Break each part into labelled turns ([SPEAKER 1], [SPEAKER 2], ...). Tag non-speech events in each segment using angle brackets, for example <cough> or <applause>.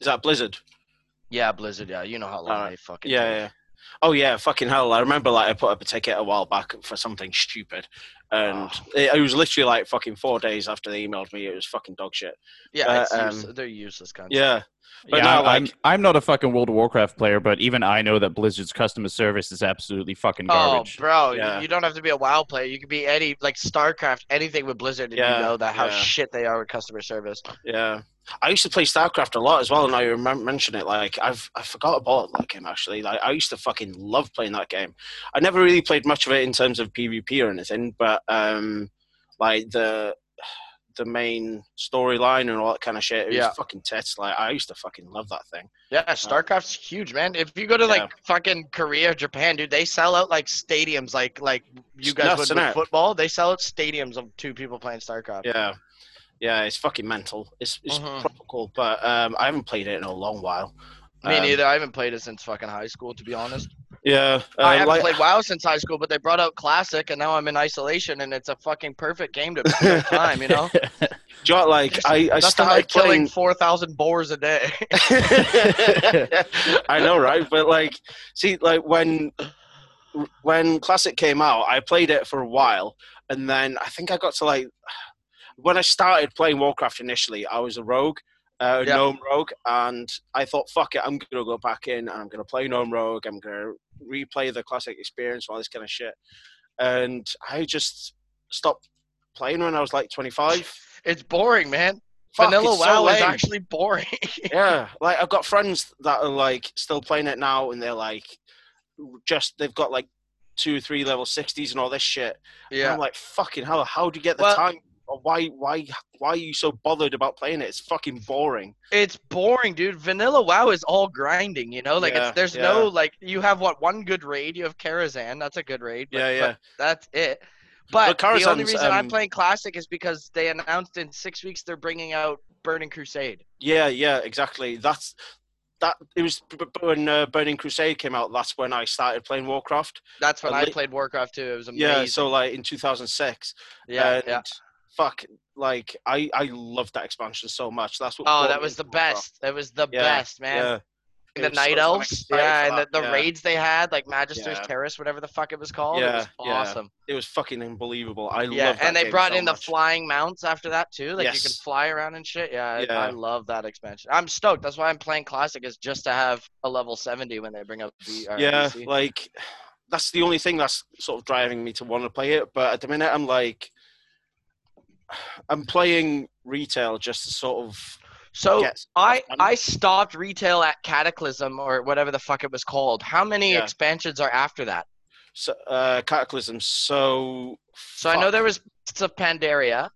[SPEAKER 1] Is that Blizzard?
[SPEAKER 2] Yeah, Blizzard. Yeah, you know how long
[SPEAKER 1] Alright.
[SPEAKER 2] they fucking.
[SPEAKER 1] Uh, Yeah,
[SPEAKER 2] take.
[SPEAKER 1] yeah. Oh yeah, fucking hell! I remember like I put up a ticket a while back for something stupid, and it, it was literally like fucking four days after they emailed me. It was fucking dog shit.
[SPEAKER 2] yeah.
[SPEAKER 1] Uh,
[SPEAKER 2] it's use-
[SPEAKER 1] um,
[SPEAKER 2] they're useless kind.
[SPEAKER 1] Yeah, But
[SPEAKER 3] yeah,
[SPEAKER 1] now,
[SPEAKER 3] I'm- I'm,
[SPEAKER 1] like-
[SPEAKER 3] I'm not a fucking World of Warcraft player, but even I know that Blizzard's customer service is absolutely fucking
[SPEAKER 2] Oh,
[SPEAKER 3] garbage.
[SPEAKER 2] bro, you-
[SPEAKER 1] Yeah.
[SPEAKER 2] you don't have to be a WoW player. You could be any like StarCraft, anything with Blizzard, and
[SPEAKER 1] Yeah,
[SPEAKER 2] you know that how
[SPEAKER 1] yeah.
[SPEAKER 2] shit they are with customer service.
[SPEAKER 1] yeah. I used to play StarCraft a lot as well, and I remember mention it. Like I've I forgot about that game actually. Like I used to fucking love playing that game. I never really played much of it in terms of PvP or anything, but um, like the the main storyline and all that kind of shit. It
[SPEAKER 2] Yeah.
[SPEAKER 1] was fucking tits. Like I used to fucking love that thing.
[SPEAKER 2] Yeah, StarCraft's huge, man. If you go to like
[SPEAKER 1] Yeah.
[SPEAKER 2] fucking Korea, Japan, dude, they sell out like stadiums, like like you
[SPEAKER 1] It's
[SPEAKER 2] guys
[SPEAKER 1] nuts,
[SPEAKER 2] would
[SPEAKER 1] isn't
[SPEAKER 2] with
[SPEAKER 1] it?
[SPEAKER 2] football. They sell out stadiums of two people playing StarCraft.
[SPEAKER 1] Yeah, yeah, it's fucking mental. It's it's
[SPEAKER 2] Mhm.
[SPEAKER 1] proper cool, but um, I haven't played it in a long while.
[SPEAKER 2] Me
[SPEAKER 1] Um,
[SPEAKER 2] neither. I haven't played it since fucking high school, to be honest.
[SPEAKER 1] Yeah, uh,
[SPEAKER 2] I haven't
[SPEAKER 1] like-
[SPEAKER 2] played WoW since high school, but they brought out Classic, and now I'm in isolation, and it's a fucking perfect game to kill time. You know,
[SPEAKER 1] do you know what, like <laughs> I, I
[SPEAKER 2] nothing
[SPEAKER 1] started
[SPEAKER 2] like killing
[SPEAKER 1] playing.
[SPEAKER 2] four thousand boars a day. <laughs>
[SPEAKER 1] I know, right? But like, see, like when when Classic came out, I played it for a while, and then I think I got to like when I started playing Warcraft initially, I was a rogue. Uh,
[SPEAKER 2] Yeah.
[SPEAKER 1] Gnome Rogue, and I thought, fuck it, I'm gonna go back in and I'm gonna play Gnome Rogue, I'm gonna replay the classic experience, all this kind of shit. And I just stopped playing when I was like 25,
[SPEAKER 2] it's boring, man.
[SPEAKER 1] Fuck,
[SPEAKER 2] Vanilla
[SPEAKER 1] it's so
[SPEAKER 2] WoW is
[SPEAKER 1] lame.
[SPEAKER 2] actually boring. <laughs>
[SPEAKER 1] yeah like i've got friends that are like still playing it now and they're like just they've got like two three level 60s and all this shit And i'm like fucking hell how do you get the
[SPEAKER 2] Well-
[SPEAKER 1] time Or why why why are you so bothered about playing it it's fucking boring
[SPEAKER 2] It's boring, dude. Vanilla WoW is all grinding, you know? Like,
[SPEAKER 1] Yeah,
[SPEAKER 2] it's, there's
[SPEAKER 1] yeah.
[SPEAKER 2] no, like, you have, what, one good raid? You have Karazhan. That's a good raid. But,
[SPEAKER 1] Yeah, yeah.
[SPEAKER 2] But that's it. But
[SPEAKER 1] But
[SPEAKER 2] the only
[SPEAKER 1] Karazhan's,
[SPEAKER 2] reason I'm
[SPEAKER 1] um,
[SPEAKER 2] playing Classic is because they announced in six weeks they're bringing out Burning Crusade.
[SPEAKER 1] yeah yeah exactly that's that it was b- b- when uh, burning crusade came out that's when i started playing warcraft
[SPEAKER 2] That's when
[SPEAKER 1] And
[SPEAKER 2] I
[SPEAKER 1] they-
[SPEAKER 2] played Warcraft 2. It was amazing.
[SPEAKER 1] yeah so like in 2006
[SPEAKER 2] yeah,
[SPEAKER 1] and
[SPEAKER 2] yeah.
[SPEAKER 1] fuck like i i loved that expansion so much that's what
[SPEAKER 2] Oh,
[SPEAKER 1] brought
[SPEAKER 2] that
[SPEAKER 1] me
[SPEAKER 2] was the
[SPEAKER 1] into Warcraft.
[SPEAKER 2] best. That was the
[SPEAKER 1] Yeah,
[SPEAKER 2] best, man.
[SPEAKER 1] yeah
[SPEAKER 2] the
[SPEAKER 1] It was- I
[SPEAKER 2] Night
[SPEAKER 1] was
[SPEAKER 2] Elves.
[SPEAKER 1] excited
[SPEAKER 2] Yeah,
[SPEAKER 1] for
[SPEAKER 2] and the,
[SPEAKER 1] that,
[SPEAKER 2] the
[SPEAKER 1] yeah.
[SPEAKER 2] raids they had, like Magister's
[SPEAKER 1] Yeah.
[SPEAKER 2] Terrace, whatever the fuck it was called. it
[SPEAKER 1] Yeah,
[SPEAKER 2] was
[SPEAKER 1] yeah.
[SPEAKER 2] awesome.
[SPEAKER 1] It was fucking unbelievable. I
[SPEAKER 2] Yeah,
[SPEAKER 1] love that
[SPEAKER 2] and they
[SPEAKER 1] game
[SPEAKER 2] brought
[SPEAKER 1] so
[SPEAKER 2] in the
[SPEAKER 1] much.
[SPEAKER 2] flying mounts after that too. Like you can
[SPEAKER 1] Yes.
[SPEAKER 2] fly around and shit. Yeah, I-
[SPEAKER 1] Yeah.
[SPEAKER 2] I love that expansion. I'm stoked. That's why I'm playing classic is just to have a level 70 when they bring up the uh,
[SPEAKER 1] Yeah,
[SPEAKER 2] PC.
[SPEAKER 1] like that's the only thing that's sort of driving me to want to play it. But at the minute, I'm like, I'm playing retail just to sort of
[SPEAKER 2] So
[SPEAKER 1] get.
[SPEAKER 2] I
[SPEAKER 1] I'm-
[SPEAKER 2] I stopped retail at Cataclysm or whatever the fuck it was called. How many
[SPEAKER 1] Yeah.
[SPEAKER 2] expansions are after that?
[SPEAKER 1] So, uh, Cataclysm. So.
[SPEAKER 2] So I know
[SPEAKER 1] fuck,
[SPEAKER 2] there was Beasts of Pandaria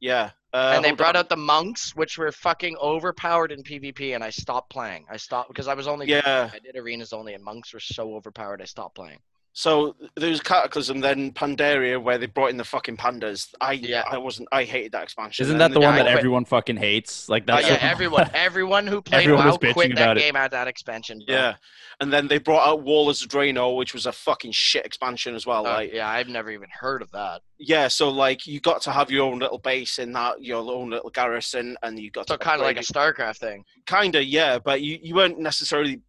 [SPEAKER 1] Yeah. Uh,
[SPEAKER 2] and they
[SPEAKER 1] hold
[SPEAKER 2] brought
[SPEAKER 1] on.
[SPEAKER 2] out the monks which were fucking overpowered in PvP and I stopped playing. I stopped because I was only
[SPEAKER 1] Yeah.
[SPEAKER 2] I did arenas only and monks were so overpowered I stopped playing.
[SPEAKER 1] So there was Cataclysm, then Pandaria, where they brought in the fucking pandas. I
[SPEAKER 2] Yeah.
[SPEAKER 1] I wasn't. I hated that expansion.
[SPEAKER 3] Isn't
[SPEAKER 1] And
[SPEAKER 3] that the
[SPEAKER 1] then-
[SPEAKER 3] one that
[SPEAKER 2] quit.
[SPEAKER 3] everyone fucking hates? Like
[SPEAKER 2] Oh
[SPEAKER 3] that's
[SPEAKER 2] yeah,
[SPEAKER 1] <laughs>
[SPEAKER 3] the-
[SPEAKER 2] everyone, everyone who played
[SPEAKER 3] Everyone was
[SPEAKER 2] WoW quit
[SPEAKER 3] bitching
[SPEAKER 2] that
[SPEAKER 3] about it.
[SPEAKER 2] game at that expansion. bro.
[SPEAKER 1] Yeah, Um, and then they brought out Wall as Drano, which was a fucking shit expansion as well.
[SPEAKER 2] Uh,
[SPEAKER 1] like,
[SPEAKER 2] yeah, I've never even heard of that.
[SPEAKER 1] yeah, so like you got to have your own little base in that, your own little garrison, and you got
[SPEAKER 2] So
[SPEAKER 1] to
[SPEAKER 2] kind of like a StarCraft thing.
[SPEAKER 1] kind of yeah, but you you weren't necessarily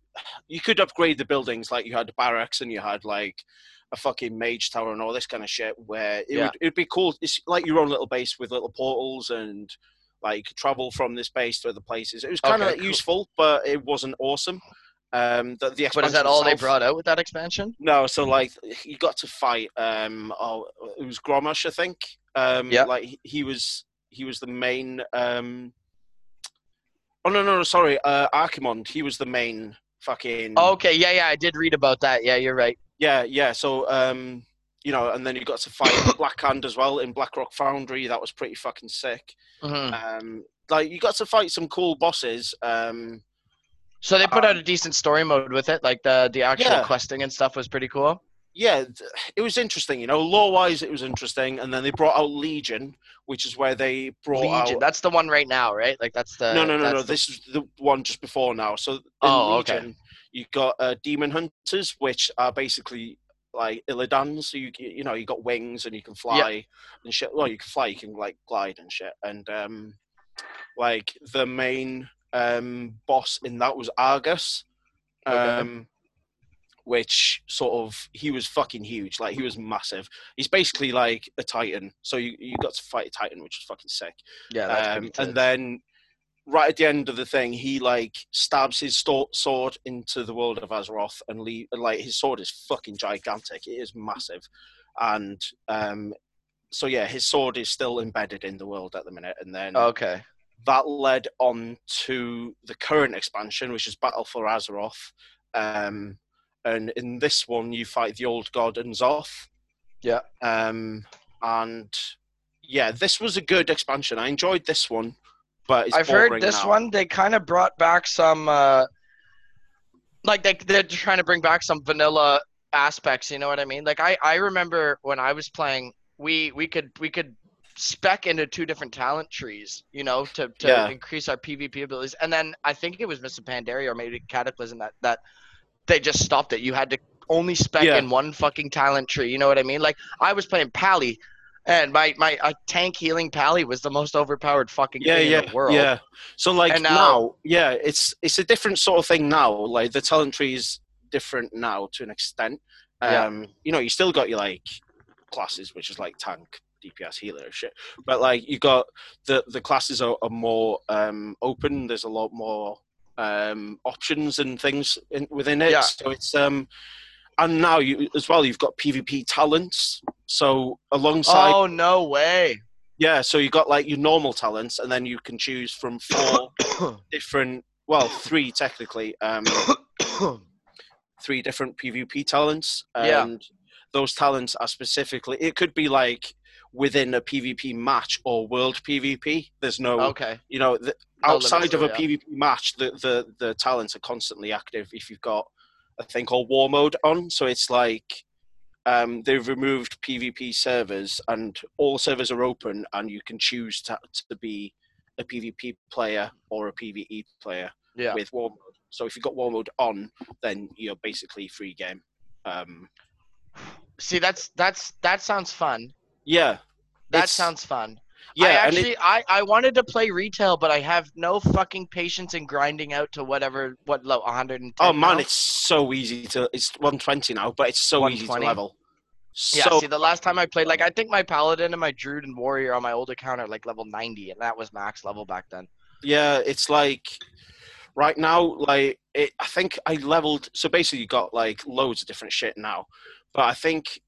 [SPEAKER 1] you could upgrade the buildings like you had barracks and you had like a fucking mage tower and all this kind of shit where it
[SPEAKER 2] Yeah.
[SPEAKER 1] would it'd be cool. It's like your own little base with little portals and like you could travel from this base to other places. It was kind of
[SPEAKER 2] Okay,
[SPEAKER 1] like,
[SPEAKER 2] cool.
[SPEAKER 1] useful, but it wasn't awesome. Um, the, the
[SPEAKER 2] But is
[SPEAKER 1] expansion
[SPEAKER 2] that all they
[SPEAKER 1] itself-
[SPEAKER 2] brought out with that expansion?
[SPEAKER 1] No, so like he got to fight. Um, oh, it was Gromash, I think. Um,
[SPEAKER 2] Yeah.
[SPEAKER 1] Like he- he was he was the main. Um, oh no no no sorry, uh, Archimond. He was the main fucking.
[SPEAKER 2] Oh, Okay, yeah, yeah, I did read about that. Yeah, you're right.
[SPEAKER 1] Yeah yeah. So um, you know, and then you got to fight <coughs> Blackhand as well in Blackrock Foundry. That was pretty fucking sick.
[SPEAKER 2] Mhm.
[SPEAKER 1] Um, like you got to fight some cool bosses. Um,
[SPEAKER 2] So they put out
[SPEAKER 1] um,
[SPEAKER 2] a decent story mode with it. Like the the actual
[SPEAKER 1] Yeah.
[SPEAKER 2] questing and stuff was pretty cool.
[SPEAKER 1] yeah, th- it was interesting. You know, lore wise, it was interesting. And then they brought out Legion, which is where they brought
[SPEAKER 2] Legion,
[SPEAKER 1] out.
[SPEAKER 2] that's the one right now, right? Like that's the
[SPEAKER 1] no, no, no,
[SPEAKER 2] that's
[SPEAKER 1] no.
[SPEAKER 2] the-
[SPEAKER 1] This is the one just before now. So in
[SPEAKER 2] Oh, okay.
[SPEAKER 1] Legion, you got uh, demon hunters, which are basically like Illidan. So you you know you got wings and you can fly and shit. Well, you can fly, you can like glide and shit. And um, like the main um, boss in that was Argus, um, which sort of he was fucking huge. Like he was massive. He's basically like a titan. So you you got to fight a titan, which is fucking sick.
[SPEAKER 2] Yeah, that's
[SPEAKER 1] Um,
[SPEAKER 2] pretty
[SPEAKER 1] and
[SPEAKER 2] tight.
[SPEAKER 1] then right at the end of the thing, he like stabs his sto- sword into the world of Azeroth, and le- and, like his sword is fucking gigantic. It is massive, and um, so yeah, his sword is still embedded in the world at the minute. And then
[SPEAKER 2] okay.
[SPEAKER 1] that led on to the current expansion, which is Battle for Azeroth. Um, and in this one, you fight the old god and Zoth.
[SPEAKER 2] Yeah.
[SPEAKER 1] Um, and yeah, this was a good expansion. I enjoyed this one, but it's
[SPEAKER 2] I've heard
[SPEAKER 1] boring
[SPEAKER 2] this
[SPEAKER 1] now.
[SPEAKER 2] one they kind of brought back some, uh, like they they're trying to bring back some vanilla aspects. You know what I mean? Like I I remember when I was playing, we we could we could spec into two different talent trees, you know, to to
[SPEAKER 1] Yeah.
[SPEAKER 2] increase our PvP abilities. And then I think it was Mr. Pandaria or maybe Cataclysm that that they just stopped it. You had to only spec
[SPEAKER 1] Yeah.
[SPEAKER 2] in one fucking talent tree. You know what I mean? Like I was playing Pally. And my, my uh, tank healing pally was the most overpowered fucking
[SPEAKER 1] Yeah,
[SPEAKER 2] thing
[SPEAKER 1] yeah,
[SPEAKER 2] in the world.
[SPEAKER 1] yeah. So like
[SPEAKER 2] And uh,
[SPEAKER 1] now,
[SPEAKER 2] now-
[SPEAKER 1] yeah, it's it's a different sort of thing now. Like the talent tree is different now to an extent.
[SPEAKER 2] Yeah.
[SPEAKER 1] Um, you know, you still got your like classes, which is like tank, DPS, healer, and shit. But like you got the the classes are, are more um, open. There's a lot more um, options and things in, within it.
[SPEAKER 2] Yeah.
[SPEAKER 1] So it's um, and now you as well. You've got PvP talents. So alongside
[SPEAKER 2] Oh no
[SPEAKER 1] <coughs>
[SPEAKER 2] way!
[SPEAKER 1] yeah, so you got like your normal talents, and then you can choose from four
[SPEAKER 2] <coughs>
[SPEAKER 1] different, well, three technically, um, three different PvP talents.
[SPEAKER 2] Yeah.
[SPEAKER 1] And those talents are specifically, it could be like within a PvP match or world PvP. There's no,
[SPEAKER 2] okay.
[SPEAKER 1] you know, the,
[SPEAKER 2] No limits
[SPEAKER 1] outside of
[SPEAKER 2] to
[SPEAKER 1] a
[SPEAKER 2] it, yeah.
[SPEAKER 1] PvP match, the, the, the talents are constantly active if you've got a thing called war mode on. So it's like um, they've removed PvP servers and all servers are open and you can choose to, to be a PvP player or a PvE player
[SPEAKER 2] Yeah.
[SPEAKER 1] with war mode. So if you've got war mode on, then you're basically free game. Um,
[SPEAKER 2] See, that's that's that sounds fun.
[SPEAKER 1] yeah.
[SPEAKER 2] That
[SPEAKER 1] It's-
[SPEAKER 2] sounds fun.
[SPEAKER 1] yeah,
[SPEAKER 2] I
[SPEAKER 1] and it-
[SPEAKER 2] actually, I I wanted to play retail, but I have no fucking patience in grinding out to whatever what level 110.
[SPEAKER 1] Oh man,
[SPEAKER 2] now.
[SPEAKER 1] it's so easy to. It's 120 now, but it's so easy to
[SPEAKER 2] 120?
[SPEAKER 1] level.
[SPEAKER 2] yeah.
[SPEAKER 1] so
[SPEAKER 2] see, the last time I played, like I think my paladin and my druid and warrior on my old account are like level 90, and that was max level back then.
[SPEAKER 1] yeah, it's like right now, like it, I think I leveled. So basically, you got like loads of different shit now, but I think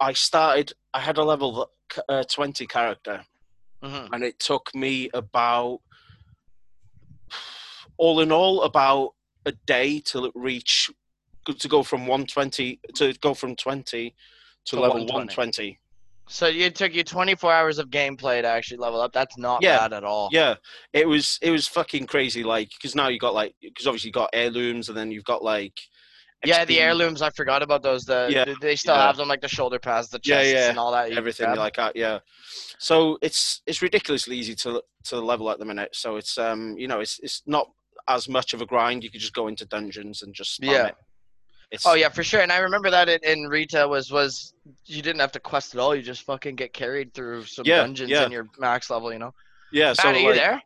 [SPEAKER 1] I started. I had a level uh, 20 character,
[SPEAKER 2] hmm
[SPEAKER 1] and it took me about all in all about a day till it reach to go from 120 to go from 20 to,
[SPEAKER 2] To
[SPEAKER 1] level
[SPEAKER 2] 120.
[SPEAKER 1] 120.
[SPEAKER 2] So it took you 24 hours of gameplay to actually level up. That's not
[SPEAKER 1] Yeah.
[SPEAKER 2] bad at all.
[SPEAKER 1] Yeah, it was it was fucking crazy. Like, because now you got like, because obviously you got heirlooms, and then you've got like,
[SPEAKER 2] Yeah, the
[SPEAKER 1] XP,
[SPEAKER 2] heirlooms. I forgot about those. The
[SPEAKER 1] Yeah,
[SPEAKER 2] yeah, they still
[SPEAKER 1] yeah.
[SPEAKER 2] have them, like the shoulder pads, the
[SPEAKER 1] Yeah,
[SPEAKER 2] chests,
[SPEAKER 1] yeah,
[SPEAKER 2] and all that. you can
[SPEAKER 1] everything
[SPEAKER 2] grab.
[SPEAKER 1] like that. Yeah, so it's it's ridiculously easy to to level at the minute. So it's um you know it's it's not as much of a grind. You could just go into dungeons and just spam
[SPEAKER 2] Yeah.
[SPEAKER 1] It. It's,
[SPEAKER 2] Oh yeah, for sure. And I remember that in, in retail was was you didn't have to quest at all. You just fucking get carried through some
[SPEAKER 1] Yeah,
[SPEAKER 2] dungeons
[SPEAKER 1] yeah.
[SPEAKER 2] in your max level. You know.
[SPEAKER 1] yeah. So
[SPEAKER 2] Matt, are you
[SPEAKER 1] like- <laughs>
[SPEAKER 2] there?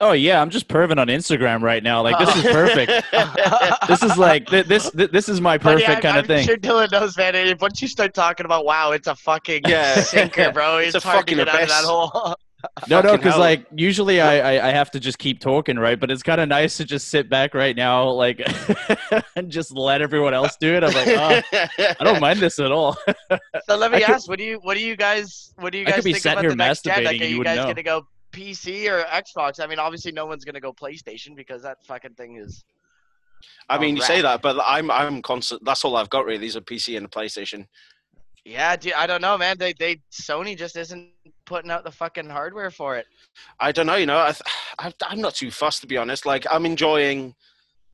[SPEAKER 3] Oh yeah, I'm just perving on Instagram right now.
[SPEAKER 2] <laughs>
[SPEAKER 3] Like this is
[SPEAKER 1] <laughs>
[SPEAKER 3] <laughs> perfect. this is like th- this th- this is my
[SPEAKER 2] But Oh, yeah,
[SPEAKER 3] perfect
[SPEAKER 2] I'm-
[SPEAKER 3] kind of
[SPEAKER 2] I'm
[SPEAKER 3] thing.
[SPEAKER 2] Sure, Dylan knows that. And Once you start talking about wow, it's a fucking
[SPEAKER 1] Yeah.
[SPEAKER 2] sinker, bro.
[SPEAKER 1] <laughs>
[SPEAKER 2] It's,
[SPEAKER 1] It's a
[SPEAKER 2] hard
[SPEAKER 1] fucking
[SPEAKER 2] to get out of
[SPEAKER 1] abyss.
[SPEAKER 2] that hole. <laughs>
[SPEAKER 3] No, no,
[SPEAKER 1] Fucking
[SPEAKER 3] because
[SPEAKER 1] hell.
[SPEAKER 3] like usually I, I I have to just keep talking, right? But it's kind of nice to just sit back right now, like <laughs> and just let everyone else do it. I'm like, oh, I don't mind this at all.
[SPEAKER 2] so let
[SPEAKER 3] I
[SPEAKER 2] me
[SPEAKER 3] could-
[SPEAKER 2] ask, what do you what do you guys what do you
[SPEAKER 3] I
[SPEAKER 2] guys
[SPEAKER 3] could be
[SPEAKER 2] think
[SPEAKER 3] sat
[SPEAKER 2] about
[SPEAKER 3] here
[SPEAKER 2] the next gen? Like,
[SPEAKER 3] masturbating,
[SPEAKER 2] are
[SPEAKER 3] you
[SPEAKER 2] you
[SPEAKER 3] wouldn't
[SPEAKER 2] guys
[SPEAKER 3] know.
[SPEAKER 2] gonna go PC or Xbox? I mean, obviously, no one's gonna go PlayStation because that fucking thing is.
[SPEAKER 1] I mean, you
[SPEAKER 2] Oh,
[SPEAKER 1] say
[SPEAKER 2] rad.
[SPEAKER 1] that, but I'm I'm constant. That's all I've got really. Is a PC and a PlayStation.
[SPEAKER 2] Yeah, dude, I don't know, man. They they Sony just isn't putting out the fucking hardware for it.
[SPEAKER 1] I don't know. You know, I, th- <sighs> I I'm not too fussed to be honest. Like I'm enjoying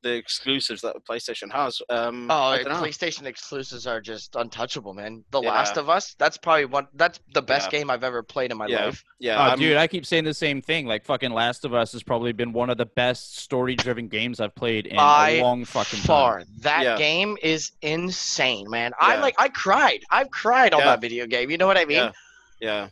[SPEAKER 1] the exclusives that PlayStation has. Um,
[SPEAKER 2] Oh,
[SPEAKER 1] I don't know.
[SPEAKER 2] PlayStation exclusives are just untouchable, man. The
[SPEAKER 1] Yeah.
[SPEAKER 2] Last of Us, that's probably one. That's the best
[SPEAKER 1] Yeah.
[SPEAKER 2] game I've ever played in my
[SPEAKER 1] Yeah.
[SPEAKER 2] life.
[SPEAKER 1] yeah,
[SPEAKER 3] Oh,
[SPEAKER 1] I'm-
[SPEAKER 3] dude, I keep saying the same thing. Like, fucking Last of Us has probably been one of the best story-driven games I've played in
[SPEAKER 2] By
[SPEAKER 3] a long fucking time.
[SPEAKER 2] Far, that
[SPEAKER 1] Yeah.
[SPEAKER 2] game is insane, man. I
[SPEAKER 1] Yeah.
[SPEAKER 2] like, I cried. I've cried on
[SPEAKER 1] Yeah.
[SPEAKER 2] that video game. You know what I mean?
[SPEAKER 1] Yeah. yeah.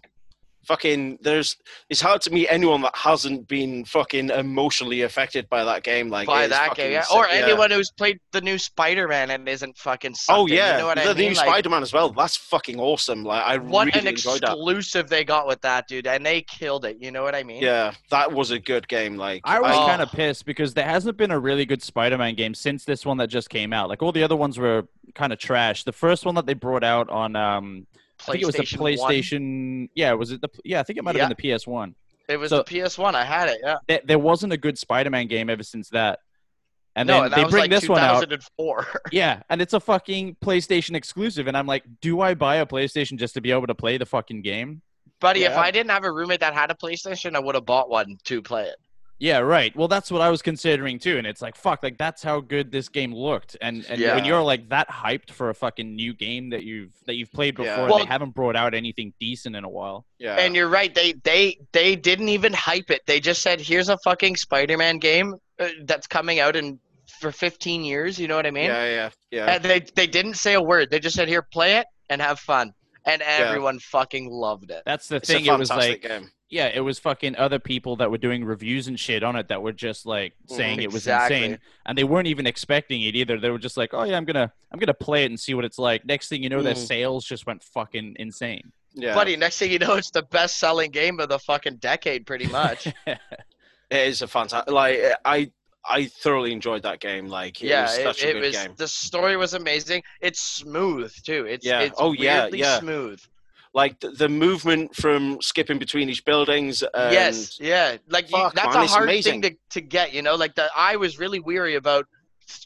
[SPEAKER 1] fucking there's it's hard to meet anyone that hasn't been fucking emotionally affected by that game like
[SPEAKER 2] by
[SPEAKER 1] it's
[SPEAKER 2] that
[SPEAKER 1] fucking
[SPEAKER 2] game, yeah.
[SPEAKER 1] sick,
[SPEAKER 2] Or anyone who's played the new Spider-Man and isn't fucking. Sucked
[SPEAKER 1] oh
[SPEAKER 2] in,
[SPEAKER 1] yeah
[SPEAKER 2] you know what
[SPEAKER 1] the
[SPEAKER 2] I mean?
[SPEAKER 1] new
[SPEAKER 2] Like,
[SPEAKER 1] spider-man as well that's fucking awesome like i
[SPEAKER 2] What
[SPEAKER 1] really
[SPEAKER 2] an
[SPEAKER 1] enjoyed that
[SPEAKER 2] exclusive they got with that dude, and they killed it. You know what I mean?
[SPEAKER 1] yeah that was a good game like
[SPEAKER 3] I was
[SPEAKER 2] Oh.
[SPEAKER 3] kind of pissed because there hasn't been a really good Spider-Man game since this one that just came out. Like all the other ones were kind of trash. The first one that they brought out on, um, I think it was the
[SPEAKER 2] PlayStation one.
[SPEAKER 3] PlayStation. Yeah, was it the? Yeah, I think it might have been the PS One.
[SPEAKER 2] It was
[SPEAKER 3] So-
[SPEAKER 2] the PS1. I had it. Yeah.
[SPEAKER 3] There, there wasn't a good Spider-Man game ever since that. And
[SPEAKER 2] no,
[SPEAKER 3] then
[SPEAKER 2] and that
[SPEAKER 3] they
[SPEAKER 2] was
[SPEAKER 3] bring
[SPEAKER 2] like
[SPEAKER 3] this one out.
[SPEAKER 2] 2004.
[SPEAKER 3] Yeah, and it's a fucking PlayStation exclusive, and I'm like, do I buy a PlayStation just to be able to play the fucking game?
[SPEAKER 2] <laughs> Buddy, if
[SPEAKER 1] Yeah.
[SPEAKER 2] I didn't have a roommate that had a PlayStation, I would have bought one to play it.
[SPEAKER 3] Yeah, right. Well, that's what I was considering too, and it's like, fuck, like that's how good this game looked, and and
[SPEAKER 2] Yeah.
[SPEAKER 3] when you're like that hyped for a fucking new game that you've that you've played before,
[SPEAKER 1] Yeah.
[SPEAKER 3] and
[SPEAKER 2] Well-
[SPEAKER 3] they haven't brought out anything decent in a while.
[SPEAKER 1] yeah
[SPEAKER 2] And you're right. They they they didn't even hype it. They just said, "Here's a fucking Spider-Man game uh, that's coming out in for 15 years." You know what I mean?
[SPEAKER 1] yeah yeah yeah
[SPEAKER 2] And they they didn't say a word. They just said, "Here, play it and have fun." And everyone fucking loved it.
[SPEAKER 3] That's the
[SPEAKER 1] it's
[SPEAKER 3] thing.
[SPEAKER 1] a
[SPEAKER 3] It was
[SPEAKER 1] fantastic
[SPEAKER 3] like,
[SPEAKER 1] game
[SPEAKER 3] yeah, it was fucking other people that were doing reviews and shit on it that were just like saying it was
[SPEAKER 2] Exactly.
[SPEAKER 3] insane, and they weren't even expecting it either. They were just like, oh yeah, I'm gonna I'm gonna play it and see what it's like. Next thing you know, their
[SPEAKER 1] Mm.
[SPEAKER 3] sales just went fucking insane. <laughs>
[SPEAKER 1] yeah
[SPEAKER 2] Buddy, next thing you know, it's the best-selling game of the fucking
[SPEAKER 1] <laughs>
[SPEAKER 2] decade, pretty much.
[SPEAKER 1] it is a fantastic like i i thoroughly enjoyed that game like it
[SPEAKER 2] yeah,
[SPEAKER 1] was such
[SPEAKER 2] it,
[SPEAKER 1] a
[SPEAKER 2] it
[SPEAKER 1] good
[SPEAKER 2] was.
[SPEAKER 1] game
[SPEAKER 2] The story was amazing. It's smooth too. It's
[SPEAKER 1] Yeah.
[SPEAKER 2] It's
[SPEAKER 1] Oh, yeah,
[SPEAKER 2] weirdly
[SPEAKER 1] yeah.
[SPEAKER 2] Smooth.
[SPEAKER 1] like the, the movement from skipping between each buildings and
[SPEAKER 2] yes. Yeah. Like you-
[SPEAKER 1] Fuck,
[SPEAKER 2] that's
[SPEAKER 1] man,
[SPEAKER 2] a
[SPEAKER 1] it's
[SPEAKER 2] hard
[SPEAKER 1] amazing.
[SPEAKER 2] thing to, to get. You know, like the I was really weary about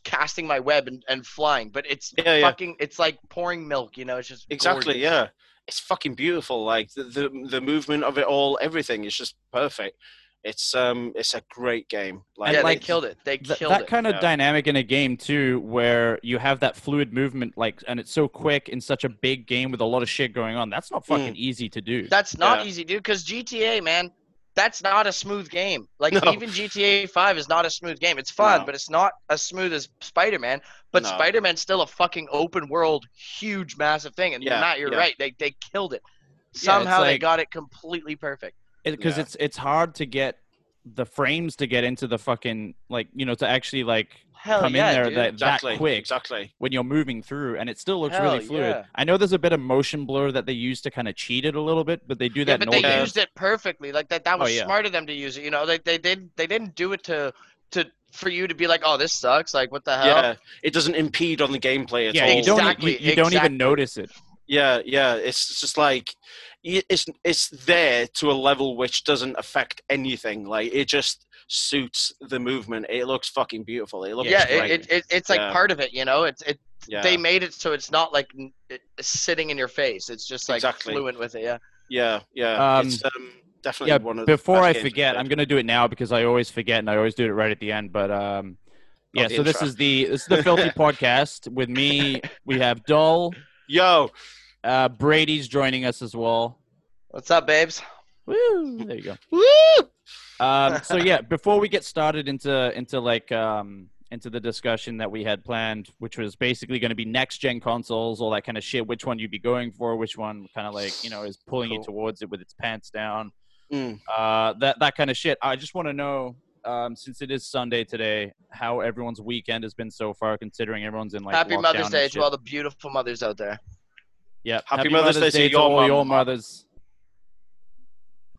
[SPEAKER 2] casting my web and, and flying, but it's
[SPEAKER 1] Yeah, yeah.
[SPEAKER 2] fucking. It's like pouring milk. You know, it's just
[SPEAKER 1] Exactly.
[SPEAKER 2] gorgeous.
[SPEAKER 1] Yeah, it's fucking beautiful. Like the, the the movement of it all, everything is just perfect. It's um, it's a great game. Like,
[SPEAKER 2] yeah,
[SPEAKER 3] like,
[SPEAKER 2] they killed it. They
[SPEAKER 3] Th-
[SPEAKER 2] killed
[SPEAKER 3] that
[SPEAKER 2] it.
[SPEAKER 3] kind of
[SPEAKER 1] yeah.
[SPEAKER 3] dynamic in a game too, where you have that fluid movement, like, and it's so quick in such a big game with a lot of shit going on. That's not fucking easy to do.
[SPEAKER 2] That's not
[SPEAKER 1] Yeah.
[SPEAKER 2] easy, dude. Because GTA, man, that's not a smooth game. Like
[SPEAKER 1] No.
[SPEAKER 2] even GTA Five is not a smooth game. It's fun,
[SPEAKER 1] No.
[SPEAKER 2] but it's not as smooth as Spider Man. But
[SPEAKER 1] No.
[SPEAKER 2] Spider Man's still a fucking open world, huge, massive thing. And
[SPEAKER 1] Yeah,
[SPEAKER 2] Matt, you're
[SPEAKER 1] yeah.
[SPEAKER 2] right. They they killed it.
[SPEAKER 3] it's
[SPEAKER 2] Somehow they
[SPEAKER 3] like-
[SPEAKER 2] got it completely perfect.
[SPEAKER 3] because
[SPEAKER 1] Yeah.
[SPEAKER 3] it's it's hard to get the frames to get into the fucking like you know to actually like
[SPEAKER 2] Hell
[SPEAKER 3] Come in
[SPEAKER 2] yeah,
[SPEAKER 3] there,
[SPEAKER 2] dude.
[SPEAKER 3] that-
[SPEAKER 1] exactly.
[SPEAKER 3] quick.
[SPEAKER 1] Exactly.
[SPEAKER 3] when you're moving through, and it still looks
[SPEAKER 2] Hell
[SPEAKER 3] really fluid.
[SPEAKER 2] yeah.
[SPEAKER 3] I know there's a bit of motion blur that they use to kind of cheat it a little bit, but they do
[SPEAKER 2] yeah,
[SPEAKER 3] that.
[SPEAKER 2] but
[SPEAKER 3] in all
[SPEAKER 2] they
[SPEAKER 3] games.
[SPEAKER 2] used it perfectly. Like that that was
[SPEAKER 3] Oh, yeah.
[SPEAKER 2] smart of them to use it. You know, they they did they didn't do it to to for you to be like, oh, this sucks. Like what the hell?
[SPEAKER 1] Yeah, it doesn't impede on the gameplay at
[SPEAKER 3] yeah,
[SPEAKER 1] all.
[SPEAKER 3] you don't e-
[SPEAKER 2] Exactly,
[SPEAKER 3] you, you don't
[SPEAKER 2] exactly.
[SPEAKER 3] even notice it.
[SPEAKER 1] Yeah, yeah. It's just like y- it's it's there to a level which doesn't affect anything. Like it just suits the movement. It looks fucking beautiful. It looks
[SPEAKER 2] Yeah,
[SPEAKER 1] great.
[SPEAKER 2] it, it, it, it's like
[SPEAKER 1] Yeah.
[SPEAKER 2] part of it, you know. It's it
[SPEAKER 1] yeah.
[SPEAKER 2] they made it so it's not like n- it- sitting in your face. It's just like
[SPEAKER 1] Exactly.
[SPEAKER 2] fluent with it. Yeah.
[SPEAKER 1] yeah, yeah.
[SPEAKER 3] Um,
[SPEAKER 1] it's um, definitely
[SPEAKER 3] Yeah,
[SPEAKER 1] one of the
[SPEAKER 3] before
[SPEAKER 1] best
[SPEAKER 3] I
[SPEAKER 1] games I've
[SPEAKER 3] forget,
[SPEAKER 1] played.
[SPEAKER 3] I'm gonna do it now because I always forget and I always do it right at the end. But um,
[SPEAKER 1] Oh,
[SPEAKER 3] yeah,
[SPEAKER 1] the
[SPEAKER 3] so this
[SPEAKER 1] intro.
[SPEAKER 3] is the this is
[SPEAKER 2] <laughs>
[SPEAKER 3] the filthy podcast with me. We have Dull,
[SPEAKER 1] Yo,
[SPEAKER 3] uh, Brady's joining us as well.
[SPEAKER 2] What's up, babes?
[SPEAKER 3] Woo! There you go.
[SPEAKER 1] woo!
[SPEAKER 3] Um,
[SPEAKER 2] <laughs>
[SPEAKER 3] so yeah, before we get started into into like um, into the discussion that we had planned, which was basically going to be next gen consoles, all that kind of shit. Which one you'd be going for? Which one kind of like you know is pulling you
[SPEAKER 1] Cool.
[SPEAKER 3] towards it with its pants down?
[SPEAKER 1] Mm.
[SPEAKER 3] Uh, that that kind of shit. I just want to know. Um, since it is Sunday today, how everyone's weekend has been so far, considering everyone's in like
[SPEAKER 2] Happy
[SPEAKER 3] lockdown
[SPEAKER 2] Mother's
[SPEAKER 3] and
[SPEAKER 2] Day to
[SPEAKER 3] shit.
[SPEAKER 2] all the beautiful mothers out
[SPEAKER 3] <laughs>
[SPEAKER 2] there.
[SPEAKER 3] Yeah,
[SPEAKER 1] Happy Mother's Day to your
[SPEAKER 3] all
[SPEAKER 1] mum.
[SPEAKER 3] your mothers.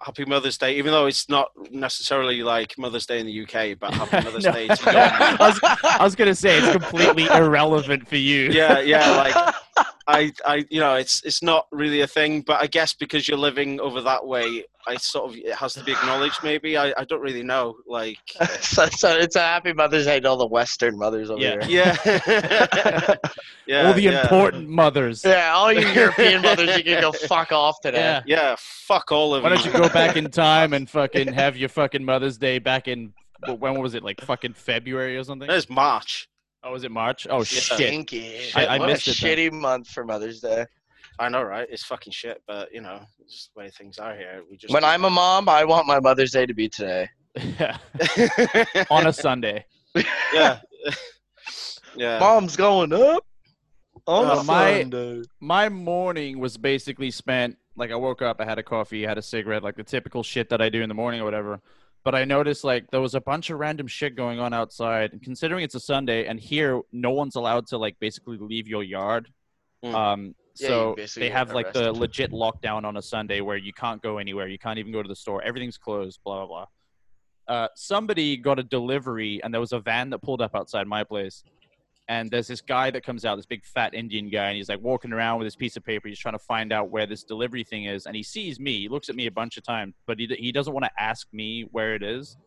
[SPEAKER 1] Happy Mother's Day, even though it's not necessarily like Mother's Day in the UK, but Happy
[SPEAKER 3] <laughs>
[SPEAKER 1] Mother's
[SPEAKER 3] No.
[SPEAKER 1] Day to your
[SPEAKER 3] I was,
[SPEAKER 2] <laughs>
[SPEAKER 3] I was gonna say it's completely irrelevant for <laughs> you.
[SPEAKER 1] Yeah, yeah, like
[SPEAKER 3] <laughs>
[SPEAKER 1] I, I, you know, it's it's not really a thing, but I guess because you're living over that way, I sort of it has to be acknowledged. Maybe I, I don't really know, like,
[SPEAKER 2] <laughs> so, so it's a happy Mother's Day to all the Western mothers over
[SPEAKER 3] Yeah.
[SPEAKER 2] here.
[SPEAKER 3] <laughs>
[SPEAKER 1] yeah, <laughs> yeah,
[SPEAKER 3] all the
[SPEAKER 1] yeah.
[SPEAKER 3] important mothers.
[SPEAKER 2] Yeah, all you European mothers, you can
[SPEAKER 3] <laughs>
[SPEAKER 2] go fuck off today.
[SPEAKER 3] Yeah.
[SPEAKER 1] yeah, fuck all of
[SPEAKER 3] Why don't you
[SPEAKER 1] you. <laughs>
[SPEAKER 3] go back in time and fucking have your fucking Mother's Day back in wh- when was it like fucking February or something?
[SPEAKER 1] There's March.
[SPEAKER 3] Oh, was it March? Oh shit!
[SPEAKER 2] Stinky.
[SPEAKER 3] I- I
[SPEAKER 2] what
[SPEAKER 3] missed
[SPEAKER 2] a
[SPEAKER 3] it then.
[SPEAKER 2] shitty month for Mother's Day.
[SPEAKER 1] I know, right? It's fucking shit, but you know, it's just the way things are here. We just
[SPEAKER 2] When I'm a mom, I want my Mother's Day to be today.
[SPEAKER 3] <laughs> On a Sunday.
[SPEAKER 1] <laughs> yeah, <laughs> yeah.
[SPEAKER 2] Mom's going up on
[SPEAKER 3] Oh,
[SPEAKER 2] a
[SPEAKER 3] my-
[SPEAKER 2] Sunday.
[SPEAKER 3] My morning was basically spent like I woke up, I had a coffee, had a cigarette, like the typical shit that I do in the morning or whatever. But I noticed like there was a bunch of random shit going on outside. And considering it's a Sunday, and here no one's allowed to like basically leave your yard.
[SPEAKER 1] Mm.
[SPEAKER 3] Um,
[SPEAKER 2] Hmm. Yeah, you
[SPEAKER 3] so
[SPEAKER 2] basically
[SPEAKER 3] they
[SPEAKER 2] get
[SPEAKER 3] have like the
[SPEAKER 2] arrested.
[SPEAKER 3] legit lockdown on a Sunday where you can't go anywhere, you can't even go to the store, everything's closed, blah blah blah. Uh, somebody got a delivery, and there was a van that pulled up outside my place. And there's this guy that comes out, this big fat Indian guy, and he's like walking around with this piece of paper. He's trying to find out where this delivery thing is, and he sees me. He looks at me a bunch of times, but he he doesn't want to ask me where it is.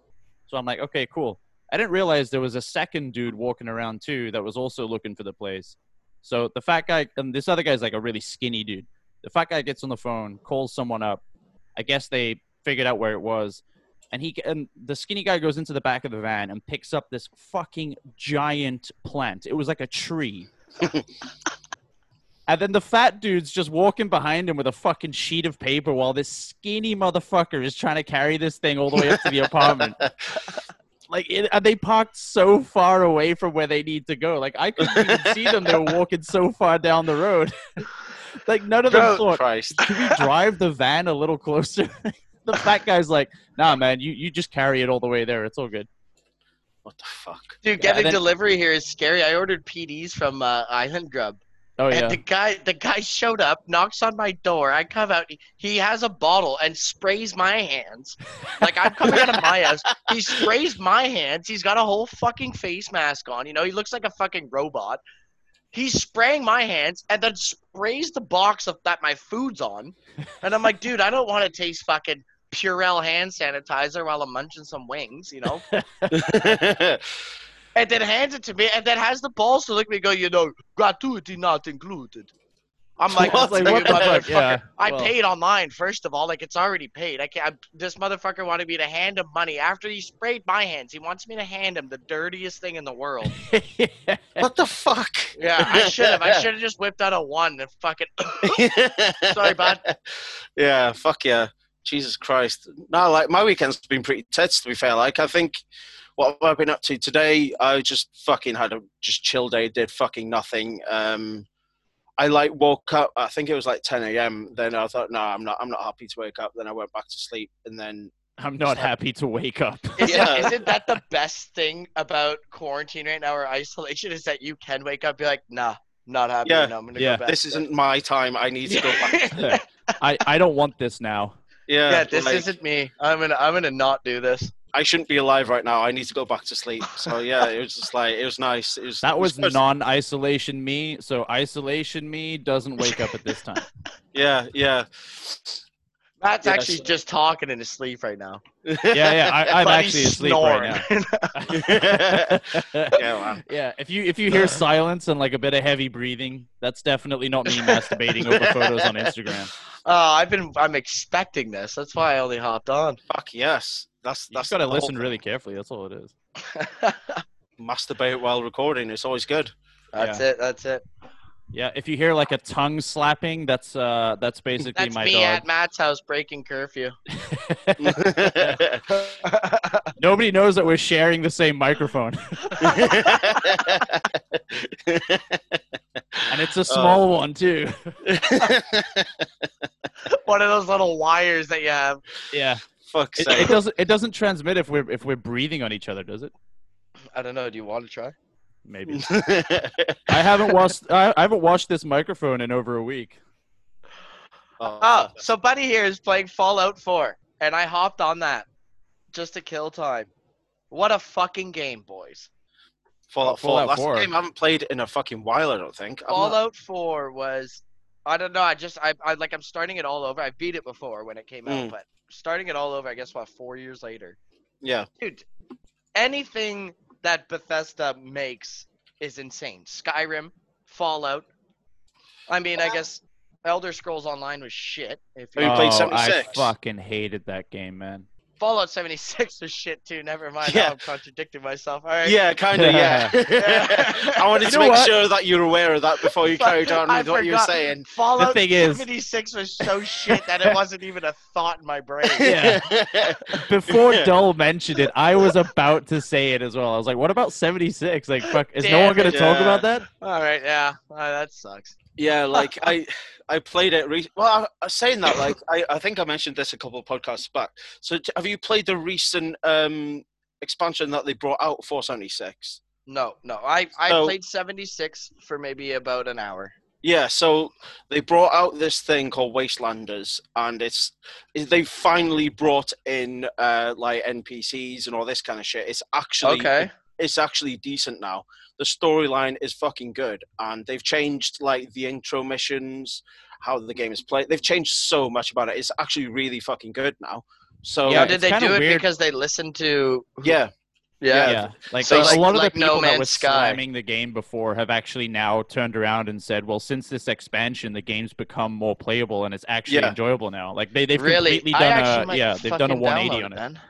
[SPEAKER 3] So I'm like, okay, cool. I didn't realize there was a second dude walking around too that was also looking for the place. So the fat guy and this other guy's like a really skinny dude. The fat guy gets on the phone, calls someone up. I guess they figured out where it was. And he and the skinny guy goes into the back of the van and picks up this fucking giant plant. It was like a tree. and then the fat dude's just walking behind him with a fucking sheet of paper while this skinny motherfucker is trying to carry this thing all the way up to the apartment. Like it, and they parked so far away from where they need to go. Like I couldn't even see them. They were walking so far down the road. <laughs> like none of them
[SPEAKER 1] Bro,
[SPEAKER 3] thought,
[SPEAKER 1] Christ.
[SPEAKER 3] can we drive the van a little closer? <laughs> the fat guy's like, nah, man, you, you just carry it all the way there. It's all good.
[SPEAKER 1] What the fuck? <laughs>
[SPEAKER 2] Dude,
[SPEAKER 3] Yeah,
[SPEAKER 2] getting
[SPEAKER 3] then-
[SPEAKER 2] delivery here is scary. I ordered PDs from uh, Island Grub.
[SPEAKER 3] Oh,
[SPEAKER 2] and
[SPEAKER 3] yeah.
[SPEAKER 2] the
[SPEAKER 3] <laughs>
[SPEAKER 2] guy the guy showed up, knocks on my door. I come out. He has a bottle and sprays my hands. Like I'm coming out of
[SPEAKER 3] <laughs>
[SPEAKER 2] my house. He sprays my hands. He's got a whole fucking face mask on. You know, he looks like a fucking robot. He's spraying my hands and then sprays the box of, that my food's on. And I'm like, dude, I don't want to taste fucking Purell hand sanitizer while I'm munching some wings, you know? and then hands it to me, and then has the balls to look at me and go, you know, gratuity not included. I'm like,
[SPEAKER 1] What?
[SPEAKER 2] "You
[SPEAKER 3] Like, what the fuck?
[SPEAKER 2] motherfucker,
[SPEAKER 3] Yeah.
[SPEAKER 2] I
[SPEAKER 3] Well,
[SPEAKER 2] paid online first of all. Like it's already paid. I can't. I, this motherfucker wanted me to hand him money after he sprayed my hands. He wants me to hand him the dirtiest thing in the world.
[SPEAKER 3] <laughs>
[SPEAKER 1] what the fuck?
[SPEAKER 2] Yeah, I should <laughs> have. I should have just whipped out a one and fucking. <laughs> Sorry, bud.
[SPEAKER 1] Yeah, fuck yeah. Jesus Christ. No, like my weekend's been pretty tense to be fair. Like I think what I've been up to today, I just fucking had a just chill day, did fucking nothing. Um I like woke up I think it was like ten AM, then I thought, no, I'm not I'm not happy to wake up, then I went back to sleep and then
[SPEAKER 3] I'm not happy to wake up. <laughs>
[SPEAKER 2] Isn't,
[SPEAKER 1] Yeah.
[SPEAKER 2] isn't that the best thing about quarantine right now or isolation? Is that you can wake up, be like, nah, not happy.
[SPEAKER 1] Yeah.
[SPEAKER 2] and I'm gonna
[SPEAKER 3] Yeah.
[SPEAKER 2] go back.
[SPEAKER 1] this
[SPEAKER 2] to
[SPEAKER 1] isn't my time, I need
[SPEAKER 2] <laughs>
[SPEAKER 1] to go back.
[SPEAKER 2] bed."
[SPEAKER 3] I, I don't want this now.
[SPEAKER 1] Yeah,
[SPEAKER 2] yeah, this
[SPEAKER 1] like,
[SPEAKER 2] isn't me. I'm gonna I'm gonna not do this.
[SPEAKER 1] I shouldn't be alive right now. I need to go back to sleep. So yeah, it was just like it was nice. It was
[SPEAKER 3] That
[SPEAKER 1] it
[SPEAKER 3] was
[SPEAKER 1] <laughs> good.
[SPEAKER 3] non isolation me. So isolation me doesn't wake up at this time.
[SPEAKER 1] Yeah,
[SPEAKER 3] <laughs>
[SPEAKER 1] yeah. <laughs>
[SPEAKER 2] Matt's
[SPEAKER 1] Yeah,
[SPEAKER 2] actually
[SPEAKER 1] so-
[SPEAKER 2] just talking in his sleep right now.
[SPEAKER 3] Yeah, yeah. I, I'm
[SPEAKER 2] But
[SPEAKER 3] actually
[SPEAKER 2] he's
[SPEAKER 3] asleep
[SPEAKER 2] snoring.
[SPEAKER 3] right
[SPEAKER 2] <laughs>
[SPEAKER 1] yeah,
[SPEAKER 3] now. <laughs>
[SPEAKER 1] man.
[SPEAKER 3] yeah, if you if you hear silence and like a bit of heavy breathing, that's definitely not me masturbating over photos on Instagram.
[SPEAKER 2] Oh, I've been I'm expecting this. That's why I only hopped on.
[SPEAKER 1] Fuck yes. That's
[SPEAKER 3] You just
[SPEAKER 1] that's
[SPEAKER 3] gotta
[SPEAKER 1] the whole
[SPEAKER 3] listen really carefully. That's all it is.
[SPEAKER 1] masturbate while recording. It's always <laughs> good.
[SPEAKER 2] That's it. That's it.
[SPEAKER 3] Yeah, if you hear like a tongue slapping, that's uh that's basically
[SPEAKER 2] That's
[SPEAKER 3] my
[SPEAKER 2] me
[SPEAKER 3] dog.
[SPEAKER 1] <laughs>
[SPEAKER 2] at Matt's house breaking curfew.
[SPEAKER 3] Nobody knows that we're sharing the
[SPEAKER 1] <laughs>
[SPEAKER 3] same microphone, and
[SPEAKER 1] Oh.
[SPEAKER 3] it's a small one too.
[SPEAKER 2] <laughs> One of those little wires that you have.
[SPEAKER 3] yeah,
[SPEAKER 1] Fuck's
[SPEAKER 3] it,
[SPEAKER 1] sake.
[SPEAKER 3] it doesn't it doesn't transmit if we're if we're breathing on each other, does it?
[SPEAKER 2] I don't know. Do you want to try?
[SPEAKER 1] <laughs>
[SPEAKER 3] Maybe I haven't watched I, I haven't watched this microphone in over a week.
[SPEAKER 2] Oh, so Buddy here is playing Fallout 4, and I hopped on that just to kill time. What a fucking game, boys!
[SPEAKER 1] Fallout 4.
[SPEAKER 3] Fallout
[SPEAKER 1] Last
[SPEAKER 3] 4.
[SPEAKER 1] game I haven't played in a fucking while, I don't think. I'm not-
[SPEAKER 2] Fallout 4 was, I don't know. I just I, I like I'm starting it all over. I beat it before when it came
[SPEAKER 1] Mm.
[SPEAKER 2] out, but starting it all over. I guess what four years later.
[SPEAKER 1] yeah.
[SPEAKER 2] dude, anything that Bethesda makes is insane. Skyrim, Fallout. I mean, I guess Elder Scrolls Online was shit. If you
[SPEAKER 1] Have you played
[SPEAKER 3] Oh,
[SPEAKER 1] 76?
[SPEAKER 3] I fucking hated that game, man.
[SPEAKER 2] Fallout 76 was shit too. Never mind.
[SPEAKER 1] Yeah.
[SPEAKER 2] Now I'm contradicting myself. All right.
[SPEAKER 1] Yeah, kind of,
[SPEAKER 3] <laughs>
[SPEAKER 1] yeah. <laughs> I wanted
[SPEAKER 3] You
[SPEAKER 1] to
[SPEAKER 3] know
[SPEAKER 1] make
[SPEAKER 3] what?
[SPEAKER 1] sure that you're aware of that before Oh, you
[SPEAKER 2] Fuck,
[SPEAKER 1] carried on
[SPEAKER 2] <laughs> I
[SPEAKER 1] with what you were
[SPEAKER 2] forgot.
[SPEAKER 1] saying.
[SPEAKER 2] Fallout
[SPEAKER 3] thing is-
[SPEAKER 2] 76 was so shit that it wasn't even a thought in my
[SPEAKER 3] <laughs>
[SPEAKER 2] brain.
[SPEAKER 3] Yeah.
[SPEAKER 1] <laughs>
[SPEAKER 3] Before
[SPEAKER 1] Yeah.
[SPEAKER 3] Dole mentioned it, I was about to say it as well. I was like, "What about 76? Like, fuck, is no
[SPEAKER 2] Damn
[SPEAKER 3] one gonna
[SPEAKER 1] it.
[SPEAKER 3] talk about that?"
[SPEAKER 2] All right. Yeah. Uh, that sucks.
[SPEAKER 1] Yeah, like I, I played it. Re- well, I, I saying that, like I, I think I mentioned this a couple of podcasts back. So, t- have you played the recent um, expansion that they brought out for seventy six?
[SPEAKER 2] No, no. I, I
[SPEAKER 1] So-
[SPEAKER 2] played 76 for maybe about an hour.
[SPEAKER 1] Yeah, so they brought out this thing called Wastelanders, and it's they finally brought in uh, like NPCs and all this kind of shit. It's actually
[SPEAKER 2] Okay.
[SPEAKER 1] it's actually decent now. The storyline is fucking good, and they've changed like the intro missions, how the game is played. They've changed so much about it. It's actually really fucking good now. So
[SPEAKER 2] Yeah,
[SPEAKER 1] yeah,
[SPEAKER 3] Yeah,
[SPEAKER 2] did
[SPEAKER 3] it's
[SPEAKER 2] they
[SPEAKER 3] kinda
[SPEAKER 2] do it
[SPEAKER 3] weird.
[SPEAKER 2] because they listened to
[SPEAKER 1] yeah,
[SPEAKER 2] yeah.
[SPEAKER 3] yeah.
[SPEAKER 1] Yeah.
[SPEAKER 3] Like,
[SPEAKER 2] So,
[SPEAKER 3] a
[SPEAKER 2] like-
[SPEAKER 3] lot of
[SPEAKER 2] like
[SPEAKER 3] the
[SPEAKER 2] No
[SPEAKER 3] people that
[SPEAKER 2] Man's
[SPEAKER 3] were
[SPEAKER 2] Sky.
[SPEAKER 3] slamming the game before have actually now turned around and said, "Well, since this expansion, the game's become more playable and it's actually
[SPEAKER 1] Yeah.
[SPEAKER 3] enjoyable now." Like they they've
[SPEAKER 2] really?
[SPEAKER 3] completely
[SPEAKER 2] I actually
[SPEAKER 3] done a
[SPEAKER 2] might
[SPEAKER 3] yeah they've done a
[SPEAKER 2] fucking
[SPEAKER 3] 180
[SPEAKER 2] download
[SPEAKER 3] on it.
[SPEAKER 2] then.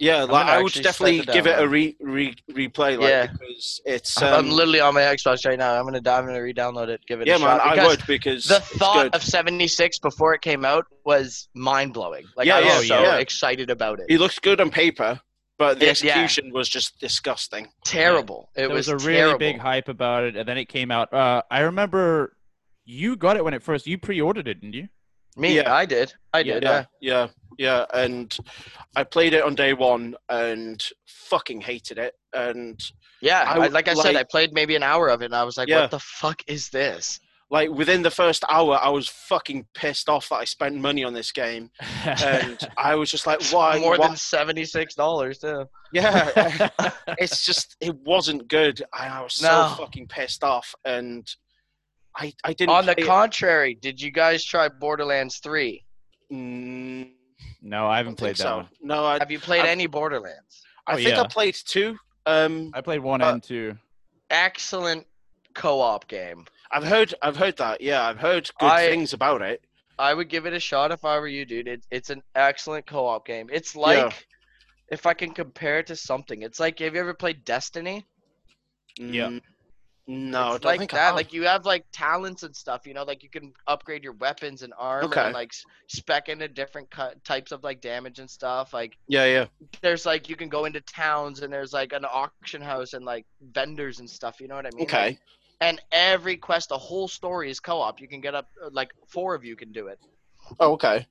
[SPEAKER 1] yeah. Like,
[SPEAKER 2] gonna
[SPEAKER 1] I would
[SPEAKER 2] actually
[SPEAKER 1] definitely
[SPEAKER 2] set it
[SPEAKER 1] give it a
[SPEAKER 2] down.
[SPEAKER 1] re, re replay, like
[SPEAKER 2] Yeah.
[SPEAKER 1] because it's
[SPEAKER 2] I'm
[SPEAKER 1] um,
[SPEAKER 2] literally on my Xbox right now. I'm gonna dive and re-download it. Give it
[SPEAKER 1] yeah,
[SPEAKER 2] a
[SPEAKER 1] man.
[SPEAKER 2] shot.
[SPEAKER 1] I
[SPEAKER 2] because
[SPEAKER 1] would because
[SPEAKER 2] The
[SPEAKER 1] it's
[SPEAKER 2] thought
[SPEAKER 1] good.
[SPEAKER 2] of 76 before it came out was mind blowing. Like
[SPEAKER 1] Yeah,
[SPEAKER 2] I was
[SPEAKER 3] yeah,
[SPEAKER 2] so
[SPEAKER 1] yeah.
[SPEAKER 2] excited about it.
[SPEAKER 1] It looks good on paper, but the
[SPEAKER 2] It- yeah.
[SPEAKER 1] execution was just disgusting.
[SPEAKER 2] terrible. It
[SPEAKER 3] there was, a really
[SPEAKER 2] terrible.
[SPEAKER 3] big hype about it, and then it came out. Uh, I remember you got it when it first. You pre-ordered it, didn't you?
[SPEAKER 2] Me,
[SPEAKER 1] Yeah.
[SPEAKER 2] I did. I did. Yeah.
[SPEAKER 1] yeah, yeah, yeah. And I played it on day one and fucking hated it. And
[SPEAKER 2] Yeah,
[SPEAKER 1] I
[SPEAKER 2] I-
[SPEAKER 1] would
[SPEAKER 2] like I said,
[SPEAKER 1] like-
[SPEAKER 2] I played maybe an hour of it, and I was like,
[SPEAKER 1] Yeah.
[SPEAKER 2] "What the fuck is this?"
[SPEAKER 1] like within the first hour, I was fucking pissed off that I spent money on this game,
[SPEAKER 3] <laughs>
[SPEAKER 1] and I was just like, why?
[SPEAKER 2] More
[SPEAKER 1] why-
[SPEAKER 2] than seventy six dollars too. <laughs>
[SPEAKER 1] yeah. it's just it wasn't good. I, I was
[SPEAKER 2] No.
[SPEAKER 1] so fucking pissed off, and I I didn't.
[SPEAKER 2] On the
[SPEAKER 1] play it.
[SPEAKER 2] contrary, did you guys try Borderlands three?
[SPEAKER 1] Mm,
[SPEAKER 3] no, I
[SPEAKER 1] I
[SPEAKER 3] haven't
[SPEAKER 1] don't
[SPEAKER 3] played
[SPEAKER 1] think
[SPEAKER 3] that
[SPEAKER 1] so.
[SPEAKER 3] one.
[SPEAKER 1] No, I
[SPEAKER 2] Have you played
[SPEAKER 1] I-
[SPEAKER 2] any Borderlands?
[SPEAKER 1] I
[SPEAKER 3] Oh,
[SPEAKER 1] think I
[SPEAKER 3] yeah.
[SPEAKER 1] played two. Um,
[SPEAKER 3] I played one
[SPEAKER 1] Uh,
[SPEAKER 3] and two.
[SPEAKER 2] Excellent co op game.
[SPEAKER 1] I've heard I've heard that. Yeah, I've heard good
[SPEAKER 2] I-
[SPEAKER 1] things about it.
[SPEAKER 2] I would give it a shot if I were you, dude. It, it's an excellent co op game. It's like if I can compare it to something. It's like have you ever played Destiny?
[SPEAKER 3] Yeah.
[SPEAKER 1] Mm, No, I
[SPEAKER 2] it's
[SPEAKER 1] don't
[SPEAKER 2] like
[SPEAKER 1] think I
[SPEAKER 2] that.
[SPEAKER 1] have.
[SPEAKER 2] Like you have like talents and stuff. You know, like you can upgrade your weapons and armor
[SPEAKER 1] Okay.
[SPEAKER 2] and like s- spec into different cut types of like damage and stuff. Like
[SPEAKER 1] yeah, yeah,
[SPEAKER 2] there's like you can go into towns and there's like an auction house and like vendors and stuff. You know what I mean? Like,
[SPEAKER 1] okay,
[SPEAKER 2] and every quest, the whole story is co-op. You can get up uh, like four of you can do it.
[SPEAKER 1] oh, okay,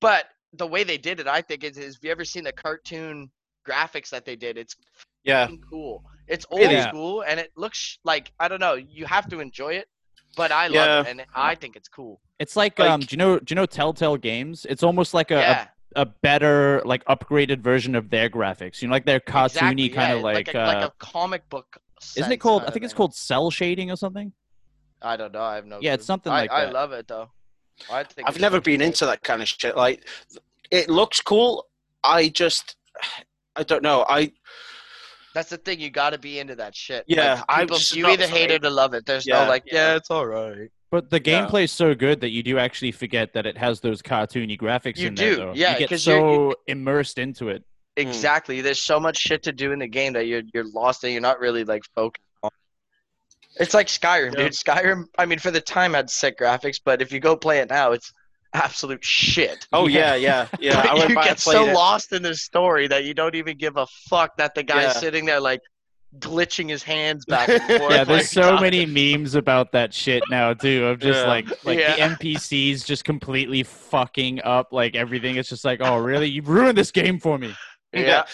[SPEAKER 2] But the way they did it, I think, is, is have you ever seen the cartoon graphics that they did? It's
[SPEAKER 1] yeah,
[SPEAKER 2] fucking cool. It's old
[SPEAKER 1] It
[SPEAKER 3] is.
[SPEAKER 2] school, and it looks sh- like I don't know. You have to enjoy it, but I love it, and I think it's cool.
[SPEAKER 3] It's like,
[SPEAKER 1] Like-
[SPEAKER 3] um, do you know do you know Telltale Games? It's almost like a, a-
[SPEAKER 2] yeah,
[SPEAKER 3] a, better like upgraded version of their graphics. You know, like their cartoony
[SPEAKER 2] exactly, yeah,
[SPEAKER 3] kind of like,
[SPEAKER 2] a,
[SPEAKER 3] uh,
[SPEAKER 2] like a comic book.
[SPEAKER 3] isn't it
[SPEAKER 2] sense
[SPEAKER 3] called? I
[SPEAKER 2] kinda
[SPEAKER 3] think it's
[SPEAKER 2] thing.
[SPEAKER 3] called cell shading or something.
[SPEAKER 2] I don't know. I have no.
[SPEAKER 3] Yeah, it's
[SPEAKER 2] clue.
[SPEAKER 3] something
[SPEAKER 2] I,
[SPEAKER 3] like
[SPEAKER 2] I
[SPEAKER 3] that.
[SPEAKER 2] love it though. I think
[SPEAKER 1] I've
[SPEAKER 2] it's
[SPEAKER 1] never
[SPEAKER 2] fucking
[SPEAKER 1] been into that kind of shit. Like, it looks cool. I just, I don't know.
[SPEAKER 2] <laughs>
[SPEAKER 1] I
[SPEAKER 2] cool. That's the thing. You got to be into that shit.
[SPEAKER 1] Yeah,
[SPEAKER 2] like,
[SPEAKER 1] I'm
[SPEAKER 2] people,
[SPEAKER 1] just
[SPEAKER 2] you
[SPEAKER 1] not
[SPEAKER 2] either
[SPEAKER 1] for
[SPEAKER 2] hate
[SPEAKER 1] me.
[SPEAKER 2] it or love it. There's
[SPEAKER 1] Yeah.
[SPEAKER 2] no like,
[SPEAKER 1] Yeah.
[SPEAKER 2] yeah, it's all right.
[SPEAKER 3] But the
[SPEAKER 1] Yeah.
[SPEAKER 3] gameplay is so good that you do actually forget that it has those cartoony graphics
[SPEAKER 2] You
[SPEAKER 3] in there.
[SPEAKER 2] do,
[SPEAKER 3] though.
[SPEAKER 2] yeah,
[SPEAKER 3] you get
[SPEAKER 2] 'cause you're-
[SPEAKER 3] so immersed into it.
[SPEAKER 1] Hmm.
[SPEAKER 2] Exactly. There's so much shit to do in the game that you're you're lost and you're not really like focused on. It's like Skyrim,
[SPEAKER 1] Yeah.
[SPEAKER 2] dude. Skyrim. I mean, for the time, had sick graphics, but if you go play it now, it's absolute shit.
[SPEAKER 1] oh
[SPEAKER 3] Yeah.
[SPEAKER 1] yeah, yeah, yeah. I
[SPEAKER 2] But
[SPEAKER 1] went
[SPEAKER 2] <laughs> you
[SPEAKER 1] back
[SPEAKER 2] get
[SPEAKER 1] and played
[SPEAKER 2] so
[SPEAKER 1] it.
[SPEAKER 2] lost in the story that you don't even give a fuck that the guy's
[SPEAKER 1] Yeah.
[SPEAKER 2] sitting there like glitching his hands
[SPEAKER 1] <laughs>
[SPEAKER 2] back and forth.
[SPEAKER 3] yeah, there's
[SPEAKER 2] like, <laughs>
[SPEAKER 3] so many memes about that shit now too. Of just
[SPEAKER 1] Yeah.
[SPEAKER 3] like like
[SPEAKER 2] Yeah. <laughs>
[SPEAKER 3] the NPCs just completely fucking up like everything. It's just like, oh really? You ruined this game for me.
[SPEAKER 2] Yeah.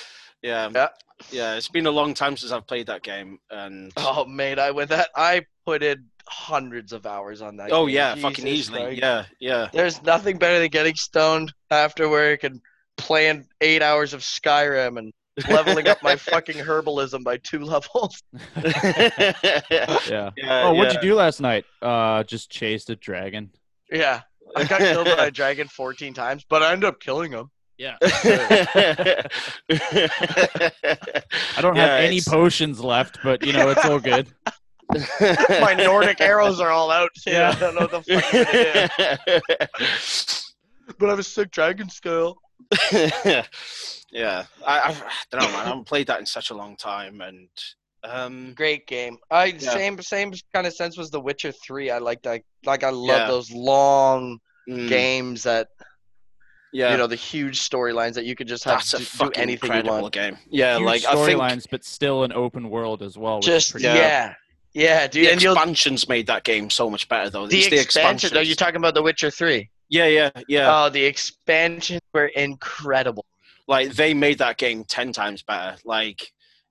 [SPEAKER 1] yeah,
[SPEAKER 2] Yeah.
[SPEAKER 1] yeah, It's been a long time since I've played that game, and
[SPEAKER 2] Oh, mate, I with that I put in hundreds of hours on that.
[SPEAKER 1] oh
[SPEAKER 2] game.
[SPEAKER 1] yeah, fucking
[SPEAKER 2] Jesus
[SPEAKER 1] easily.
[SPEAKER 2] Christ.
[SPEAKER 1] Yeah, yeah,
[SPEAKER 2] There's nothing better than getting stoned after work and playing eight hours of Skyrim and leveling
[SPEAKER 1] <laughs>
[SPEAKER 2] up my fucking herbalism by two <laughs> levels. <laughs>
[SPEAKER 1] yeah.
[SPEAKER 3] Yeah. Oh, what'd you do last night? Uh, just chased a dragon.
[SPEAKER 2] Yeah.
[SPEAKER 1] <laughs>
[SPEAKER 2] I got killed by a dragon 14 times, but I ended up killing him.
[SPEAKER 3] Yeah. I
[SPEAKER 1] I
[SPEAKER 3] don't have any potions left, but you know
[SPEAKER 2] <laughs>
[SPEAKER 3] it's all good.
[SPEAKER 1] <laughs>
[SPEAKER 2] My Nordic arrows are all out. too.
[SPEAKER 3] Yeah.
[SPEAKER 2] I don't know what the fuck I'm
[SPEAKER 1] <laughs>
[SPEAKER 2] gonna do. But I have a sick dragon skull.
[SPEAKER 1] <laughs> yeah, I, I've, I don't know, man. I haven't played that in such a long time, and um,
[SPEAKER 2] Great game. I
[SPEAKER 1] Yeah.
[SPEAKER 2] same same kind of sense was The Witcher 3. I like that. Like I love
[SPEAKER 1] Yeah.
[SPEAKER 2] those long
[SPEAKER 1] mm,
[SPEAKER 2] games that
[SPEAKER 1] yeah,
[SPEAKER 2] you know the huge storylines that you could just have
[SPEAKER 1] that's
[SPEAKER 2] to
[SPEAKER 1] a
[SPEAKER 2] do
[SPEAKER 1] fucking
[SPEAKER 2] anything you
[SPEAKER 1] incredible
[SPEAKER 2] want.
[SPEAKER 1] game. Yeah,
[SPEAKER 3] Huge
[SPEAKER 1] like I think
[SPEAKER 3] storylines, but still an open world as well. Which is
[SPEAKER 2] just
[SPEAKER 3] pretty
[SPEAKER 2] yeah.
[SPEAKER 1] Yeah.
[SPEAKER 2] yeah Yeah, dude.
[SPEAKER 1] The
[SPEAKER 2] and you'll,
[SPEAKER 1] expansions made that game so much better, though.
[SPEAKER 2] the
[SPEAKER 1] It's the
[SPEAKER 2] expansion. Are you
[SPEAKER 1] expansions.
[SPEAKER 2] talking about The Witcher Three?
[SPEAKER 1] yeah, yeah, yeah.
[SPEAKER 2] Oh, the expansions were incredible.
[SPEAKER 1] like they made that game ten times better. Like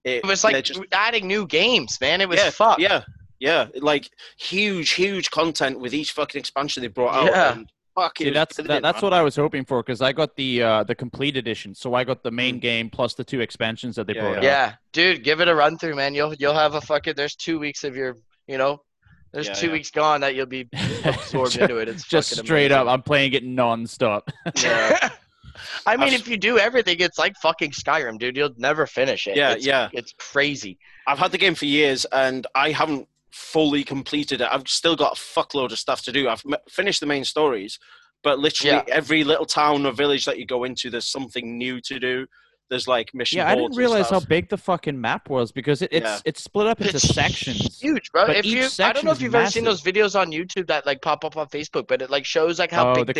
[SPEAKER 1] it,
[SPEAKER 2] It was like
[SPEAKER 1] they're just-
[SPEAKER 2] adding new games, man. It was
[SPEAKER 1] yeah,
[SPEAKER 2] fucked.
[SPEAKER 1] Yeah, yeah. Like huge, huge content with each fucking expansion they brought out.
[SPEAKER 2] Yeah.
[SPEAKER 1] And fuck, it
[SPEAKER 3] See,
[SPEAKER 1] was
[SPEAKER 3] that's that,
[SPEAKER 1] brilliant,
[SPEAKER 3] that's
[SPEAKER 1] man.
[SPEAKER 3] what I was hoping for because I got the uh, the complete edition, so I got the main game plus the two expansions that they
[SPEAKER 1] Yeah,
[SPEAKER 3] brought
[SPEAKER 2] Mm.
[SPEAKER 3] out.
[SPEAKER 2] Yeah, dude, give it a run through, man. You'll you'll have a fucking. There's two weeks of your, you know, there's
[SPEAKER 1] Yeah,
[SPEAKER 2] two
[SPEAKER 1] yeah.
[SPEAKER 2] weeks gone that you'll
[SPEAKER 3] <laughs>
[SPEAKER 2] be absorbed
[SPEAKER 3] just,
[SPEAKER 2] into it. It's
[SPEAKER 3] just
[SPEAKER 2] fucking
[SPEAKER 3] straight up,
[SPEAKER 2] amazing.
[SPEAKER 3] I'm playing it nonstop.
[SPEAKER 2] <laughs>
[SPEAKER 1] Yeah,
[SPEAKER 2] I mean,
[SPEAKER 1] I've-
[SPEAKER 2] if you do everything, it's like fucking Skyrim, dude. You'll never finish it.
[SPEAKER 1] Yeah,
[SPEAKER 2] it's,
[SPEAKER 1] yeah.
[SPEAKER 2] It's crazy.
[SPEAKER 1] I've had the game for years and I haven't fully completed it. I've still got a fuckload of stuff to do. I've m- finished the main stories, but literally every little town or village that you go into, there's something new to do. There's like mission.
[SPEAKER 3] yeah, I
[SPEAKER 1] boards
[SPEAKER 3] didn't
[SPEAKER 1] and
[SPEAKER 3] realize how
[SPEAKER 1] stuff.
[SPEAKER 3] big the fucking map was because it, it's it's split up into
[SPEAKER 2] It's
[SPEAKER 3] sections.
[SPEAKER 2] Huge, bro.
[SPEAKER 3] But
[SPEAKER 2] if
[SPEAKER 3] each
[SPEAKER 2] you, I don't
[SPEAKER 3] section
[SPEAKER 2] know
[SPEAKER 3] is
[SPEAKER 2] if you've ever seen those
[SPEAKER 3] massive.
[SPEAKER 2] videos on YouTube that like pop up on Facebook, but it like shows like how
[SPEAKER 3] Oh,
[SPEAKER 2] big
[SPEAKER 3] the
[SPEAKER 2] the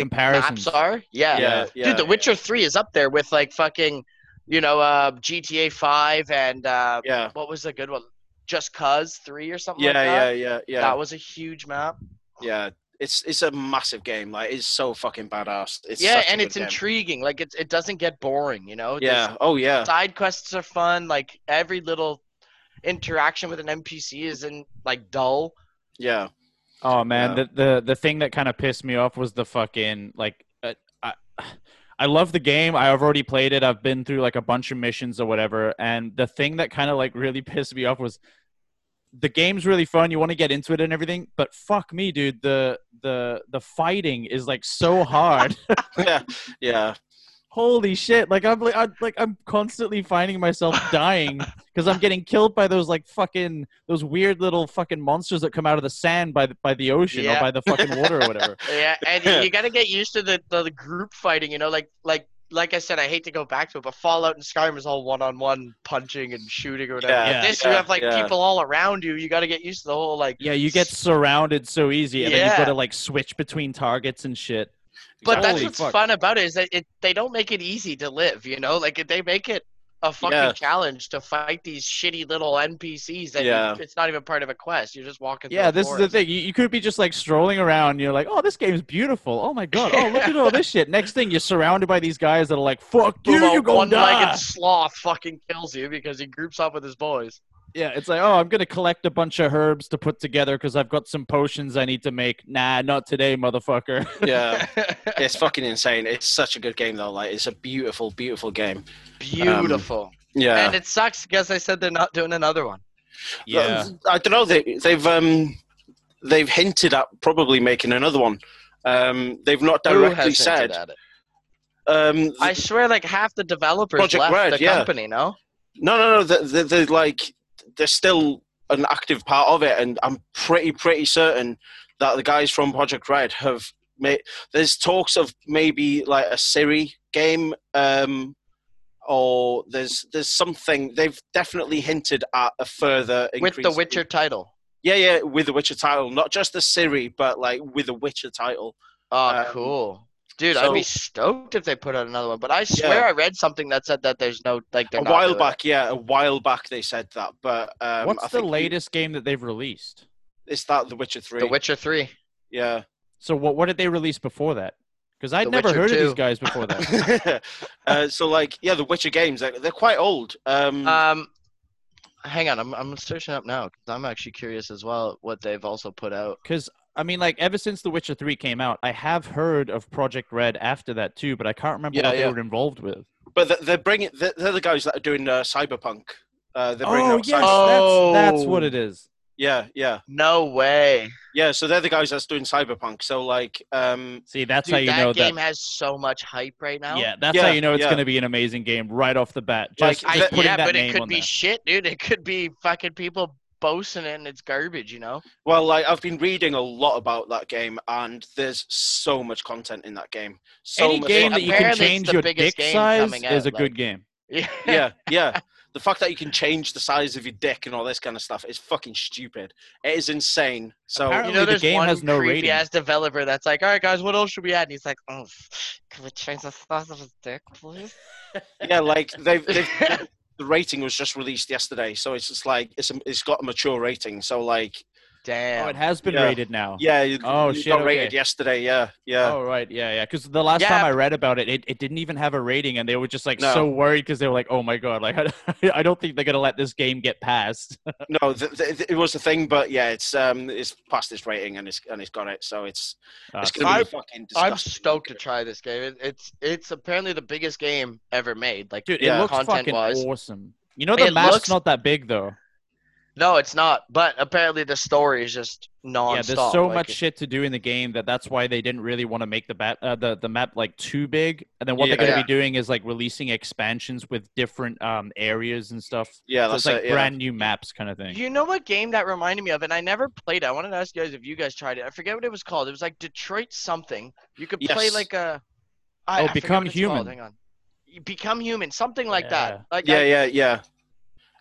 [SPEAKER 2] maps
[SPEAKER 3] comparisons.
[SPEAKER 2] are. Yeah.
[SPEAKER 1] Yeah, yeah.
[SPEAKER 2] dude, The Witcher Three is up there with like fucking, you know, uh, GTA Five and uh,
[SPEAKER 1] yeah,
[SPEAKER 2] what was the good one? Just Cause Three or something
[SPEAKER 1] yeah,
[SPEAKER 2] like that.
[SPEAKER 1] yeah, yeah, yeah.
[SPEAKER 2] That was a huge map.
[SPEAKER 1] Yeah, it's it's a massive game. Like it's so fucking badass. It's
[SPEAKER 2] yeah,
[SPEAKER 1] such a
[SPEAKER 2] and
[SPEAKER 1] good
[SPEAKER 2] it's
[SPEAKER 1] game.
[SPEAKER 2] intriguing. Like it's it doesn't get boring, you know. There's-
[SPEAKER 1] Yeah. Oh yeah.
[SPEAKER 2] side quests are fun. Like every little interaction with an NPC isn't like dull.
[SPEAKER 1] Yeah.
[SPEAKER 3] Oh man,
[SPEAKER 1] Yeah.
[SPEAKER 3] the, the the thing that kind of pissed me off was the fucking like uh, I I love the game. I've already played it. I've been through like a bunch of missions or whatever. And the thing that kind of like really pissed me off was the game's really fun. You want to get into it and everything, but fuck me, dude. The the the fighting is like so hard.
[SPEAKER 1] Yeah. Yeah.
[SPEAKER 3] Holy shit! Like I'm like I'm, like, I'm constantly finding myself
[SPEAKER 2] <laughs>
[SPEAKER 3] dying because I'm getting killed by those like fucking those weird little fucking monsters that come out of the sand by the, by the ocean
[SPEAKER 2] Yeah.
[SPEAKER 3] or by the fucking water
[SPEAKER 2] <laughs>
[SPEAKER 3] or whatever.
[SPEAKER 2] Yeah, and you,
[SPEAKER 3] <laughs>
[SPEAKER 2] you gotta get used to the, the the group fighting. You know, like like like I said, I hate to go back to it, but Fallout and Skyrim is all one on one punching and shooting or whatever.
[SPEAKER 1] Yeah,
[SPEAKER 3] Yeah.
[SPEAKER 2] this
[SPEAKER 1] yeah,
[SPEAKER 2] you have like
[SPEAKER 1] yeah.
[SPEAKER 2] people all around you. You gotta get used to the whole like.
[SPEAKER 3] Yeah, you get surrounded so easy, and then you've
[SPEAKER 2] Yeah.
[SPEAKER 3] got to like switch between targets and shit.
[SPEAKER 2] But that's
[SPEAKER 3] Holy
[SPEAKER 2] what's
[SPEAKER 3] fuck.
[SPEAKER 2] fun about it is that it they don't make it easy to live, you know? Like they make it a fucking
[SPEAKER 1] Yeah.
[SPEAKER 2] challenge to fight these shitty little NPCs that you-
[SPEAKER 1] Yeah.
[SPEAKER 2] it's not even part of a quest. You're just walking
[SPEAKER 3] Yeah,
[SPEAKER 2] through
[SPEAKER 3] this is the thing. You, you could be just like strolling around. And you're like, oh, this game's beautiful. Oh my god. Oh, look at
[SPEAKER 2] <laughs>
[SPEAKER 3] all this shit. Next thing, you're surrounded by these guys that are like, fuck you, you gonna
[SPEAKER 2] one
[SPEAKER 3] die.
[SPEAKER 2] legged sloth fucking kills you because he groups up with his
[SPEAKER 3] <laughs>
[SPEAKER 2] boys.
[SPEAKER 3] Yeah, it's like, oh, I'm gonna collect a bunch of herbs to put together because I've got some potions I need to make. Nah, not
[SPEAKER 2] <laughs>
[SPEAKER 3] today, motherfucker. <laughs>
[SPEAKER 1] Yeah. it's fucking insane. It's such a good game though. Like it's a beautiful, beautiful game.
[SPEAKER 2] Beautiful.
[SPEAKER 1] Yeah.
[SPEAKER 2] And it sucks because I said they're not doing another one.
[SPEAKER 1] uh, I don't know. They, they've um they've hinted at probably making another one. Um, they've not
[SPEAKER 2] Who
[SPEAKER 1] directly
[SPEAKER 2] has
[SPEAKER 1] said.
[SPEAKER 2] hinted at it?
[SPEAKER 1] Um,
[SPEAKER 2] I swear, like half the developers
[SPEAKER 1] Project
[SPEAKER 2] left
[SPEAKER 1] Red,
[SPEAKER 2] the
[SPEAKER 1] yeah.
[SPEAKER 2] company. No,
[SPEAKER 1] No, no, no. They're, they're, they're like they're still an active part of it, and I'm pretty pretty certain that the guys from Project Red have made. There's talks of maybe like a Siri game, um, or there's there's something they've definitely hinted at a further increase
[SPEAKER 2] with the Witcher title.
[SPEAKER 1] Yeah, yeah, with the Witcher title, not just the Siri, but like with the Witcher title.
[SPEAKER 2] Oh,
[SPEAKER 1] Um,
[SPEAKER 2] cool. Dude, I'd be stoked if they put out another one. But I swear I read something that said that there's no like they're
[SPEAKER 1] a
[SPEAKER 2] not
[SPEAKER 1] while
[SPEAKER 2] doing
[SPEAKER 1] back, yeah, a while back they said that, but um,
[SPEAKER 3] What's
[SPEAKER 1] I
[SPEAKER 3] the
[SPEAKER 1] think
[SPEAKER 3] latest game that they've released?
[SPEAKER 1] It's that The Witcher
[SPEAKER 2] it.
[SPEAKER 1] Three.
[SPEAKER 2] The Witcher Three.
[SPEAKER 1] yeah. <laughs>
[SPEAKER 3] So what what did they release before that? Because I'd
[SPEAKER 2] The
[SPEAKER 3] never
[SPEAKER 2] Witcher
[SPEAKER 3] heard of
[SPEAKER 2] 2.
[SPEAKER 3] these guys
[SPEAKER 1] <laughs>
[SPEAKER 3] before that.
[SPEAKER 1] uh, so like yeah the witcher games they're, they're quite old um,
[SPEAKER 3] Uh,
[SPEAKER 2] Um, hang on, I'm I'm searching up now because I'm actually curious as well what they've also put out.
[SPEAKER 3] Because I mean, like ever since The Witcher Three came out, I have heard of Project Red after that too, but I can't remember
[SPEAKER 1] Yeah,
[SPEAKER 3] what
[SPEAKER 1] yeah.
[SPEAKER 3] they were involved with.
[SPEAKER 1] but they're, they're bringing they're, they're the guys that are doing uh, cyberpunk uh, they're bringing out cyber-
[SPEAKER 2] Oh.
[SPEAKER 3] that's, that's what it is.
[SPEAKER 1] yeah yeah
[SPEAKER 2] No way.
[SPEAKER 1] yeah so they're the guys that's doing cyberpunk so like um,
[SPEAKER 3] See, that's
[SPEAKER 2] Dude,
[SPEAKER 3] how you
[SPEAKER 2] that
[SPEAKER 3] know
[SPEAKER 2] game
[SPEAKER 3] that.
[SPEAKER 2] has so much hype right now.
[SPEAKER 3] Yeah, that's
[SPEAKER 1] Yeah,
[SPEAKER 3] how you know it's
[SPEAKER 1] yeah.
[SPEAKER 3] going to be an amazing game right off the bat.
[SPEAKER 1] Like,
[SPEAKER 3] Just,
[SPEAKER 1] I-
[SPEAKER 3] just
[SPEAKER 1] that-
[SPEAKER 3] putting
[SPEAKER 2] yeah,
[SPEAKER 3] that
[SPEAKER 2] but
[SPEAKER 3] name
[SPEAKER 2] it could
[SPEAKER 3] on
[SPEAKER 2] be
[SPEAKER 3] there.
[SPEAKER 2] shit, dude. It could be fucking people boasting it and it's garbage, you know? <laughs>
[SPEAKER 1] well like i've been reading a lot about that game and there's so much content in that game so
[SPEAKER 3] Any
[SPEAKER 1] much
[SPEAKER 3] game that
[SPEAKER 1] content.
[SPEAKER 3] you can
[SPEAKER 2] Apparently it's
[SPEAKER 3] change
[SPEAKER 2] the
[SPEAKER 3] your
[SPEAKER 2] biggest
[SPEAKER 3] dick
[SPEAKER 2] game
[SPEAKER 3] size
[SPEAKER 2] coming
[SPEAKER 3] is
[SPEAKER 2] out,
[SPEAKER 3] a
[SPEAKER 2] like-
[SPEAKER 3] good game.
[SPEAKER 2] Yeah.
[SPEAKER 3] <laughs>
[SPEAKER 1] yeah yeah the fact that you can change the size of your dick and all this kind of stuff is fucking stupid it is insane so
[SPEAKER 3] Apparently-
[SPEAKER 2] You know,
[SPEAKER 3] the
[SPEAKER 2] there's
[SPEAKER 3] game
[SPEAKER 2] one
[SPEAKER 3] has no
[SPEAKER 2] creepy
[SPEAKER 3] rating.
[SPEAKER 2] ass developer that's like, all right, guys, what else should we add? And he's like, oh,
[SPEAKER 3] Oh,
[SPEAKER 2] can we change the size of his dick, please?
[SPEAKER 1] yeah like they've, <laughs> they've the rating was just released yesterday, so it's just like it's a, it's got a mature rating. So like
[SPEAKER 2] Damn.
[SPEAKER 3] Oh, it has been
[SPEAKER 1] Yeah.
[SPEAKER 3] rated now.
[SPEAKER 1] yeah, it,
[SPEAKER 3] Oh,
[SPEAKER 1] it
[SPEAKER 3] shit,
[SPEAKER 1] got
[SPEAKER 3] okay.
[SPEAKER 1] rated yesterday. Yeah, yeah.
[SPEAKER 3] Oh right, yeah, yeah. Because the last
[SPEAKER 2] Yeah,
[SPEAKER 3] time I read about it, it, it didn't even have a rating, and they were just like
[SPEAKER 1] No.
[SPEAKER 3] so worried because they were like, "Oh my god, like <laughs> I don't think they're gonna let this game get <laughs> past."
[SPEAKER 1] No, th- th- th- it was a thing, but yeah, it's um it's past its rating and it's and it's got it. So it's
[SPEAKER 3] Uh,
[SPEAKER 1] it's
[SPEAKER 3] so-
[SPEAKER 1] gonna be
[SPEAKER 2] I-
[SPEAKER 1] fucking. Disgusting.
[SPEAKER 2] I'm stoked to try this game. It, it's it's apparently the biest game ever made. Like
[SPEAKER 3] Dude,
[SPEAKER 1] Yeah.
[SPEAKER 3] it looks fucking
[SPEAKER 2] content-wise.
[SPEAKER 3] awesome. You know the
[SPEAKER 2] It
[SPEAKER 3] map's
[SPEAKER 2] looks-
[SPEAKER 3] not that big though.
[SPEAKER 2] no, it's not. But apparently the story is just non
[SPEAKER 3] Yeah,
[SPEAKER 2] stop.
[SPEAKER 3] there's so
[SPEAKER 2] like,
[SPEAKER 3] much shit to do in the game that that's why they didn't really want to make the bat uh, the the map like too big. And then what they're gonna
[SPEAKER 2] Yeah.
[SPEAKER 3] be doing is like releasing expansions with different um areas and stuff.
[SPEAKER 1] Yeah,
[SPEAKER 3] So
[SPEAKER 1] that's
[SPEAKER 3] it's like
[SPEAKER 1] it, yeah.
[SPEAKER 3] brand new maps kind of thing.
[SPEAKER 2] You know what game that reminded me of, and I never played it. I wanted to ask you guys if you guys tried it. I forget what it was called. It was like Detroit something. You could play
[SPEAKER 1] Yes.
[SPEAKER 2] like a. I,
[SPEAKER 3] Oh,
[SPEAKER 2] I forget
[SPEAKER 3] Become
[SPEAKER 2] what it's called.
[SPEAKER 3] Human.
[SPEAKER 2] Hang on. You become human, something like
[SPEAKER 3] Yeah.
[SPEAKER 2] that. Like
[SPEAKER 1] Yeah,
[SPEAKER 2] I,
[SPEAKER 1] yeah, yeah.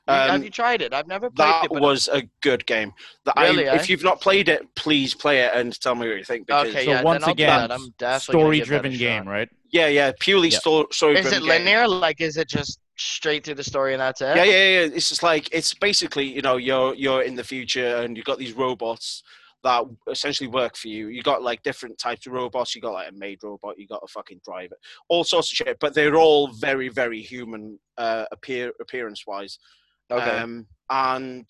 [SPEAKER 2] you-
[SPEAKER 1] Um,
[SPEAKER 2] have you tried it? I've never played
[SPEAKER 1] that
[SPEAKER 2] it. But
[SPEAKER 1] was a good game. That
[SPEAKER 2] Really,
[SPEAKER 1] I,
[SPEAKER 2] eh?
[SPEAKER 1] if you've not played it, please play it and tell me what you think. Because,
[SPEAKER 2] okay,
[SPEAKER 3] So
[SPEAKER 2] yeah.
[SPEAKER 3] once
[SPEAKER 2] then I'll do that.
[SPEAKER 3] again,
[SPEAKER 2] I'm definitely gonna
[SPEAKER 3] Story
[SPEAKER 2] give that a
[SPEAKER 3] driven
[SPEAKER 2] shot.
[SPEAKER 3] game, right?
[SPEAKER 1] yeah, yeah, purely
[SPEAKER 3] Yeah.
[SPEAKER 1] sto- story.
[SPEAKER 2] Is it linear? Like, is it just straight through the story and that's it?
[SPEAKER 1] Yeah, yeah, yeah. It's just like it's basically you know you're you're in the future and you've got these robots that essentially work for you. You got like different types of robots. You got like a maid robot. You got a fucking driver. All sorts of shit. But they're all very very human uh, appear appearance wise.
[SPEAKER 2] Okay.
[SPEAKER 1] Um, and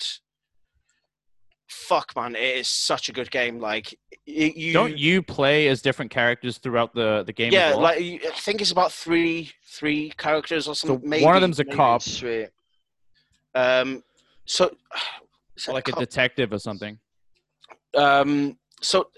[SPEAKER 1] fuck man, it is such a good game. Like it, you
[SPEAKER 3] Don't you play as different characters throughout the the game? as
[SPEAKER 1] Yeah,
[SPEAKER 3] well?
[SPEAKER 1] like you- I think it's about three three characters or
[SPEAKER 3] so
[SPEAKER 1] something. maybe,
[SPEAKER 3] one of them's a
[SPEAKER 1] maybe.
[SPEAKER 3] cop,
[SPEAKER 2] Sweet.
[SPEAKER 1] Um, so <sighs> is it
[SPEAKER 3] or like a
[SPEAKER 1] cop?
[SPEAKER 3] detective or something.
[SPEAKER 1] um, so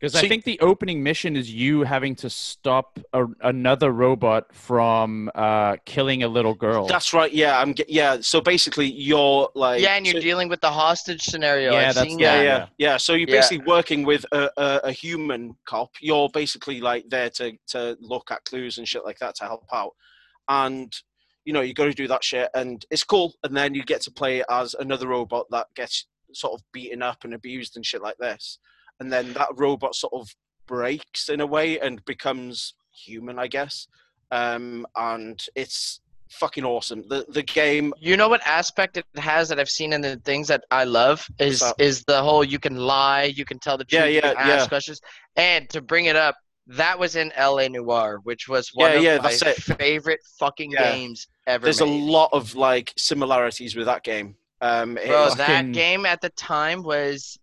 [SPEAKER 3] Because
[SPEAKER 1] So
[SPEAKER 3] I
[SPEAKER 1] you-
[SPEAKER 3] think the opening mission is you having to stop a, another robot from uh, killing a little girl.
[SPEAKER 1] that's right. Yeah, I'm. ge- Yeah, so basically, you're like
[SPEAKER 2] Yeah, and you're
[SPEAKER 1] so-
[SPEAKER 2] dealing with the hostage scenario.
[SPEAKER 3] Yeah,
[SPEAKER 2] I've
[SPEAKER 3] that's-
[SPEAKER 2] seen
[SPEAKER 1] yeah,
[SPEAKER 2] that.
[SPEAKER 1] yeah,
[SPEAKER 3] yeah.
[SPEAKER 1] yeah, So you're
[SPEAKER 2] Yeah.
[SPEAKER 1] basically working with a, a, a human cop. You're basically like there to to look at clues and shit like that to help out, and you know you got to do that shit, and it's cool. And then you get to play as another robot that gets sort of beaten up and abused and shit like this, and then that robot sort of breaks in a way and becomes human, I guess. Um, and it's fucking awesome. The the game
[SPEAKER 2] You know what aspect it has that I've seen in the things that I love is
[SPEAKER 1] What's
[SPEAKER 2] is the whole you can lie, you can tell the
[SPEAKER 1] Yeah,
[SPEAKER 2] truth, you can
[SPEAKER 1] yeah,
[SPEAKER 2] ask
[SPEAKER 1] yeah.
[SPEAKER 2] questions. And to bring it up, that was in LA Noir, which was one
[SPEAKER 1] Yeah,
[SPEAKER 2] of
[SPEAKER 1] yeah,
[SPEAKER 2] my
[SPEAKER 1] that's it.
[SPEAKER 2] favorite fucking
[SPEAKER 1] Yeah.
[SPEAKER 2] games ever.
[SPEAKER 1] there's a
[SPEAKER 2] made.
[SPEAKER 1] lot of like similarities with that game. Um, it
[SPEAKER 2] Bro,
[SPEAKER 1] is-
[SPEAKER 2] that
[SPEAKER 3] Fucking-
[SPEAKER 2] game at the time was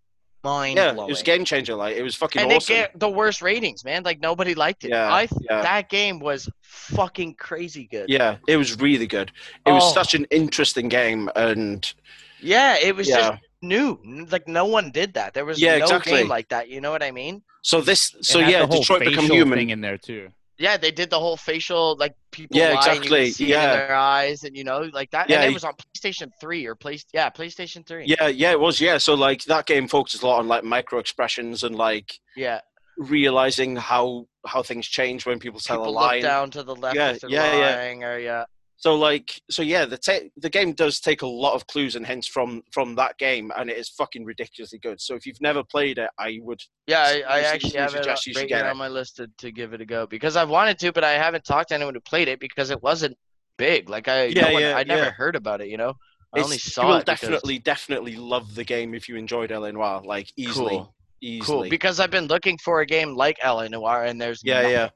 [SPEAKER 2] mind
[SPEAKER 1] yeah,
[SPEAKER 2] blowing.
[SPEAKER 1] it was a game changer. Like it was fucking
[SPEAKER 2] and
[SPEAKER 1] awesome.
[SPEAKER 2] it get the worst ratings, man. Like nobody liked it.
[SPEAKER 1] Yeah,
[SPEAKER 2] I th-
[SPEAKER 1] yeah.
[SPEAKER 2] that game was fucking crazy good.
[SPEAKER 1] yeah, it was really good. It was
[SPEAKER 2] Oh.
[SPEAKER 1] such an interesting game, and
[SPEAKER 2] Yeah, it was
[SPEAKER 1] yeah.
[SPEAKER 2] just new. N- Like no one did that. There was
[SPEAKER 1] Yeah,
[SPEAKER 2] no
[SPEAKER 1] exactly.
[SPEAKER 2] game like that. You know what I mean?
[SPEAKER 1] So this,
[SPEAKER 3] It
[SPEAKER 1] so
[SPEAKER 3] had
[SPEAKER 1] yeah,
[SPEAKER 3] the whole
[SPEAKER 1] Detroit Become
[SPEAKER 3] facial
[SPEAKER 1] Human.
[SPEAKER 3] thing in there too.
[SPEAKER 2] Yeah, they did the whole facial like people.
[SPEAKER 1] Yeah,
[SPEAKER 2] lie and you
[SPEAKER 1] exactly,
[SPEAKER 2] can see it
[SPEAKER 1] yeah.
[SPEAKER 2] in their eyes and you know like that.
[SPEAKER 1] Yeah,
[SPEAKER 2] and it
[SPEAKER 1] you-
[SPEAKER 2] was on PlayStation Three or place. Yeah, PlayStation Three.
[SPEAKER 1] yeah, yeah, it was. Yeah, so like that game focused a lot on like micro expressions and like
[SPEAKER 2] yeah.
[SPEAKER 1] realizing how how things change when people tell
[SPEAKER 2] People
[SPEAKER 1] a
[SPEAKER 2] look
[SPEAKER 1] lie.
[SPEAKER 2] down to the left
[SPEAKER 1] Yeah,
[SPEAKER 2] if they're
[SPEAKER 1] yeah, yeah.
[SPEAKER 2] lying or yeah.
[SPEAKER 1] So like, so yeah, the ta the game does take a lot of clues and hints from from that game, and it is fucking ridiculously good. So if you've never played it, I would
[SPEAKER 2] Yeah,
[SPEAKER 1] So
[SPEAKER 2] I, I
[SPEAKER 1] you should-
[SPEAKER 2] actually
[SPEAKER 1] you
[SPEAKER 2] have it
[SPEAKER 1] suggest you
[SPEAKER 2] up-
[SPEAKER 1] should
[SPEAKER 2] right
[SPEAKER 1] get
[SPEAKER 2] here
[SPEAKER 1] it.
[SPEAKER 2] on my list to, to give it a go because I've wanted to, but I haven't talked to anyone who played it because it wasn't big. Like I,
[SPEAKER 1] Yeah,
[SPEAKER 2] no one,
[SPEAKER 1] yeah,
[SPEAKER 2] I never
[SPEAKER 1] yeah.
[SPEAKER 2] heard about it. You know, I
[SPEAKER 1] It's-
[SPEAKER 2] only
[SPEAKER 1] you
[SPEAKER 2] saw
[SPEAKER 1] will
[SPEAKER 2] it because-
[SPEAKER 1] definitely definitely love the game if you enjoyed LA Noir, like easily,
[SPEAKER 2] Cool.
[SPEAKER 1] easily.
[SPEAKER 2] cool because I've been looking for a game like LA Noir and there's
[SPEAKER 1] yeah,
[SPEAKER 2] none.
[SPEAKER 1] yeah.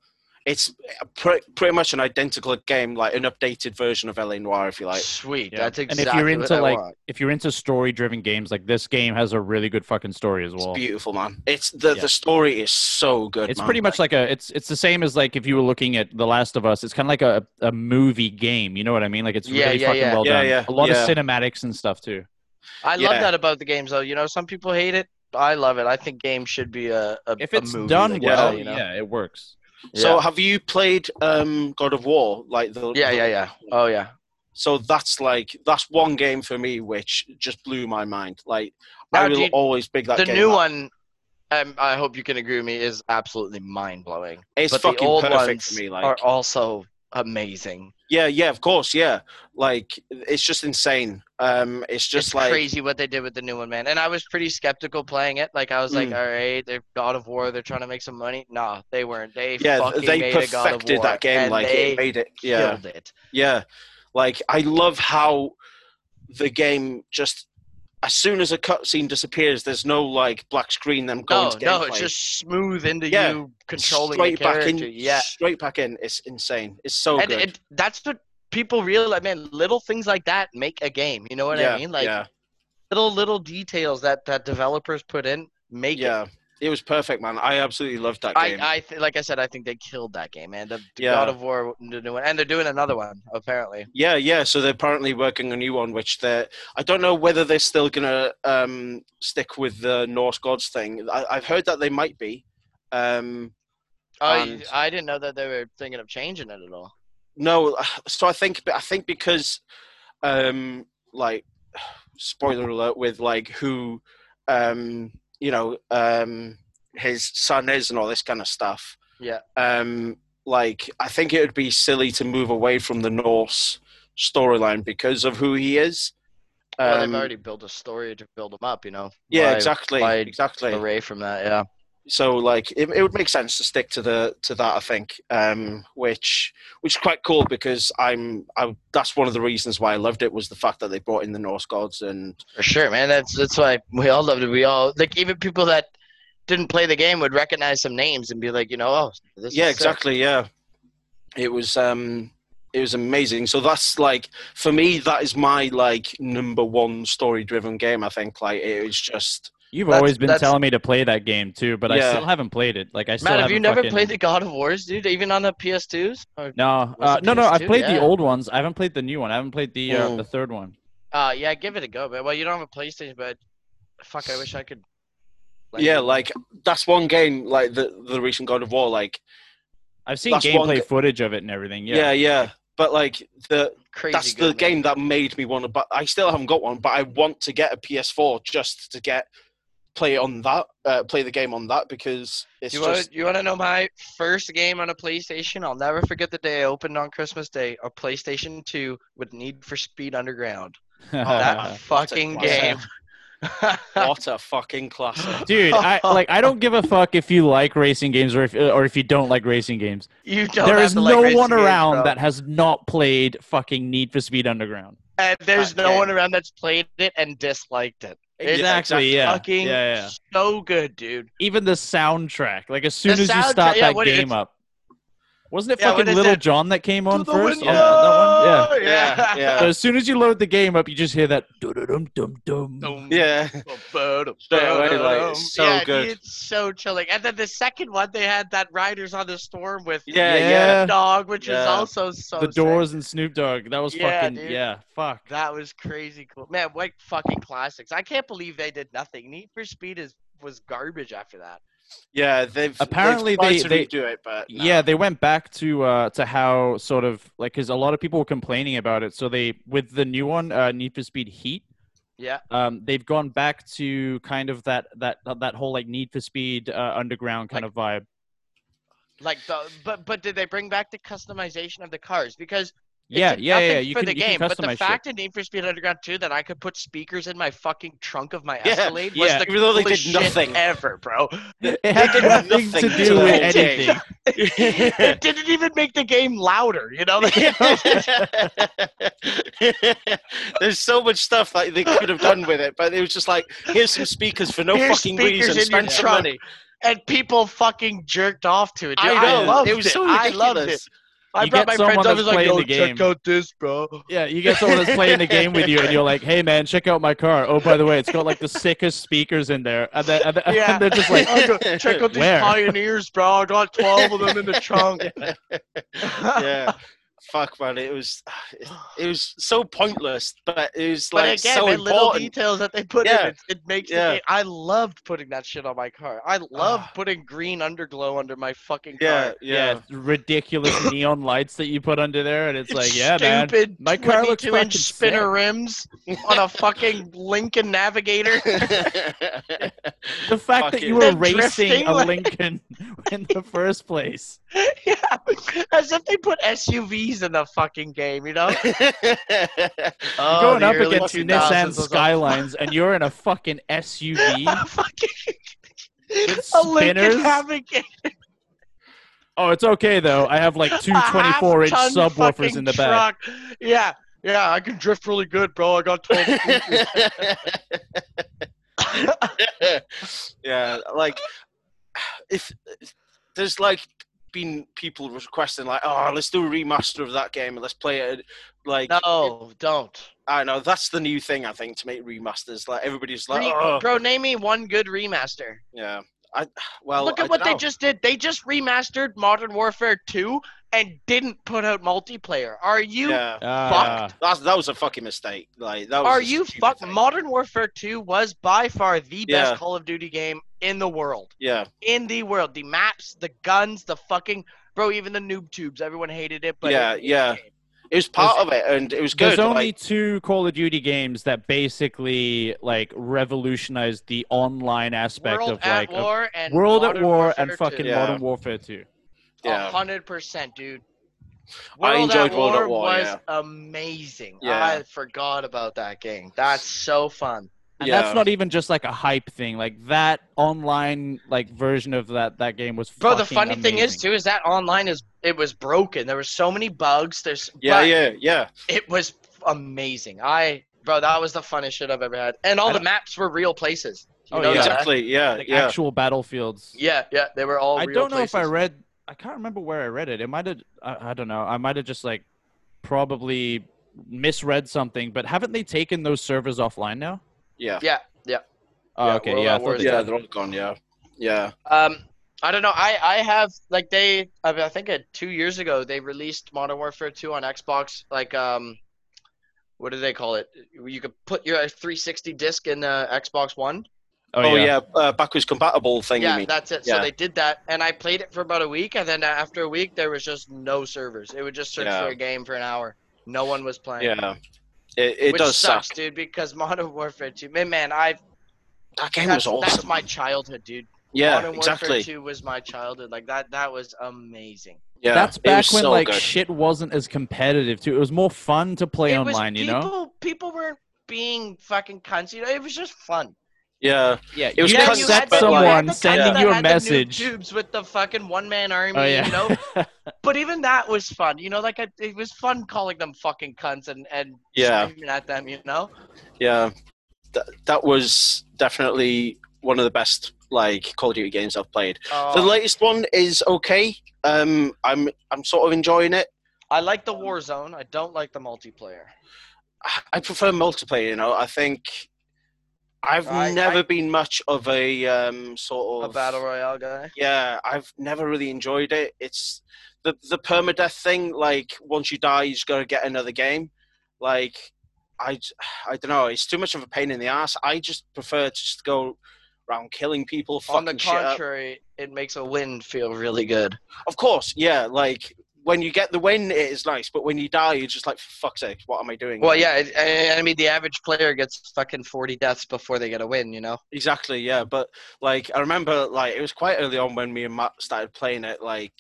[SPEAKER 1] It's uh, pre- pretty much an identical game, like an updated version of LA Noir, if you like.
[SPEAKER 2] Sweet,
[SPEAKER 3] Yeah.
[SPEAKER 2] that's
[SPEAKER 3] And if
[SPEAKER 2] exactly
[SPEAKER 3] you're
[SPEAKER 2] what
[SPEAKER 3] into,
[SPEAKER 2] I
[SPEAKER 3] like,
[SPEAKER 2] want.
[SPEAKER 3] If you're into story-driven games, like this game has a really good fucking story as
[SPEAKER 1] It's
[SPEAKER 3] well.
[SPEAKER 1] beautiful, man. It's the
[SPEAKER 3] Yeah.
[SPEAKER 1] the story is so good.
[SPEAKER 3] It's
[SPEAKER 1] man.
[SPEAKER 3] pretty much like a. It's it's the same as like if you were looking at The Last of Us. It's kind of like a a movie game. You know what I mean? Like it's
[SPEAKER 2] Yeah,
[SPEAKER 3] really
[SPEAKER 2] yeah,
[SPEAKER 3] fucking
[SPEAKER 2] yeah.
[SPEAKER 3] well
[SPEAKER 1] Yeah,
[SPEAKER 3] done.
[SPEAKER 1] yeah,
[SPEAKER 3] a lot
[SPEAKER 1] yeah.
[SPEAKER 3] of cinematics and stuff too.
[SPEAKER 2] I
[SPEAKER 1] yeah.
[SPEAKER 2] love that about the games though. You know, some people hate it. I love it. I think games should be a, a
[SPEAKER 3] If
[SPEAKER 2] a
[SPEAKER 3] it's
[SPEAKER 2] movie,
[SPEAKER 3] done
[SPEAKER 2] like,
[SPEAKER 3] well,
[SPEAKER 2] yeah, you know?
[SPEAKER 3] yeah, it works.
[SPEAKER 1] So, have you played um, God of War? Like the
[SPEAKER 2] yeah,
[SPEAKER 1] the- Uh,
[SPEAKER 2] yeah, yeah. Oh yeah.
[SPEAKER 1] So that's like that's one game for me which just blew my mind. Like I
[SPEAKER 2] Now,
[SPEAKER 1] will
[SPEAKER 2] dude,
[SPEAKER 1] always big that
[SPEAKER 2] the
[SPEAKER 1] game.
[SPEAKER 2] new
[SPEAKER 1] up.
[SPEAKER 2] one. Um, I hope you can agree with me. Is absolutely mind blowing.
[SPEAKER 1] it's
[SPEAKER 2] but
[SPEAKER 1] fucking
[SPEAKER 2] the old
[SPEAKER 1] perfect
[SPEAKER 2] ones
[SPEAKER 1] for me. Like
[SPEAKER 2] are also amazing.
[SPEAKER 1] Yeah, yeah, of course, yeah. Like it's just insane. Um, it's just
[SPEAKER 2] it's
[SPEAKER 1] like
[SPEAKER 2] crazy what they did with the new one, man. And I was pretty skeptical playing it. Like I was like,
[SPEAKER 1] Mm.
[SPEAKER 2] all right, they're God of War. They're trying to make some money. Nah, they weren't. They
[SPEAKER 1] yeah,
[SPEAKER 2] fucking
[SPEAKER 1] they
[SPEAKER 2] made a God of
[SPEAKER 1] perfected
[SPEAKER 2] War,
[SPEAKER 1] that game.
[SPEAKER 2] and
[SPEAKER 1] Like
[SPEAKER 2] they
[SPEAKER 1] it made it. Yeah,
[SPEAKER 2] killed it.
[SPEAKER 1] yeah. Like I love how the game just as soon as a cutscene disappears, there's no like black screen them going
[SPEAKER 2] No,
[SPEAKER 1] to
[SPEAKER 2] Oh, no,
[SPEAKER 1] gameplay.
[SPEAKER 2] it's just smooth into
[SPEAKER 1] Yeah.
[SPEAKER 2] you controlling
[SPEAKER 1] straight
[SPEAKER 2] the
[SPEAKER 1] back
[SPEAKER 2] character.
[SPEAKER 1] in.
[SPEAKER 2] yeah,
[SPEAKER 1] straight back in. It's insane. It's so
[SPEAKER 2] and
[SPEAKER 1] good.
[SPEAKER 2] it, that's what people realize. Man, little things like that make a game. You know what
[SPEAKER 1] yeah,
[SPEAKER 2] I mean? Like
[SPEAKER 1] yeah,
[SPEAKER 2] little little details that that developers put in make it.
[SPEAKER 1] yeah. It was perfect, man. I absolutely loved that
[SPEAKER 2] I,
[SPEAKER 1] game.
[SPEAKER 2] I th- like I said, I think they killed that game, man. The, the
[SPEAKER 1] Yeah.
[SPEAKER 2] God of War, the new one, and they're doing another one apparently.
[SPEAKER 1] Yeah, yeah. So they're apparently working a new one, which they're. I don't know whether they're still gonna um, stick with the Norse gods thing. I, I've heard that they might be. Um,
[SPEAKER 2] Oh,
[SPEAKER 1] And-
[SPEAKER 2] I didn't know that they were thinking of changing it at all.
[SPEAKER 1] no, <sighs> so I think, but I think because, um, like, <sighs> spoiler alert with like who, um, you know, um, his son is and all this kind of stuff.
[SPEAKER 2] Yeah.
[SPEAKER 1] um, like I think it would be silly to move away from the Norse storyline because of who he is.
[SPEAKER 2] Well,
[SPEAKER 1] Um,
[SPEAKER 2] they've already built a story to build them up, you know.
[SPEAKER 1] yeah,
[SPEAKER 2] Why-
[SPEAKER 1] exactly,
[SPEAKER 2] why
[SPEAKER 1] exactly.
[SPEAKER 2] Array from that, yeah.
[SPEAKER 1] So like it, it would make sense to stick to the to that I think, um, which which is quite cool because I'm I that's one of the reasons why I loved it was the fact that they brought in the Norse gods and
[SPEAKER 2] For sure, man. That's that's why we all loved it. We all like even people that didn't play the game would recognize some names and be like, you know, oh, this
[SPEAKER 1] yeah
[SPEAKER 2] is sick.
[SPEAKER 1] exactly yeah it was um it was amazing so that's like for me that is my like number one story driven game i think like it was just
[SPEAKER 3] You've
[SPEAKER 2] That's-
[SPEAKER 3] always been
[SPEAKER 2] that's-
[SPEAKER 3] telling me to play that game too, but I
[SPEAKER 1] Yeah.
[SPEAKER 3] still haven't played it. Like I still
[SPEAKER 2] Matt, have
[SPEAKER 3] haven't
[SPEAKER 2] you never
[SPEAKER 3] fucking-
[SPEAKER 2] played the God of Wars, dude? Even on the PS2s? Or,
[SPEAKER 3] No,
[SPEAKER 2] Was
[SPEAKER 3] uh,
[SPEAKER 2] it
[SPEAKER 3] no, no. I've
[SPEAKER 2] PS2?
[SPEAKER 3] played
[SPEAKER 2] Yeah.
[SPEAKER 3] the old ones. I haven't played the new one. I haven't played the uh,
[SPEAKER 1] Mm.
[SPEAKER 3] the third one.
[SPEAKER 2] uh, yeah, give it a go, man. Well, you don't have a PlayStation, but fuck, I wish I could.
[SPEAKER 1] yeah like that's one game like the the recent god of war like
[SPEAKER 3] I've seen
[SPEAKER 1] That's one
[SPEAKER 3] gameplay
[SPEAKER 1] g-
[SPEAKER 3] footage of it and everything.
[SPEAKER 1] yeah
[SPEAKER 3] Yeah.
[SPEAKER 1] yeah, but like the
[SPEAKER 2] crazy.
[SPEAKER 1] that's
[SPEAKER 2] good,
[SPEAKER 1] the
[SPEAKER 2] man.
[SPEAKER 1] game that made me want to but i still haven't got one but i want to get a ps4 just to get play on that uh, play the game on that because it's
[SPEAKER 2] You
[SPEAKER 1] just
[SPEAKER 2] <laughs> want, you want to know my first game on a PlayStation? I'll never forget the day I opened on Christmas Day a PlayStation 2 with Need for Speed Underground. Oh, That
[SPEAKER 3] Uh, <laughs>
[SPEAKER 1] that's a
[SPEAKER 2] fucking game.
[SPEAKER 1] classic. <laughs> what a fucking
[SPEAKER 3] <laughs>
[SPEAKER 1] classic
[SPEAKER 3] Dude, I like. I don't give a fuck if you like racing games or if or if you don't like racing games.
[SPEAKER 2] you don't
[SPEAKER 3] There
[SPEAKER 2] have
[SPEAKER 3] is
[SPEAKER 2] to like
[SPEAKER 3] no
[SPEAKER 2] racing
[SPEAKER 3] one
[SPEAKER 2] games,
[SPEAKER 3] around
[SPEAKER 2] bro.
[SPEAKER 3] that has not played fucking Need for Speed Underground.
[SPEAKER 2] And there's
[SPEAKER 1] that
[SPEAKER 2] no
[SPEAKER 1] game.
[SPEAKER 2] one around that's played it and disliked it. It's
[SPEAKER 3] Exactly. Yeah.
[SPEAKER 2] fucking
[SPEAKER 3] yeah. Yeah.
[SPEAKER 2] so good, dude.
[SPEAKER 3] Even the soundtrack. Like as soon as you
[SPEAKER 2] soundtrack-
[SPEAKER 3] start
[SPEAKER 2] yeah,
[SPEAKER 3] that
[SPEAKER 2] what it-
[SPEAKER 3] game up, wasn't it
[SPEAKER 2] Yeah, what
[SPEAKER 3] fucking
[SPEAKER 2] is
[SPEAKER 3] Little
[SPEAKER 2] it?
[SPEAKER 3] John that came on
[SPEAKER 2] To the
[SPEAKER 3] first?
[SPEAKER 2] window!
[SPEAKER 3] Yeah, that one? Yeah.
[SPEAKER 1] yeah
[SPEAKER 3] So
[SPEAKER 1] yeah
[SPEAKER 3] as soon as you load the game up, you just hear that dum dum dum.
[SPEAKER 2] Dum,
[SPEAKER 1] yeah
[SPEAKER 2] ba-dum,
[SPEAKER 1] Straight away, like,
[SPEAKER 2] ba-dum.
[SPEAKER 1] it's so
[SPEAKER 2] Yeah, dude,
[SPEAKER 1] good.
[SPEAKER 2] It's so chilling. And then the second one, they had that Riders on the Storm with
[SPEAKER 1] Yeah,
[SPEAKER 3] Yeah.
[SPEAKER 1] yeah,
[SPEAKER 2] Dog, which was
[SPEAKER 1] Yeah.
[SPEAKER 2] also so
[SPEAKER 3] The
[SPEAKER 2] sick.
[SPEAKER 3] Doors and Snoop Dogg. That was
[SPEAKER 2] Yeah,
[SPEAKER 3] fucking
[SPEAKER 2] dude.
[SPEAKER 3] yeah. Fuck.
[SPEAKER 2] That was crazy cool, man. What fucking classics! I can't believe they did nothing. Need for Speed is was garbage after that.
[SPEAKER 1] yeah. They've
[SPEAKER 3] Apparently
[SPEAKER 1] they've tried
[SPEAKER 3] they-
[SPEAKER 1] to
[SPEAKER 3] they-
[SPEAKER 1] redo it, but no.
[SPEAKER 3] Yeah, <laughs> they went back to uh to how sort of like because a lot of people were complaining about it. So they with the new one, uh, Need for Speed Heat.
[SPEAKER 2] Yeah,
[SPEAKER 3] Um, they've gone back to kind of that that that whole like Need for Speed uh, Underground kind
[SPEAKER 2] Like-
[SPEAKER 3] of vibe.
[SPEAKER 2] like the but but did they bring back the customization of the cars? Because it
[SPEAKER 3] Yeah,
[SPEAKER 2] did
[SPEAKER 3] yeah, yeah.
[SPEAKER 2] nothing
[SPEAKER 3] You
[SPEAKER 2] for
[SPEAKER 3] can,
[SPEAKER 2] the
[SPEAKER 3] you
[SPEAKER 2] game,
[SPEAKER 3] can
[SPEAKER 2] but the
[SPEAKER 3] customize
[SPEAKER 2] fact in Need for Speed Underground 2 that I could put speakers in my fucking trunk of my
[SPEAKER 1] Yeah,
[SPEAKER 2] Escalade
[SPEAKER 3] yeah,
[SPEAKER 2] was the
[SPEAKER 1] even though they
[SPEAKER 2] coolest
[SPEAKER 1] did
[SPEAKER 2] shit
[SPEAKER 1] nothing.
[SPEAKER 2] ever,
[SPEAKER 3] <laughs>
[SPEAKER 2] bro. <laughs>
[SPEAKER 3] shit. It had
[SPEAKER 1] did
[SPEAKER 3] nothing to
[SPEAKER 1] nothing
[SPEAKER 3] do
[SPEAKER 1] to the
[SPEAKER 3] with
[SPEAKER 1] whole game.
[SPEAKER 3] anything.
[SPEAKER 2] it didn't even make the game louder, you
[SPEAKER 3] <laughs>
[SPEAKER 2] know?
[SPEAKER 1] <laughs> There's so much stuff that they could have done with it, but it was just like, here's some speakers for no
[SPEAKER 2] Here's
[SPEAKER 1] fucking
[SPEAKER 2] speakers
[SPEAKER 1] reason.
[SPEAKER 2] in your
[SPEAKER 1] Spend some
[SPEAKER 2] trunk.
[SPEAKER 1] money.
[SPEAKER 2] and people fucking jerked off to it. Dude.
[SPEAKER 1] I
[SPEAKER 2] I,
[SPEAKER 1] know.
[SPEAKER 2] loved
[SPEAKER 1] It was so
[SPEAKER 2] I loved it.
[SPEAKER 1] ridiculous.
[SPEAKER 2] I
[SPEAKER 3] You
[SPEAKER 2] brought
[SPEAKER 3] get
[SPEAKER 2] my
[SPEAKER 3] someone
[SPEAKER 2] friends up. I was
[SPEAKER 3] that's
[SPEAKER 2] like,
[SPEAKER 3] playing
[SPEAKER 2] "Yo,
[SPEAKER 3] the
[SPEAKER 2] check
[SPEAKER 3] game."
[SPEAKER 2] out this, bro."
[SPEAKER 3] <laughs> Yeah, you get someone that's playing the game with you, and you're like, "Hey, man, check out my car. Oh, by the way, it's got like the sickest speakers in there." And, then, and, then,
[SPEAKER 2] Yeah.
[SPEAKER 3] and they're
[SPEAKER 2] <laughs>
[SPEAKER 3] just like,
[SPEAKER 2] I go, check out these
[SPEAKER 3] Where?
[SPEAKER 2] pioneers, bro. I got twelve of them in the
[SPEAKER 3] <laughs>
[SPEAKER 2] trunk. <laughs>
[SPEAKER 1] yeah. Fuck man, it was it, it was so pointless, but it was
[SPEAKER 2] But
[SPEAKER 1] like
[SPEAKER 2] again,
[SPEAKER 1] so
[SPEAKER 2] man, little
[SPEAKER 1] important.
[SPEAKER 2] details that they put
[SPEAKER 1] Yeah.
[SPEAKER 2] in, it, it makes
[SPEAKER 1] Yeah.
[SPEAKER 2] the game. I loved putting that shit on my car. I love putting green underglow under my fucking
[SPEAKER 1] yeah,
[SPEAKER 2] car.
[SPEAKER 1] yeah,
[SPEAKER 3] Ah. it's ridiculous neon lights that you put under there, and it's, like, yeah, man,
[SPEAKER 2] stupid
[SPEAKER 3] my car looks
[SPEAKER 2] 22 inch
[SPEAKER 3] fucking
[SPEAKER 2] spinner
[SPEAKER 3] sick. <laughs>
[SPEAKER 2] rims on a fucking Lincoln Navigator. <laughs>
[SPEAKER 3] the fact that
[SPEAKER 1] Fucking-
[SPEAKER 3] you were
[SPEAKER 2] They're
[SPEAKER 3] racing
[SPEAKER 2] drifting,
[SPEAKER 3] a
[SPEAKER 2] like-
[SPEAKER 3] Lincoln <laughs> in the first place.
[SPEAKER 2] yeah, as if they put SUVs in the fucking game, you
[SPEAKER 3] <laughs>
[SPEAKER 2] know? <laughs> Oh,
[SPEAKER 3] Going
[SPEAKER 2] the
[SPEAKER 3] up
[SPEAKER 2] early
[SPEAKER 3] against
[SPEAKER 2] 2000s
[SPEAKER 3] Nissan
[SPEAKER 2] was a-
[SPEAKER 3] Skylines, and you're in a fucking SUV.
[SPEAKER 2] fucking
[SPEAKER 3] With
[SPEAKER 2] a Lincoln
[SPEAKER 3] spinners?
[SPEAKER 2] Navigator. <laughs>
[SPEAKER 3] Oh, it's okay though. I have like two
[SPEAKER 2] a
[SPEAKER 3] 24
[SPEAKER 2] <laughs>
[SPEAKER 3] inch
[SPEAKER 2] half-ton
[SPEAKER 3] subwoofers
[SPEAKER 2] fucking
[SPEAKER 3] in the back.
[SPEAKER 2] truck. Yeah, yeah, I can drift really good, bro. I got
[SPEAKER 3] <laughs>
[SPEAKER 2] 12 species."
[SPEAKER 1] <laughs> yeah, like if there's like been people requesting like, oh, let's do a remaster of that game and let's play it. Like
[SPEAKER 2] No, don't.
[SPEAKER 1] I know that's the new thing I think to make remasters. Like everybody's like,
[SPEAKER 2] Re-
[SPEAKER 1] oh,
[SPEAKER 2] Bro, name me one good remaster.
[SPEAKER 1] yeah. I <sighs> well,
[SPEAKER 2] Look
[SPEAKER 1] I
[SPEAKER 2] at what they
[SPEAKER 1] dunno.
[SPEAKER 2] just did. They just remastered Modern Warfare 2 and didn't put out multiplayer. Are you
[SPEAKER 1] Yeah,
[SPEAKER 3] Ah,
[SPEAKER 1] that's, that was a fucking mistake. Like that. Was
[SPEAKER 2] Are
[SPEAKER 1] a
[SPEAKER 2] you
[SPEAKER 1] stupid
[SPEAKER 2] fuck?
[SPEAKER 1] thing.
[SPEAKER 2] Modern Warfare 2 was by far the
[SPEAKER 1] Yeah.
[SPEAKER 2] best Call of Duty game in the world.
[SPEAKER 1] Yeah,
[SPEAKER 2] In the world, the maps, the guns, the fucking bro, even the noob tubes. Everyone hated it, but
[SPEAKER 1] Yeah,
[SPEAKER 2] it was a
[SPEAKER 1] yeah.
[SPEAKER 2] game.
[SPEAKER 1] it was part of it, and it was good.
[SPEAKER 3] There's only
[SPEAKER 1] like,
[SPEAKER 3] two Call of Duty games that basically like revolutionized the online aspect
[SPEAKER 2] World
[SPEAKER 3] of
[SPEAKER 2] at
[SPEAKER 3] like of-
[SPEAKER 2] War and
[SPEAKER 3] World at
[SPEAKER 2] Modern
[SPEAKER 3] War
[SPEAKER 2] Warfare
[SPEAKER 3] and fucking
[SPEAKER 2] 2.
[SPEAKER 1] Yeah.
[SPEAKER 3] Modern Warfare 2.
[SPEAKER 1] yeah.
[SPEAKER 2] hundred percent, dude.
[SPEAKER 1] I enjoyed
[SPEAKER 2] at
[SPEAKER 1] World at
[SPEAKER 2] War
[SPEAKER 1] War,
[SPEAKER 2] was
[SPEAKER 1] yeah.
[SPEAKER 2] amazing.
[SPEAKER 1] Yeah.
[SPEAKER 2] I forgot about that game. That's so fun.
[SPEAKER 3] And
[SPEAKER 1] yeah.
[SPEAKER 3] that's not even just like a hype thing. Like that online like version of that that game was
[SPEAKER 2] Bro, the
[SPEAKER 3] fucking
[SPEAKER 2] funny thing is
[SPEAKER 3] amazing.
[SPEAKER 2] too is that online is it was broken. There were so many bugs. There's
[SPEAKER 1] yeah,
[SPEAKER 2] but
[SPEAKER 1] yeah, yeah.
[SPEAKER 2] It was amazing. I bro, that was the funnest shit I've ever had. And all
[SPEAKER 3] I
[SPEAKER 2] the
[SPEAKER 3] don't-
[SPEAKER 2] maps were real places. You
[SPEAKER 3] Oh,
[SPEAKER 2] know
[SPEAKER 3] yeah.
[SPEAKER 2] that?
[SPEAKER 1] Exactly. Yeah,
[SPEAKER 3] like
[SPEAKER 1] yeah.
[SPEAKER 3] actual battlefields.
[SPEAKER 2] Yeah, yeah, they were all.
[SPEAKER 3] I
[SPEAKER 2] real
[SPEAKER 3] don't know if I
[SPEAKER 2] places.
[SPEAKER 3] read. I can't remember where I read it. It might have. I, I don't know. I might have just like probably misread something. But haven't they taken those servers offline now?
[SPEAKER 1] yeah,
[SPEAKER 2] Yeah, yeah.
[SPEAKER 3] Oh,
[SPEAKER 2] Yeah,
[SPEAKER 3] okay.
[SPEAKER 2] World
[SPEAKER 3] Yeah. I
[SPEAKER 2] at War
[SPEAKER 3] thought
[SPEAKER 2] is
[SPEAKER 3] they
[SPEAKER 1] yeah.
[SPEAKER 3] did.
[SPEAKER 1] They're all gone. Yeah, yeah,
[SPEAKER 2] Um, I don't know. I I have like they. I, mean, I think uh, two years ago they released Modern Warfare 2 on Xbox. Like um, what do they call it? You could put your 360 disc in the Xbox One.
[SPEAKER 1] Oh, yeah, uh, backwards compatible thing. you
[SPEAKER 2] Yeah,
[SPEAKER 1] mean?
[SPEAKER 2] that's it.
[SPEAKER 1] Yeah.
[SPEAKER 2] So they did that, and I played it for about a week, and then after a week there was just no servers. It would just search
[SPEAKER 1] Yeah.
[SPEAKER 2] for a game for an hour. No one was playing.
[SPEAKER 1] yeah, it, it
[SPEAKER 2] Which
[SPEAKER 1] does
[SPEAKER 2] sucks,
[SPEAKER 1] suck.
[SPEAKER 2] dude, because Modern Warfare 2, man, man, I
[SPEAKER 1] That game
[SPEAKER 2] that's,
[SPEAKER 1] was awesome.
[SPEAKER 2] that's my childhood, dude.
[SPEAKER 1] yeah,
[SPEAKER 2] Modern Warfare
[SPEAKER 1] exactly.
[SPEAKER 2] 2 was my childhood. Like that, that was amazing.
[SPEAKER 1] Yeah,
[SPEAKER 3] That's
[SPEAKER 1] it
[SPEAKER 3] back
[SPEAKER 1] was
[SPEAKER 3] when
[SPEAKER 1] so
[SPEAKER 3] like
[SPEAKER 1] good.
[SPEAKER 3] shit wasn't as competitive too. It was more fun to play
[SPEAKER 2] it
[SPEAKER 3] online.
[SPEAKER 2] was
[SPEAKER 3] You
[SPEAKER 2] people,
[SPEAKER 3] know.
[SPEAKER 2] people weren't being fucking cunts. You know, it was just fun.
[SPEAKER 1] yeah,
[SPEAKER 3] Yeah.
[SPEAKER 1] It was
[SPEAKER 3] you
[SPEAKER 2] Yeah,
[SPEAKER 1] kinda
[SPEAKER 3] could
[SPEAKER 1] cunts,
[SPEAKER 2] you
[SPEAKER 3] set
[SPEAKER 2] had the- you
[SPEAKER 1] like-
[SPEAKER 2] had
[SPEAKER 3] someone
[SPEAKER 2] the
[SPEAKER 3] sending
[SPEAKER 2] cunts that
[SPEAKER 3] you a
[SPEAKER 2] had the noob
[SPEAKER 3] message.
[SPEAKER 2] tubes with the fucking one man army.
[SPEAKER 3] Oh
[SPEAKER 2] You
[SPEAKER 3] yeah.
[SPEAKER 2] know,
[SPEAKER 3] <laughs>
[SPEAKER 2] but even that was fun. You know, like I, it was fun calling them fucking cunts and and
[SPEAKER 1] Yeah.
[SPEAKER 2] screaming at them. You know.
[SPEAKER 1] yeah. That that was definitely one of the best like Call of Duty games I've played. The
[SPEAKER 2] Uh,
[SPEAKER 1] latest one is okay. Um, I'm I'm sort of enjoying it.
[SPEAKER 2] I like the war zone. I don't like the multiplayer.
[SPEAKER 1] I prefer multiplayer. You know, I think I've
[SPEAKER 2] I-
[SPEAKER 1] never
[SPEAKER 2] I-
[SPEAKER 1] been much of a um, sort
[SPEAKER 2] A
[SPEAKER 1] of
[SPEAKER 2] battle royale guy.
[SPEAKER 1] Yeah, I've never really enjoyed it. It's the the permadeath thing. Like once you die, you just gotta get another game. Like I, j- I don't know. It's too much of a pain in the ass. I just prefer to just go around killing people,
[SPEAKER 2] On
[SPEAKER 1] fucking
[SPEAKER 2] the
[SPEAKER 1] shit up.
[SPEAKER 2] contrary, it makes a win feel really good.
[SPEAKER 1] Of course, yeah. Like when you get the win, it is nice. But when you die, you're just like, for fuck's sake, what am I doing?
[SPEAKER 2] Well, yeah, it- I, I mean, the average player gets fucking 40 deaths before they get a win, you know?
[SPEAKER 1] Exactly, yeah. But like, I remember like it was quite early on when me and Matt started playing it. Like,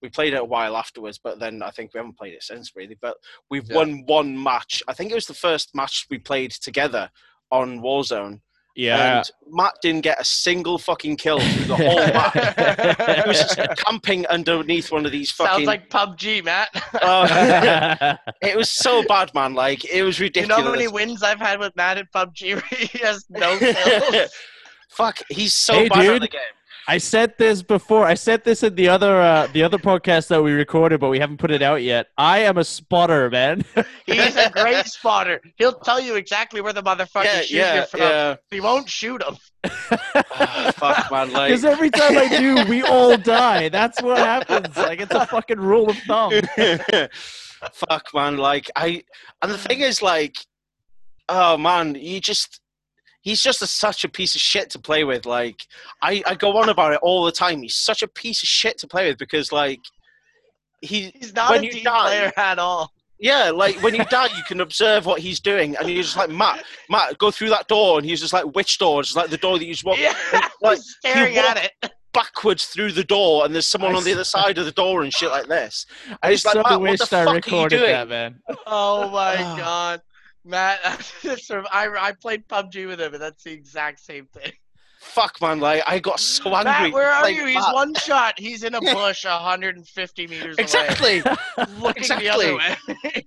[SPEAKER 1] we played it a while afterwards, but then I think we haven't played it since really. But we've
[SPEAKER 2] Yeah.
[SPEAKER 1] won one match. I think it was the first match we played together on Warzone.
[SPEAKER 3] yeah.
[SPEAKER 1] And Matt didn't get a single fucking kill through the
[SPEAKER 3] <laughs>
[SPEAKER 1] whole map. He was just camping underneath one of these fucking.
[SPEAKER 2] Sounds like PUBG, Matt.
[SPEAKER 1] Oh, it was so bad, man. Like it was
[SPEAKER 2] <laughs> you
[SPEAKER 1] ridiculous.
[SPEAKER 2] know how many wins I've had with Matt in PUBG? he has
[SPEAKER 1] <laughs>
[SPEAKER 2] no kills.
[SPEAKER 1] Fuck, he's so
[SPEAKER 3] Hey,
[SPEAKER 1] bad at
[SPEAKER 3] dude.
[SPEAKER 1] the game.
[SPEAKER 3] I said this before. I said this in the other uh, the other podcast that we recorded, but we haven't put it out yet. I am a spotter, man.
[SPEAKER 2] <laughs> He's a
[SPEAKER 1] <laughs>
[SPEAKER 2] great spotter. He'll tell you exactly where the motherfucker
[SPEAKER 1] Yeah,
[SPEAKER 2] shoots you
[SPEAKER 1] yeah,
[SPEAKER 2] from.
[SPEAKER 1] yeah.
[SPEAKER 2] He won't shoot him.
[SPEAKER 1] Ah, fuck, man.
[SPEAKER 3] <laughs>
[SPEAKER 1] Like,
[SPEAKER 3] Because every time I do,
[SPEAKER 1] <laughs>
[SPEAKER 3] we all die. That's what happens. Like it's a fucking rule of thumb.
[SPEAKER 1] <laughs> fuck man like i and the thing is like oh man you just he's just a, such a piece of shit to play with like I, I go on about it all the time he's such a piece of shit to play with because like he
[SPEAKER 2] He's not
[SPEAKER 1] When
[SPEAKER 2] a
[SPEAKER 1] you
[SPEAKER 2] team
[SPEAKER 1] die-
[SPEAKER 2] player at all.
[SPEAKER 1] yeah like when you die you can observe what he's doing and you're just like matt matt go through that door and he's just like which door it's like the door that you just walk <laughs>
[SPEAKER 2] Yeah,
[SPEAKER 1] like,
[SPEAKER 2] <laughs> he's staring
[SPEAKER 1] he
[SPEAKER 2] at it.
[SPEAKER 1] backwards through the door and there's someone
[SPEAKER 3] I
[SPEAKER 1] on the
[SPEAKER 3] s-
[SPEAKER 1] other side of the door and shit like this and
[SPEAKER 3] I
[SPEAKER 1] he's like
[SPEAKER 3] so
[SPEAKER 1] matt what
[SPEAKER 3] wish
[SPEAKER 1] the
[SPEAKER 3] I
[SPEAKER 1] fuck
[SPEAKER 3] recorded
[SPEAKER 1] are you doing
[SPEAKER 3] that, man.
[SPEAKER 1] <sighs>
[SPEAKER 2] Oh my
[SPEAKER 1] Ah.
[SPEAKER 2] god. Matt, <laughs> this rem- I, I played PUBG with him, and that's the exact same thing.
[SPEAKER 1] Fuck, man! Like I got so angry.
[SPEAKER 2] Matt, where are
[SPEAKER 1] Like,
[SPEAKER 2] you? He's
[SPEAKER 1] Matt-
[SPEAKER 2] one shot.
[SPEAKER 1] <laughs>
[SPEAKER 2] He's in a bush 150 meters
[SPEAKER 1] exactly.
[SPEAKER 2] <laughs> away. Looking the
[SPEAKER 1] Exactly.
[SPEAKER 2] other way.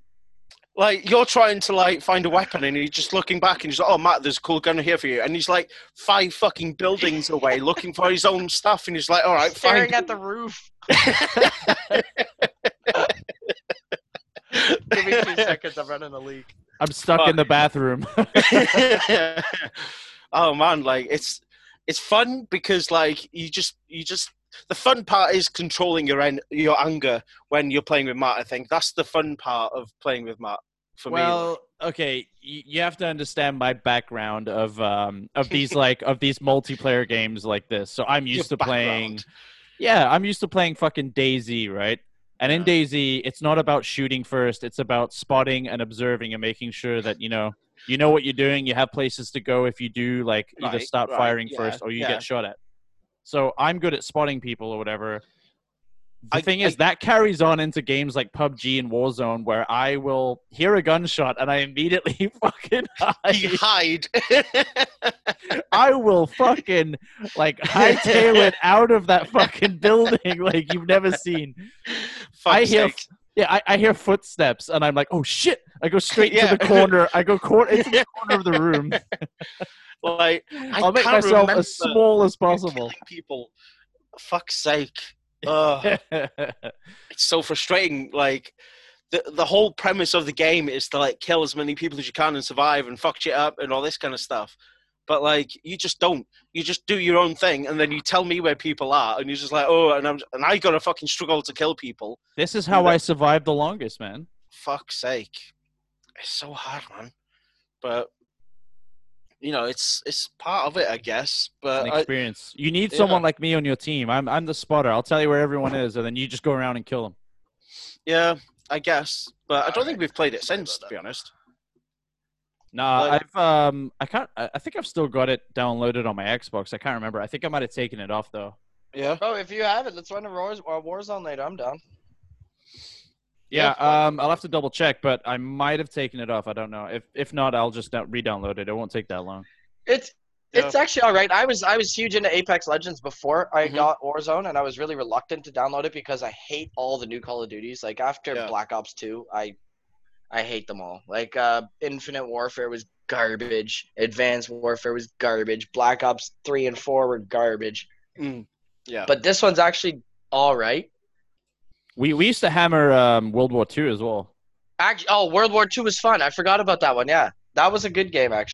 [SPEAKER 1] Like you're trying to like find a weapon, and you're just looking back, and he's like, "Oh, Matt, there's a cool gun here for you," and he's like five fucking buildings away, looking for his own stuff, and he's like, "All right,
[SPEAKER 2] staring
[SPEAKER 1] fine."
[SPEAKER 2] at
[SPEAKER 1] <laughs>
[SPEAKER 2] the roof. <laughs> Give me two seconds. I'm running a leak.
[SPEAKER 3] I'm stuck in the
[SPEAKER 1] <laughs>
[SPEAKER 3] bathroom.
[SPEAKER 1] oh man, like it's it's fun because like you just you just the fun part is controlling your en- your anger when you're playing with Matt. I think that's the fun part of playing with Matt for me.
[SPEAKER 3] well, okay, you, you have to understand my background of um
[SPEAKER 1] <laughs>
[SPEAKER 3] of these like of these multiplayer games like this. So I'm
[SPEAKER 1] Your
[SPEAKER 3] used to playing
[SPEAKER 1] background.
[SPEAKER 3] Yeah, I'm used to playing fucking Daisy, right? And in
[SPEAKER 1] Yeah.
[SPEAKER 3] Daisy, it's not about shooting first, it's about spotting and observing and making sure that, you know, you know what you're doing, you have places to go if you do like either
[SPEAKER 1] Right,
[SPEAKER 3] start
[SPEAKER 1] right,
[SPEAKER 3] firing
[SPEAKER 1] yeah,
[SPEAKER 3] first or you
[SPEAKER 1] yeah.
[SPEAKER 3] get shot at. So I'm good at spotting people or whatever. The
[SPEAKER 1] I-
[SPEAKER 3] thing
[SPEAKER 1] I-
[SPEAKER 3] is, that carries on into games like PUBG and Warzone, where I will hear a gunshot and I immediately <laughs> fucking
[SPEAKER 1] <laughs> You
[SPEAKER 3] hide.
[SPEAKER 1] hide.
[SPEAKER 3] I will fucking
[SPEAKER 1] <laughs>
[SPEAKER 3] like hightail it out of that fucking building like you've never seen. I
[SPEAKER 1] Fuck's
[SPEAKER 3] hear
[SPEAKER 1] sake.
[SPEAKER 3] Yeah, I, I hear footsteps and I'm like, oh shit! I go straight
[SPEAKER 1] Yeah.
[SPEAKER 3] to the corner. I go cor- into
[SPEAKER 1] <laughs>
[SPEAKER 3] the corner of the room.
[SPEAKER 1] like I
[SPEAKER 3] I'll make
[SPEAKER 1] can't
[SPEAKER 3] myself
[SPEAKER 1] remember
[SPEAKER 3] as small as
[SPEAKER 1] <laughs>
[SPEAKER 3] possible.
[SPEAKER 1] killing people. Fuck's sake. Ugh. it's so frustrating. Like the the whole premise of the game is to like kill as many people as you can and survive and fuck shit up and all this kind of stuff. But like you just don't. You just do your own thing and then you tell me where people are and you're just like, oh, and I'm and I gotta fucking struggle to kill people.
[SPEAKER 3] this is how I survived the longest, man.
[SPEAKER 1] Fuck's sake. It's so hard, man. But you know, it's it's part of it, I guess.
[SPEAKER 3] An
[SPEAKER 1] But Uh, I,
[SPEAKER 3] experience. you need
[SPEAKER 1] yeah.
[SPEAKER 3] someone like me on your team. I'm I'm the spotter. I'll tell you where everyone is, and then you just go around and kill them.
[SPEAKER 1] yeah, I guess. But I don't think
[SPEAKER 2] Alright.
[SPEAKER 1] we've played it since, to be honest.
[SPEAKER 3] Nah,
[SPEAKER 1] Like-
[SPEAKER 3] I've um I can't. I I think I've still got it downloaded on my Xbox. I can't remember. I think I might have taken it off though.
[SPEAKER 1] Yeah.
[SPEAKER 2] Oh, if you have it, let's run a Wars, uh, Warzone later. I'm down.
[SPEAKER 3] Yeah,
[SPEAKER 1] Yeah.
[SPEAKER 3] um, I'll have to double check, but I might have taken it off. I don't know. If if not, I'll just down- re-download it. It won't take that long.
[SPEAKER 2] It's
[SPEAKER 1] Yeah.
[SPEAKER 2] it's actually all right. I was I was huge into Apex Legends before I
[SPEAKER 1] Mhm.
[SPEAKER 2] got Warzone, and I was really reluctant to download it because I hate all the new Call of Duties. Like after
[SPEAKER 1] Yeah.
[SPEAKER 2] Black Ops Two, I I hate them all. Like uh, Infinite Warfare was garbage. Advanced Warfare was garbage. Black Ops Three and Four were garbage.
[SPEAKER 1] Mm. Yeah.
[SPEAKER 2] But this one's actually all right.
[SPEAKER 3] We we used to hammer um, World War II as well.
[SPEAKER 2] Actually, oh, World War Two was fun. I forgot about that one. Yeah, that was a good game actually.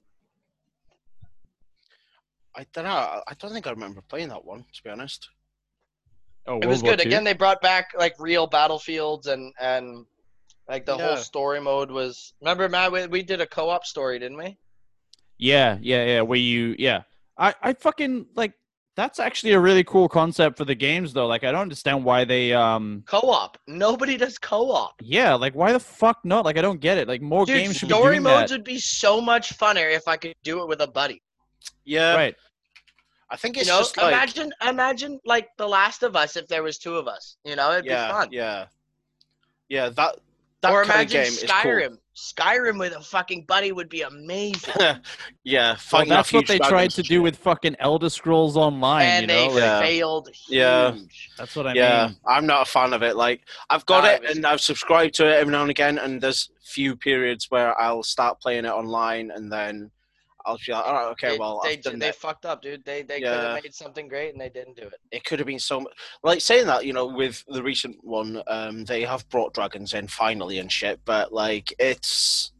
[SPEAKER 1] I don't know. I don't think I remember playing that one, to be honest.
[SPEAKER 2] it
[SPEAKER 3] Oh, World
[SPEAKER 2] was
[SPEAKER 3] War
[SPEAKER 2] good.
[SPEAKER 3] II?
[SPEAKER 2] Again, they brought back like real battlefields and and like the whole
[SPEAKER 1] Yeah.
[SPEAKER 2] story mode was. Remember, Matt, we, we did a co-op story, didn't we?
[SPEAKER 3] Yeah, yeah, yeah. Where you? Yeah, I I fucking like. That's actually a really cool concept for the games, though. Like, I don't understand why they um.
[SPEAKER 2] Co-op. Nobody does co-op.
[SPEAKER 3] Yeah, like why the fuck not? Like, I don't get it. Like, more
[SPEAKER 2] Dude,
[SPEAKER 3] games should be
[SPEAKER 2] story
[SPEAKER 3] doing
[SPEAKER 2] modes
[SPEAKER 3] that.
[SPEAKER 2] would be so much funner if I could do it with a buddy.
[SPEAKER 1] Yeah,
[SPEAKER 3] Right.
[SPEAKER 1] I think
[SPEAKER 2] You
[SPEAKER 1] it's
[SPEAKER 2] know,
[SPEAKER 1] just like
[SPEAKER 2] imagine imagine like The Last of Us if there was two of us. You know, it'd
[SPEAKER 1] yeah,
[SPEAKER 2] be fun.
[SPEAKER 1] yeah, yeah. That that
[SPEAKER 2] or
[SPEAKER 1] kind
[SPEAKER 2] imagine
[SPEAKER 1] of game
[SPEAKER 2] Skyrim. Skyrim with a fucking buddy would be amazing.
[SPEAKER 1] is cool. yeah,
[SPEAKER 3] Well,
[SPEAKER 1] fighting off
[SPEAKER 3] that's what
[SPEAKER 1] huge
[SPEAKER 3] they
[SPEAKER 1] dragons
[SPEAKER 3] tried to
[SPEAKER 1] and
[SPEAKER 3] do
[SPEAKER 1] shit.
[SPEAKER 3] with fucking Elder Scrolls Online.
[SPEAKER 2] and
[SPEAKER 3] you know,
[SPEAKER 2] they
[SPEAKER 3] like,
[SPEAKER 1] Yeah.
[SPEAKER 2] failed huge.
[SPEAKER 1] Yeah.
[SPEAKER 3] that's what I
[SPEAKER 1] yeah,
[SPEAKER 3] mean.
[SPEAKER 1] I'm not a fan of it. Like I've got
[SPEAKER 2] No,
[SPEAKER 1] it
[SPEAKER 2] it was-
[SPEAKER 1] and I've subscribed to it every now and again, and there's few periods where I'll start playing it online and then I'll be like, all right, okay,
[SPEAKER 2] They-
[SPEAKER 1] well,
[SPEAKER 2] they,
[SPEAKER 1] I've done
[SPEAKER 2] they
[SPEAKER 1] that.
[SPEAKER 2] fucked up, dude. They they could
[SPEAKER 1] Yeah.
[SPEAKER 2] have made something great and they didn't do it.
[SPEAKER 1] it could have been so much. Like saying that, you know, with the recent one, um, they have brought dragons in finally and shit, but like it's,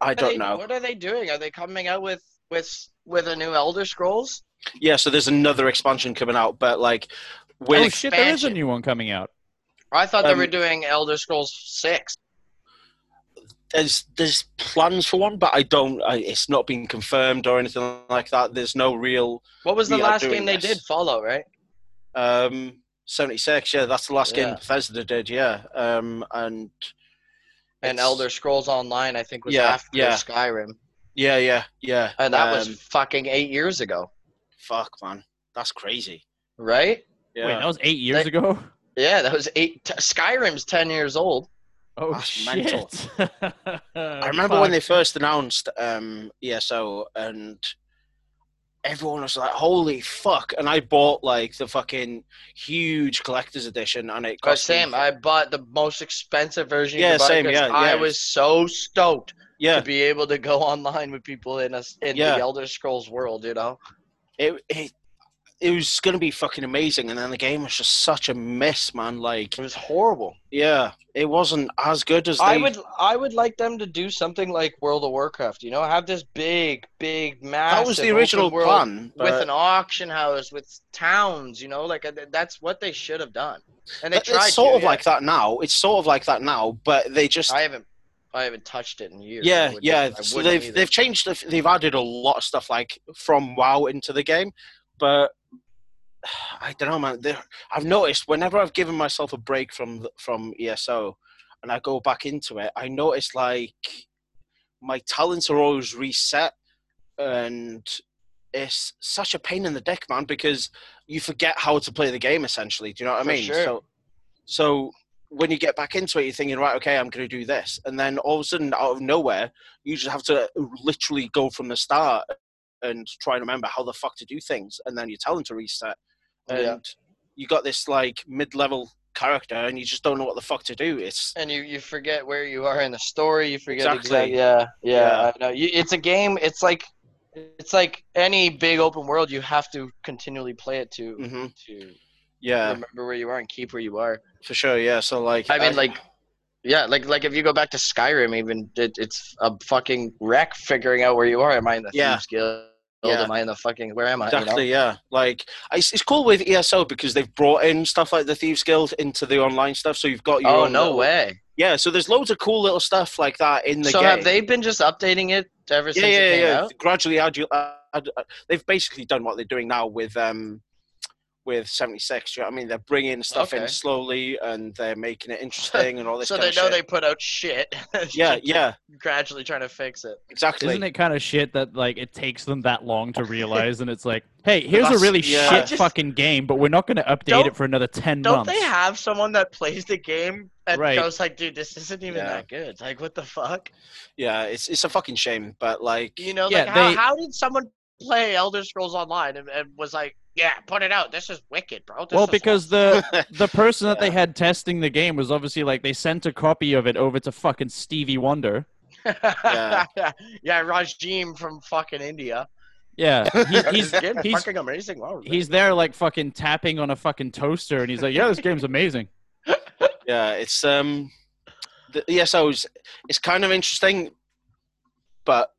[SPEAKER 1] I
[SPEAKER 2] What are
[SPEAKER 1] don't
[SPEAKER 2] they-
[SPEAKER 1] know.
[SPEAKER 2] What are they doing? Are they coming out with with with a new Elder Scrolls?
[SPEAKER 1] Yeah, so there's another expansion coming out, but like with
[SPEAKER 3] oh shit, there is a
[SPEAKER 2] expansion.
[SPEAKER 3] new one coming out.
[SPEAKER 2] I thought they
[SPEAKER 1] Um,
[SPEAKER 2] were doing Elder Scrolls Six.
[SPEAKER 1] there's there's plans for one, but I don't. I, it's not been confirmed or anything like that. There's no real
[SPEAKER 2] What was the
[SPEAKER 1] we are
[SPEAKER 2] last
[SPEAKER 1] doing
[SPEAKER 2] game they
[SPEAKER 1] this.
[SPEAKER 2] did? Fallout, right?
[SPEAKER 1] um, 76. Yeah, that's the last
[SPEAKER 2] Yeah.
[SPEAKER 1] game Bethesda did. Yeah, um, and
[SPEAKER 2] And
[SPEAKER 1] it's-
[SPEAKER 2] Elder Scrolls Online, I think, was
[SPEAKER 1] Yeah,
[SPEAKER 2] after
[SPEAKER 1] yeah.
[SPEAKER 2] Skyrim,
[SPEAKER 1] Yeah, yeah, yeah.
[SPEAKER 2] and that
[SPEAKER 1] Um,
[SPEAKER 2] was fucking eight years ago,
[SPEAKER 1] fuck, man. That's crazy.
[SPEAKER 2] right?
[SPEAKER 1] Yeah.
[SPEAKER 3] Wait, that was eight years
[SPEAKER 2] They-
[SPEAKER 3] ago. <laughs>
[SPEAKER 2] Yeah, that was eight. T- Skyrim's ten years old.
[SPEAKER 3] Oh
[SPEAKER 1] That's
[SPEAKER 3] shit! <laughs>
[SPEAKER 1] mental. E I remember when they first announced um, ESO, and everyone was like, "Holy fuck!" And I bought like the fucking huge collector's edition, and it
[SPEAKER 2] But
[SPEAKER 1] cost. me-
[SPEAKER 2] Oh, same, I bought the most expensive version. you
[SPEAKER 1] Yeah,
[SPEAKER 2] could buy
[SPEAKER 1] same,
[SPEAKER 2] 'cause
[SPEAKER 1] yeah,
[SPEAKER 2] I
[SPEAKER 1] yeah.
[SPEAKER 2] was so stoked
[SPEAKER 1] yeah,
[SPEAKER 2] to be able to go online with people in us in
[SPEAKER 1] Yeah.
[SPEAKER 2] the Elder Scrolls world. You know,
[SPEAKER 1] it it it was gonna be fucking amazing, and then the game was just such a mess, man. Like,
[SPEAKER 2] it was horrible.
[SPEAKER 1] yeah, it wasn't as good as
[SPEAKER 2] I
[SPEAKER 1] they-
[SPEAKER 2] would, I would like them to do something like World of Warcraft. You know, have this big, big, massive.
[SPEAKER 1] That was the original
[SPEAKER 2] open world
[SPEAKER 1] plan,
[SPEAKER 2] with
[SPEAKER 1] but-
[SPEAKER 2] an auction house, with towns. You know, like uh, th- that's what they should have done. And they
[SPEAKER 1] It-
[SPEAKER 2] tried.
[SPEAKER 1] it's sort
[SPEAKER 2] to,
[SPEAKER 1] of
[SPEAKER 2] yeah.
[SPEAKER 1] like that now. It's sort of like that now, but they just
[SPEAKER 2] I haven't, I haven't touched it in years. I
[SPEAKER 1] yeah
[SPEAKER 2] wouldn't-
[SPEAKER 1] yeah.
[SPEAKER 2] I
[SPEAKER 1] So
[SPEAKER 2] wouldn't
[SPEAKER 1] they've
[SPEAKER 2] either.
[SPEAKER 1] they've changed. the- They've added a lot of stuff like from WoW into the game, but <sighs> I don't know, man. They're- I've noticed whenever I've given myself a break from the- from ESO, and I go back into it, I notice like my talents are always reset, and it's such a pain in the dick, man, because you forget how to play the game essentially. Do you know what
[SPEAKER 2] For
[SPEAKER 1] I mean?
[SPEAKER 2] sure.
[SPEAKER 1] So, so when you get back into it, you're thinking, right, okay, I'm going to do this, and then all of a sudden, out of nowhere, you just have to literally go from the start and try and remember how the fuck to do things, and then your talent to reset, and
[SPEAKER 2] Oh, Yeah.
[SPEAKER 1] you got this like mid-level character, and you just don't know what the fuck to do. It's
[SPEAKER 2] and you, you forget where you are in the story. You forget
[SPEAKER 1] Exactly.
[SPEAKER 2] exactly. yeah, yeah.
[SPEAKER 1] Yeah.
[SPEAKER 2] I know. You, it's a game. It's like it's like any big open world. You have to continually play it to
[SPEAKER 1] hmm
[SPEAKER 2] to
[SPEAKER 1] yeah,
[SPEAKER 2] remember where you are and keep where you are.
[SPEAKER 1] for sure, yeah. So like,
[SPEAKER 2] I mean, like. Yeah, like like if you go back to Skyrim, even it, it's a fucking wreck figuring out where you are. Am I in the
[SPEAKER 1] Yeah.
[SPEAKER 2] Thieves Guild?
[SPEAKER 1] Yeah.
[SPEAKER 2] Am I in the fucking where am I? you know?
[SPEAKER 1] Exactly, yeah. Like it's, it's cool with ESO because they've brought in stuff like the Thieves Guild into the online stuff, so you've got your
[SPEAKER 2] Oh
[SPEAKER 1] own
[SPEAKER 2] no
[SPEAKER 1] little-
[SPEAKER 2] way!
[SPEAKER 1] Yeah, so there's loads of cool little stuff like that in the
[SPEAKER 2] So
[SPEAKER 1] game.
[SPEAKER 2] have they been just updating it ever since
[SPEAKER 1] yeah, yeah,
[SPEAKER 2] it came
[SPEAKER 1] yeah.
[SPEAKER 2] out?
[SPEAKER 1] Gradually, add, you- add, add- uh, they've basically done what they're doing now with um with 76. Do you know what I mean? They're bringing stuff in
[SPEAKER 2] Okay.
[SPEAKER 1] slowly and they're making
[SPEAKER 2] <laughs>
[SPEAKER 1] it interesting and all this.
[SPEAKER 2] So
[SPEAKER 1] kind
[SPEAKER 2] they
[SPEAKER 1] of
[SPEAKER 2] know they
[SPEAKER 1] shit.
[SPEAKER 2] put out shit. <laughs>
[SPEAKER 1] Yeah, yeah,
[SPEAKER 2] gradually trying to fix it.
[SPEAKER 1] exactly.
[SPEAKER 3] Isn't it kind of shit that like it takes them that long to realize, and
[SPEAKER 2] <laughs>
[SPEAKER 3] it's like, hey, here's a
[SPEAKER 1] That's-
[SPEAKER 3] really
[SPEAKER 1] yeah.
[SPEAKER 3] shit
[SPEAKER 2] Just-
[SPEAKER 3] fucking game, but we're not going to update
[SPEAKER 2] Don't-
[SPEAKER 3] it for another 10
[SPEAKER 2] Don't
[SPEAKER 3] months.
[SPEAKER 2] they have someone that plays the game and
[SPEAKER 3] Right.
[SPEAKER 2] goes like, dude, this isn't even
[SPEAKER 1] Yeah.
[SPEAKER 2] that good. Like, what the fuck?
[SPEAKER 1] Yeah, it's it's a fucking shame, but like,
[SPEAKER 2] You know,
[SPEAKER 3] Yeah,
[SPEAKER 2] like how,
[SPEAKER 3] they-
[SPEAKER 2] how did someone play Elder Scrolls Online and, and was like, yeah, put it out. This is wicked, bro. This
[SPEAKER 3] well,
[SPEAKER 2] is
[SPEAKER 3] because
[SPEAKER 2] awesome."
[SPEAKER 3] the the person that they
[SPEAKER 1] Yeah.
[SPEAKER 3] had testing the game was obviously like they sent a copy of it over to fucking Stevie Wonder.
[SPEAKER 2] <laughs> yeah. yeah, Rajim from fucking India. <laughs>
[SPEAKER 3] Yeah, he, he's
[SPEAKER 2] this game
[SPEAKER 3] he's-
[SPEAKER 2] fucking amazing. Wow.
[SPEAKER 3] he's there like fucking tapping on a fucking toaster, and he's like, yeah, this game's amazing.
[SPEAKER 1] yeah, it's um, the ESO's it's kind of interesting, but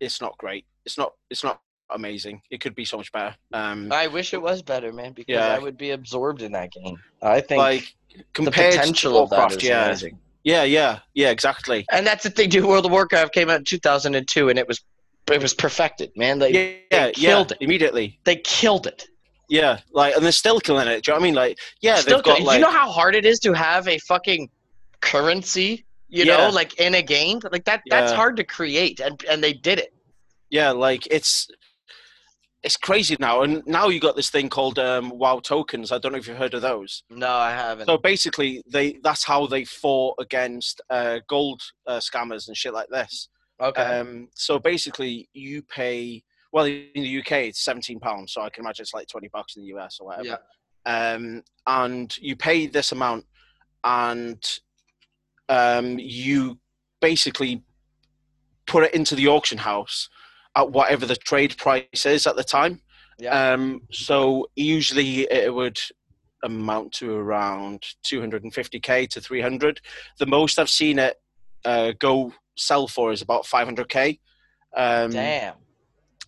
[SPEAKER 1] it's not great. It's not it's not amazing. It could be so much better. Um,
[SPEAKER 2] I wish it was better, man, because
[SPEAKER 1] Yeah.
[SPEAKER 2] I would be absorbed in that game. I think
[SPEAKER 1] like
[SPEAKER 2] the
[SPEAKER 1] compared
[SPEAKER 2] potential
[SPEAKER 1] to
[SPEAKER 2] of that
[SPEAKER 1] Warcraft,
[SPEAKER 2] is
[SPEAKER 1] yeah,
[SPEAKER 2] amazing.
[SPEAKER 1] yeah, yeah, yeah, exactly.
[SPEAKER 2] And that's the thing, dude. World of Warcraft came out in 2002, and it was it was perfected, man. Like
[SPEAKER 1] Yeah, yeah, yeah,
[SPEAKER 2] killed it.
[SPEAKER 1] immediately.
[SPEAKER 2] they killed it.
[SPEAKER 1] Yeah, like, and they're still killing it. Do you know what I mean? Like, yeah,
[SPEAKER 2] Still
[SPEAKER 1] they've got
[SPEAKER 2] kill-
[SPEAKER 1] like,
[SPEAKER 2] you know how hard it is to have a fucking currency, you
[SPEAKER 1] Yeah.
[SPEAKER 2] know, like in a game. Like that that's
[SPEAKER 1] Yeah.
[SPEAKER 2] hard to create, and and they did it.
[SPEAKER 1] yeah, like it's it's crazy now. And now you got this thing called um, WoW tokens. I don't know if you've heard of those.
[SPEAKER 2] No, I haven't.
[SPEAKER 1] So basically, they that's how they fought against uh, gold uh, scammers and shit like this.
[SPEAKER 2] okay.
[SPEAKER 1] Um, so basically, you pay. Well, in the UK, it's seventeen pounds. So I can imagine it's like twenty bucks in the US or whatever.
[SPEAKER 2] yeah.
[SPEAKER 1] um, and you pay this amount, and um, you basically put it into the auction house at whatever the trade price is at the time.
[SPEAKER 2] Yeah.
[SPEAKER 1] Um, so usually it would amount to around 250k to 300. The most I've seen it uh, go sell for is about 500k. Um,
[SPEAKER 2] Damn.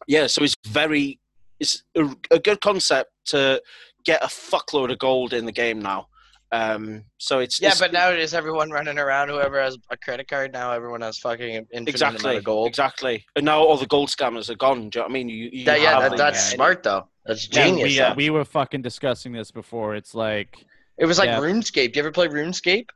[SPEAKER 1] yeah, so it's very it's a, a good concept to get a fuckload of gold in the game now. Um, so it's
[SPEAKER 2] Yeah,
[SPEAKER 1] it's-
[SPEAKER 2] but nowadays everyone running around. Whoever has a credit card now, everyone has fucking infinite amount
[SPEAKER 1] exactly
[SPEAKER 2] of gold.
[SPEAKER 1] exactly, and now all the gold scammers are gone. Do you know what I mean? You, you
[SPEAKER 2] That- yeah,
[SPEAKER 1] have
[SPEAKER 2] that,
[SPEAKER 1] them.
[SPEAKER 2] that's
[SPEAKER 3] man.
[SPEAKER 2] smart though. That's
[SPEAKER 1] Yeah,
[SPEAKER 2] <laughs> genius.
[SPEAKER 3] we, uh, we were fucking discussing this before. It's like
[SPEAKER 2] it was like
[SPEAKER 3] yeah.
[SPEAKER 2] RuneScape. Do you ever play RuneScape?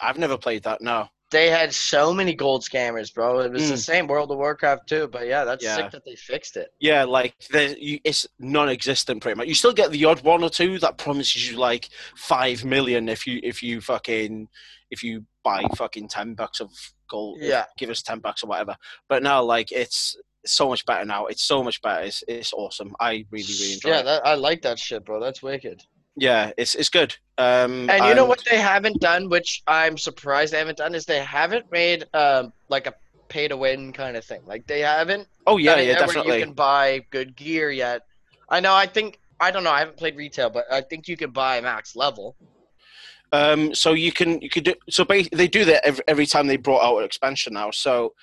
[SPEAKER 1] I've never played that. No,
[SPEAKER 2] They had so many gold scammers, bro. It was the
[SPEAKER 1] Mm.
[SPEAKER 2] same World of Warcraft too, but yeah, that's
[SPEAKER 1] Yeah.
[SPEAKER 2] sick that they fixed it.
[SPEAKER 1] yeah, like the, you, it's non-existent pretty much. You still get the odd one or two that promises you like five million if you if you fucking if you buy fucking ten bucks of gold.
[SPEAKER 2] Yeah.
[SPEAKER 1] give us ten bucks or whatever. But no, like it's so much better now. It's so much better. It's, it's awesome. I really really enjoy
[SPEAKER 2] yeah,
[SPEAKER 1] it.
[SPEAKER 2] that, I like that shit, bro. That's wicked.
[SPEAKER 1] yeah, it's it's good. Um,
[SPEAKER 2] And you know what they haven't done, which I'm surprised they haven't done, is they haven't made um like a pay to win kind of thing. Like they haven't.
[SPEAKER 1] Oh yeah,
[SPEAKER 2] done it
[SPEAKER 1] yeah,
[SPEAKER 2] yet where
[SPEAKER 1] definitely.
[SPEAKER 2] You can buy good gear yet. I know. I think I don't know. I haven't played retail, but I think you can buy max level.
[SPEAKER 1] Um, so you can you could do so. Ba- they do that every, every time they brought out an expansion now. So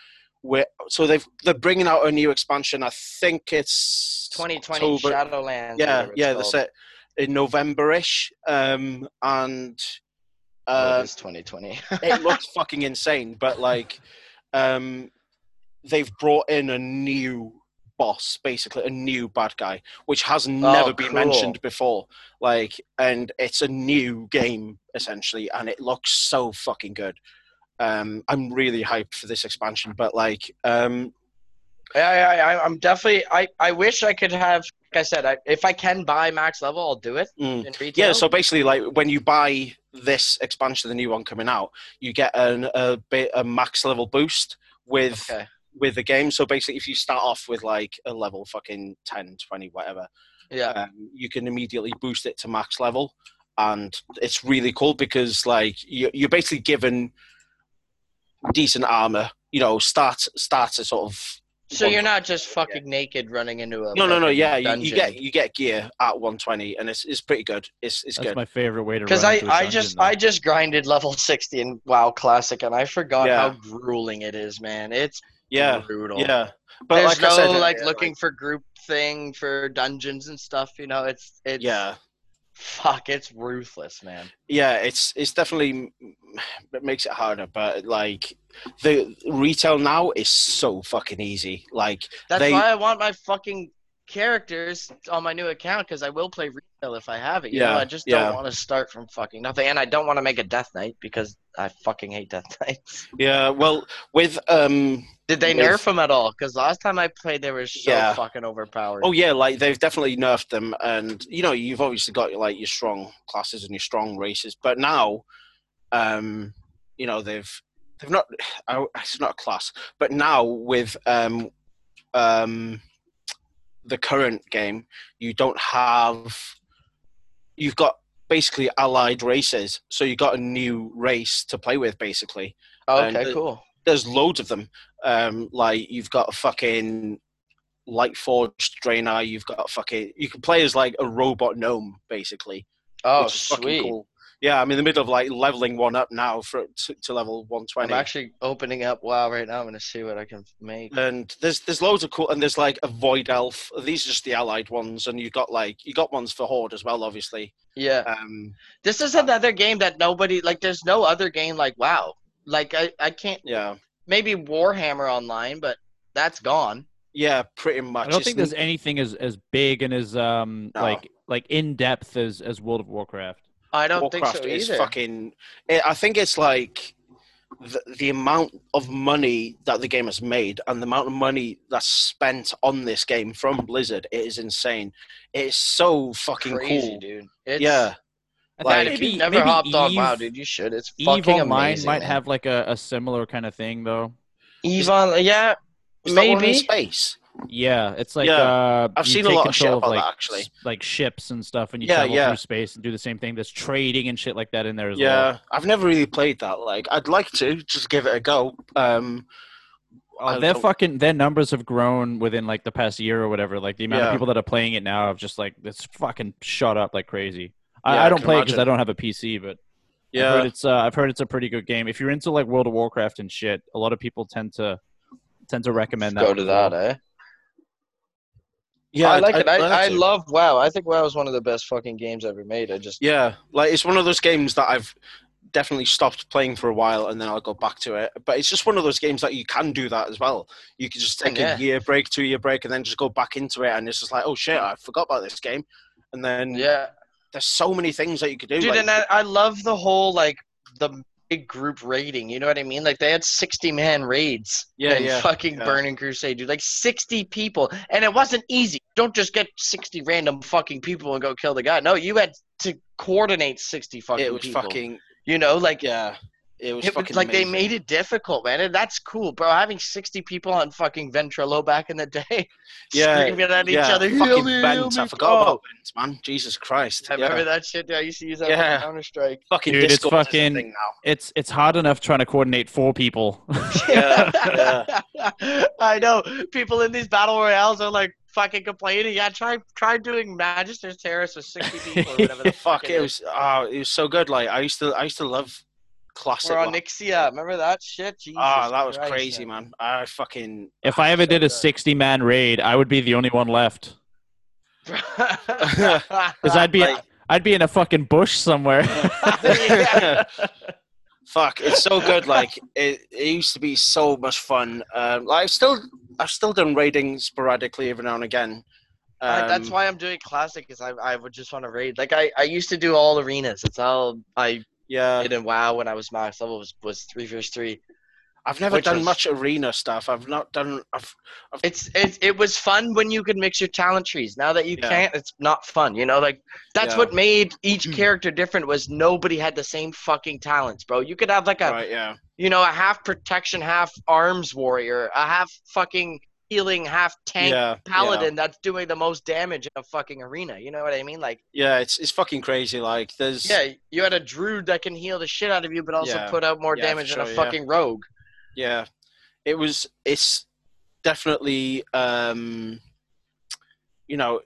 [SPEAKER 1] we're so they've they're bringing out a new expansion. I think it's
[SPEAKER 2] 2020
[SPEAKER 1] October-
[SPEAKER 2] Shadowlands. or
[SPEAKER 1] Yeah,
[SPEAKER 2] whatever it's
[SPEAKER 1] yeah,
[SPEAKER 2] called.
[SPEAKER 1] that's it. In November-ish, um, and
[SPEAKER 2] Oh, it
[SPEAKER 1] uh,
[SPEAKER 2] is <laughs> 2020.
[SPEAKER 1] it looks fucking insane. But like, um, they've brought in a new boss, basically a new bad guy, which has never been
[SPEAKER 2] cool.
[SPEAKER 1] mentioned before. Like, and it's a new game essentially, and it looks so fucking good. Um, I'm really hyped for this expansion, but like, um,
[SPEAKER 2] Yeah, I, I, I'm definitely. I, I wish I could have. Like I said, I, if I can buy max level, I'll do it
[SPEAKER 1] mm.
[SPEAKER 2] in retail.
[SPEAKER 1] yeah. So basically, like when you buy this expansion, the new one coming out, you get an, a bit a max level boost with
[SPEAKER 2] okay.
[SPEAKER 1] with the game. So basically, if you start off with like a level fucking 10, 20, whatever,
[SPEAKER 2] Yeah.
[SPEAKER 1] um, you can immediately boost it to max level. And it's really cool because like you, you're basically given decent armor, you know, start, start to sort of.
[SPEAKER 2] So you're not just fucking naked running into a.
[SPEAKER 1] No, no, no.
[SPEAKER 2] fucking
[SPEAKER 1] Yeah, you, you
[SPEAKER 2] dungeon.
[SPEAKER 1] get you get gear at 120, and it's it's pretty good. It's it's
[SPEAKER 3] That's
[SPEAKER 1] good.
[SPEAKER 3] my favorite way to.
[SPEAKER 2] Because I,
[SPEAKER 3] run into a
[SPEAKER 2] I
[SPEAKER 3] dungeon,
[SPEAKER 2] just
[SPEAKER 3] though.
[SPEAKER 2] I just grinded level 60 in WoW Classic and I forgot
[SPEAKER 1] Yeah.
[SPEAKER 2] how grueling it is, man. It's
[SPEAKER 1] yeah,
[SPEAKER 2] brutal.
[SPEAKER 1] yeah. But
[SPEAKER 2] There's
[SPEAKER 1] like
[SPEAKER 2] no
[SPEAKER 1] I said,
[SPEAKER 2] like
[SPEAKER 1] yeah,
[SPEAKER 2] looking for group thing for dungeons and stuff. You know, it's it's
[SPEAKER 1] yeah.
[SPEAKER 2] fuck, it's ruthless, man.
[SPEAKER 1] yeah it's it's definitely it makes it harder but like the retail now is so fucking easy like
[SPEAKER 2] That's
[SPEAKER 1] They-
[SPEAKER 2] why I want my fucking characters on my new account because I will play retail if I have it. You
[SPEAKER 1] Yeah,
[SPEAKER 2] know, I just
[SPEAKER 1] yeah.
[SPEAKER 2] don't want to start from fucking nothing, and I don't want to make a death knight because I fucking hate death knights.
[SPEAKER 1] yeah well with um
[SPEAKER 2] Did they
[SPEAKER 1] Yes.
[SPEAKER 2] nerf them at all? Because last time I played, they were so
[SPEAKER 1] Yeah.
[SPEAKER 2] fucking overpowered.
[SPEAKER 1] oh yeah like they've definitely nerfed them and you know you've obviously got like your strong classes and your strong races but now um you know they've they've not <sighs> I- it's not a class but now with um um the current game you don't have you've got basically allied races so you've got a new race to play with basically and
[SPEAKER 2] Oh, okay,
[SPEAKER 1] the-
[SPEAKER 2] cool.
[SPEAKER 1] there's loads of them um like you've got a fucking light forged draenei you've got fucking you can play as like a robot gnome basically
[SPEAKER 2] Oh,
[SPEAKER 1] which is fucking
[SPEAKER 2] sweet.
[SPEAKER 1] cool yeah i'm in the middle of like leveling one up now for to, to level 120
[SPEAKER 2] I'm actually opening up WoW right now. I'm gonna see what I can make.
[SPEAKER 1] and there's there's loads of cool and there's like a void elf these are just the allied ones and you got like you got ones for horde as well obviously
[SPEAKER 2] Yeah,
[SPEAKER 1] um
[SPEAKER 2] this is another game that nobody like. There's no other game like WoW. Like I, I can't.
[SPEAKER 1] yeah
[SPEAKER 2] Maybe Warhammer Online, but that's gone.
[SPEAKER 1] yeah pretty much
[SPEAKER 3] I don't
[SPEAKER 1] It's
[SPEAKER 3] think there's
[SPEAKER 1] n-
[SPEAKER 3] anything as as big and as um
[SPEAKER 1] No.
[SPEAKER 3] like like in depth as as World of Warcraft.
[SPEAKER 2] I don't
[SPEAKER 1] warcraft
[SPEAKER 2] think so
[SPEAKER 1] is
[SPEAKER 2] either.
[SPEAKER 1] fucking it, i think it's like the, the amount of money that the game has made and the amount of money that's spent on this game from blizzard it is insane it's so fucking
[SPEAKER 2] Crazy,
[SPEAKER 1] cool
[SPEAKER 2] dude. It's,
[SPEAKER 1] yeah
[SPEAKER 3] I
[SPEAKER 1] Like-
[SPEAKER 2] Man,
[SPEAKER 3] think
[SPEAKER 2] if you've never hopped on WoW, dude, you should. It's
[SPEAKER 3] Eve
[SPEAKER 2] fucking
[SPEAKER 3] Online
[SPEAKER 2] amazing.
[SPEAKER 3] might
[SPEAKER 2] man.
[SPEAKER 3] have like a, a similar kind of thing though.
[SPEAKER 2] Eve on, yeah,
[SPEAKER 1] Is that one in
[SPEAKER 2] maybe.
[SPEAKER 1] space
[SPEAKER 3] Yeah, it's like
[SPEAKER 1] Yeah.
[SPEAKER 3] uh,
[SPEAKER 1] I've
[SPEAKER 3] you
[SPEAKER 1] seen a
[SPEAKER 3] take
[SPEAKER 1] lot of shit
[SPEAKER 3] control
[SPEAKER 1] about
[SPEAKER 3] like,
[SPEAKER 1] that, actually.
[SPEAKER 3] s- like ships and stuff, and you
[SPEAKER 1] Yeah,
[SPEAKER 3] travel
[SPEAKER 1] yeah.
[SPEAKER 3] through space and do the same thing. There's trading and shit like that in there as well.
[SPEAKER 1] yeah i've never really played that like i'd like to just give it a go um I
[SPEAKER 3] Uh, their
[SPEAKER 1] don't-
[SPEAKER 3] fucking their numbers have grown within like the past year or whatever. Like the amount
[SPEAKER 1] Yeah.
[SPEAKER 3] of people that are playing it now have just like it's fucking shot up like crazy. I,
[SPEAKER 1] Yeah,
[SPEAKER 3] I
[SPEAKER 1] I
[SPEAKER 3] don't
[SPEAKER 1] can
[SPEAKER 3] play it because I
[SPEAKER 1] imagine.
[SPEAKER 3] don't have a PC, but I've
[SPEAKER 1] yeah
[SPEAKER 3] heard it's uh, I've heard it's a pretty good game. If you're into like World of Warcraft and shit, a lot of people tend to tend to recommend that.
[SPEAKER 2] Go
[SPEAKER 3] one
[SPEAKER 2] to
[SPEAKER 3] as
[SPEAKER 2] that,
[SPEAKER 3] well.
[SPEAKER 2] eh?
[SPEAKER 1] yeah
[SPEAKER 2] I like it.
[SPEAKER 1] I'd
[SPEAKER 2] I, I
[SPEAKER 1] to.
[SPEAKER 2] love WoW. I think WoW is one of the best fucking games ever made. I just
[SPEAKER 1] Yeah, like it's one of those games that I've definitely stopped playing for a while and then I'll go back to it. But it's just one of those games that you can do that as well. You can just take
[SPEAKER 2] Yeah.
[SPEAKER 1] a year break, two year break, and then just go back into it. And it's just like, oh shit, I forgot about this game. And then
[SPEAKER 2] yeah,
[SPEAKER 1] there's so many things that you could do.
[SPEAKER 2] Mm. dude,
[SPEAKER 1] like-
[SPEAKER 2] and I, I love the whole like the big group raiding. You know what I mean? Like they had sixty man raids.
[SPEAKER 1] Yeah,
[SPEAKER 2] in
[SPEAKER 1] yeah,
[SPEAKER 2] Fucking
[SPEAKER 1] yeah.
[SPEAKER 2] Burning Crusade, dude. Like sixty people, and it wasn't easy. You don't just get sixty random fucking people and go kill the guy. No, you had to coordinate sixty fucking
[SPEAKER 1] it was
[SPEAKER 2] people.
[SPEAKER 1] fucking
[SPEAKER 2] You know, like
[SPEAKER 1] yeah, It was
[SPEAKER 2] It was
[SPEAKER 1] fucking
[SPEAKER 2] like
[SPEAKER 1] amazing.
[SPEAKER 2] they made it difficult, man. And that's cool, bro. Having 60 people on fucking Ventrilo back in the day, <laughs>
[SPEAKER 1] Yeah,
[SPEAKER 2] screaming at each
[SPEAKER 1] yeah,
[SPEAKER 2] other.
[SPEAKER 1] Fucking
[SPEAKER 2] "Heal me, heal
[SPEAKER 1] Bent.
[SPEAKER 2] me."
[SPEAKER 1] I forgot
[SPEAKER 2] Oh,
[SPEAKER 1] about Bent, man. Jesus Christ.
[SPEAKER 2] I
[SPEAKER 1] Yeah.
[SPEAKER 2] remember that shit. dude. I used to use that
[SPEAKER 1] Yeah.
[SPEAKER 2] on Counter Strike.
[SPEAKER 1] Fucking
[SPEAKER 3] Dude, it's
[SPEAKER 1] Discord is a
[SPEAKER 3] fucking-
[SPEAKER 1] thing now.
[SPEAKER 3] It's it's hard enough trying to coordinate four people. <laughs>
[SPEAKER 1] Yeah, <laughs> <laughs> yeah.
[SPEAKER 2] <laughs> I know people in these battle royales are like fucking complaining. Yeah, try try doing Magister's Terrace with 60 people or whatever the
[SPEAKER 1] <laughs>
[SPEAKER 2] fuck.
[SPEAKER 1] Fuck, it was oh, it was so good. Like I used to, I used to love classic.
[SPEAKER 2] We're on
[SPEAKER 1] like-
[SPEAKER 2] Nixia. Remember that shit? Jesus
[SPEAKER 1] Ah, that was
[SPEAKER 2] Christ,
[SPEAKER 1] crazy,
[SPEAKER 2] <laughs>
[SPEAKER 1] man. <laughs> I fucking
[SPEAKER 3] if I ever
[SPEAKER 2] So
[SPEAKER 3] did a
[SPEAKER 2] good.
[SPEAKER 3] sixty man raid, I would be the only one left. Because I'd be
[SPEAKER 1] Like-
[SPEAKER 3] I'd be in a fucking bush
[SPEAKER 2] <laughs>
[SPEAKER 3] somewhere.
[SPEAKER 2] Yeah.
[SPEAKER 1] <laughs> fuck. It's so good. Like it, it used to be so much fun. Um, like I've still, I've still done raiding sporadically every now and again.
[SPEAKER 2] Uh, that's
[SPEAKER 1] Um,
[SPEAKER 2] why I'm doing classic is I, I would just want to raid. Like I, I used to do all arenas. It's all I
[SPEAKER 1] Yeah,
[SPEAKER 2] did in WoW when I was max level was, was three versus three.
[SPEAKER 1] I've never
[SPEAKER 2] which
[SPEAKER 1] done
[SPEAKER 2] was-
[SPEAKER 1] much arena stuff. I've not done. I've,
[SPEAKER 2] It's it, it was fun when you could mix your talent trees. Now that you
[SPEAKER 1] Yeah.
[SPEAKER 2] can't, it's not fun. You know, like that's
[SPEAKER 1] Yeah.
[SPEAKER 2] what made each character different was nobody had the same fucking talents, bro. You could have like a
[SPEAKER 1] Right, yeah,
[SPEAKER 2] you know a half protection, half arms warrior, a half fucking healing, half tank
[SPEAKER 1] yeah,
[SPEAKER 2] paladin that's doing the most damage in a fucking arena. You know what I mean? Like.
[SPEAKER 1] Yeah, yeah, it's it's fucking crazy. Like there's yeah,
[SPEAKER 2] Yeah, you had a druid that can heal the shit out of you, but also
[SPEAKER 1] Yeah.
[SPEAKER 2] put out more
[SPEAKER 1] Yeah, for
[SPEAKER 2] damage than
[SPEAKER 1] sure,
[SPEAKER 2] a
[SPEAKER 1] yeah.
[SPEAKER 2] fucking rogue.
[SPEAKER 1] yeah. It was it's definitely um you know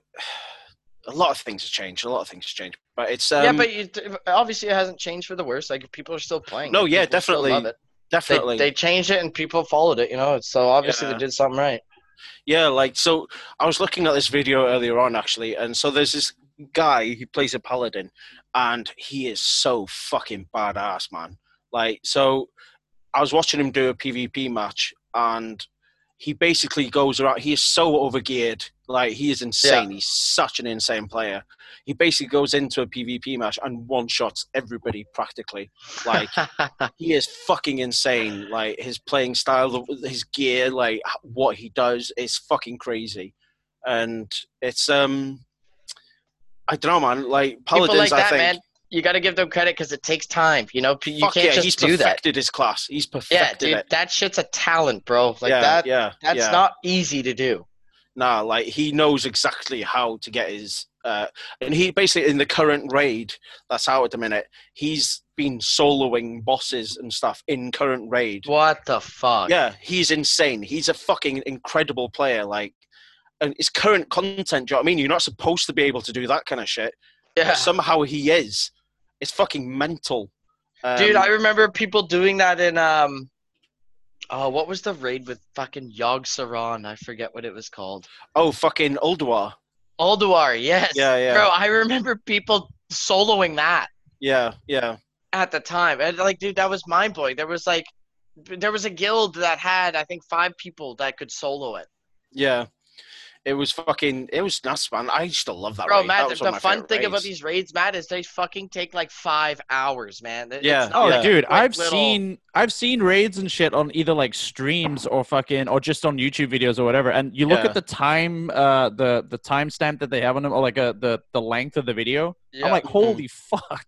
[SPEAKER 1] <sighs> a lot of things have changed. A lot of things have changed, but it's um,
[SPEAKER 2] yeah, but you, obviously it hasn't changed for the worse. Like people are still playing.
[SPEAKER 1] No,
[SPEAKER 2] Like,
[SPEAKER 1] yeah,
[SPEAKER 2] people still
[SPEAKER 1] definitely,
[SPEAKER 2] love it. They,
[SPEAKER 1] definitely
[SPEAKER 2] they changed it and people followed it. You know, so obviously
[SPEAKER 1] Yeah.
[SPEAKER 2] they did something right.
[SPEAKER 1] Yeah, like so I was looking at this video earlier on actually, and so there's this guy who plays a paladin and he is so fucking badass, man. Like so I was watching him do a PvP match and he basically goes around he is so overgeared. Like he is insane. He's such an insane player. He basically goes into a PvP match and one shots everybody practically. <laughs>
[SPEAKER 2] <laughs>
[SPEAKER 1] Like he is fucking insane. Like his playing style, the- his gear, like h- what he does is fucking crazy, and it's um, I don't know, man. Like
[SPEAKER 2] people
[SPEAKER 1] paladins,
[SPEAKER 2] like that,
[SPEAKER 1] I think.
[SPEAKER 2] man. You got to give them credit because it takes time. You know, P- you
[SPEAKER 1] fuck
[SPEAKER 2] can't
[SPEAKER 1] yeah,
[SPEAKER 2] just
[SPEAKER 1] he's
[SPEAKER 2] do that.
[SPEAKER 1] perfected his class. He's
[SPEAKER 2] Yeah,
[SPEAKER 1] perfected
[SPEAKER 2] dude,
[SPEAKER 1] it.
[SPEAKER 2] that shit's a talent, bro. Like
[SPEAKER 1] yeah,
[SPEAKER 2] that.
[SPEAKER 1] yeah,
[SPEAKER 2] That's
[SPEAKER 1] yeah.
[SPEAKER 2] not easy to do.
[SPEAKER 1] Nah, like he knows exactly how to get his. Uh, and he basically in the current raid that's out at the minute, he's been soloing bosses and stuff in current raid.
[SPEAKER 2] What the fuck?
[SPEAKER 1] Yeah, he's insane. He's a fucking incredible player. Like, and it's current content. Do you know what I mean? You're not supposed to be able to do that kind of shit.
[SPEAKER 2] yeah.
[SPEAKER 1] But somehow he is. It's fucking mental. Um,
[SPEAKER 2] Dude, I remember people doing that in um Oh, what was the raid with fucking Yog Saron? I forget what it was called.
[SPEAKER 1] oh fucking Ulduar.
[SPEAKER 2] Alduar, yes.
[SPEAKER 1] Yeah, yeah.
[SPEAKER 2] Bro, I remember people soloing that
[SPEAKER 1] Yeah, yeah,
[SPEAKER 2] at the time. And like, dude, that was mind blowing. There was like there was a guild that had I think five people that could solo it.
[SPEAKER 1] yeah. It was fucking. It was nuts, man. I used to love that.
[SPEAKER 2] Bro,
[SPEAKER 1] raid.
[SPEAKER 2] Matt,
[SPEAKER 1] that
[SPEAKER 2] the,
[SPEAKER 1] was one of
[SPEAKER 2] the
[SPEAKER 1] my
[SPEAKER 2] fun
[SPEAKER 1] favorite
[SPEAKER 2] thing about
[SPEAKER 1] raids.
[SPEAKER 2] these raids, Matt, is they fucking take like five hours, man. It- it's
[SPEAKER 1] Yeah,
[SPEAKER 2] not
[SPEAKER 3] Oh,
[SPEAKER 1] yeah.
[SPEAKER 2] like
[SPEAKER 3] dude,
[SPEAKER 2] quick
[SPEAKER 3] I've
[SPEAKER 2] little-
[SPEAKER 3] seen I've seen raids and shit on either like streams or fucking or just on YouTube videos or whatever. And you look
[SPEAKER 1] Yeah.
[SPEAKER 3] at the time, uh, the the timestamp that they have on them, or like uh the the length of the video.
[SPEAKER 2] Yeah. Mm-hmm.
[SPEAKER 3] I'm like, holy fuck!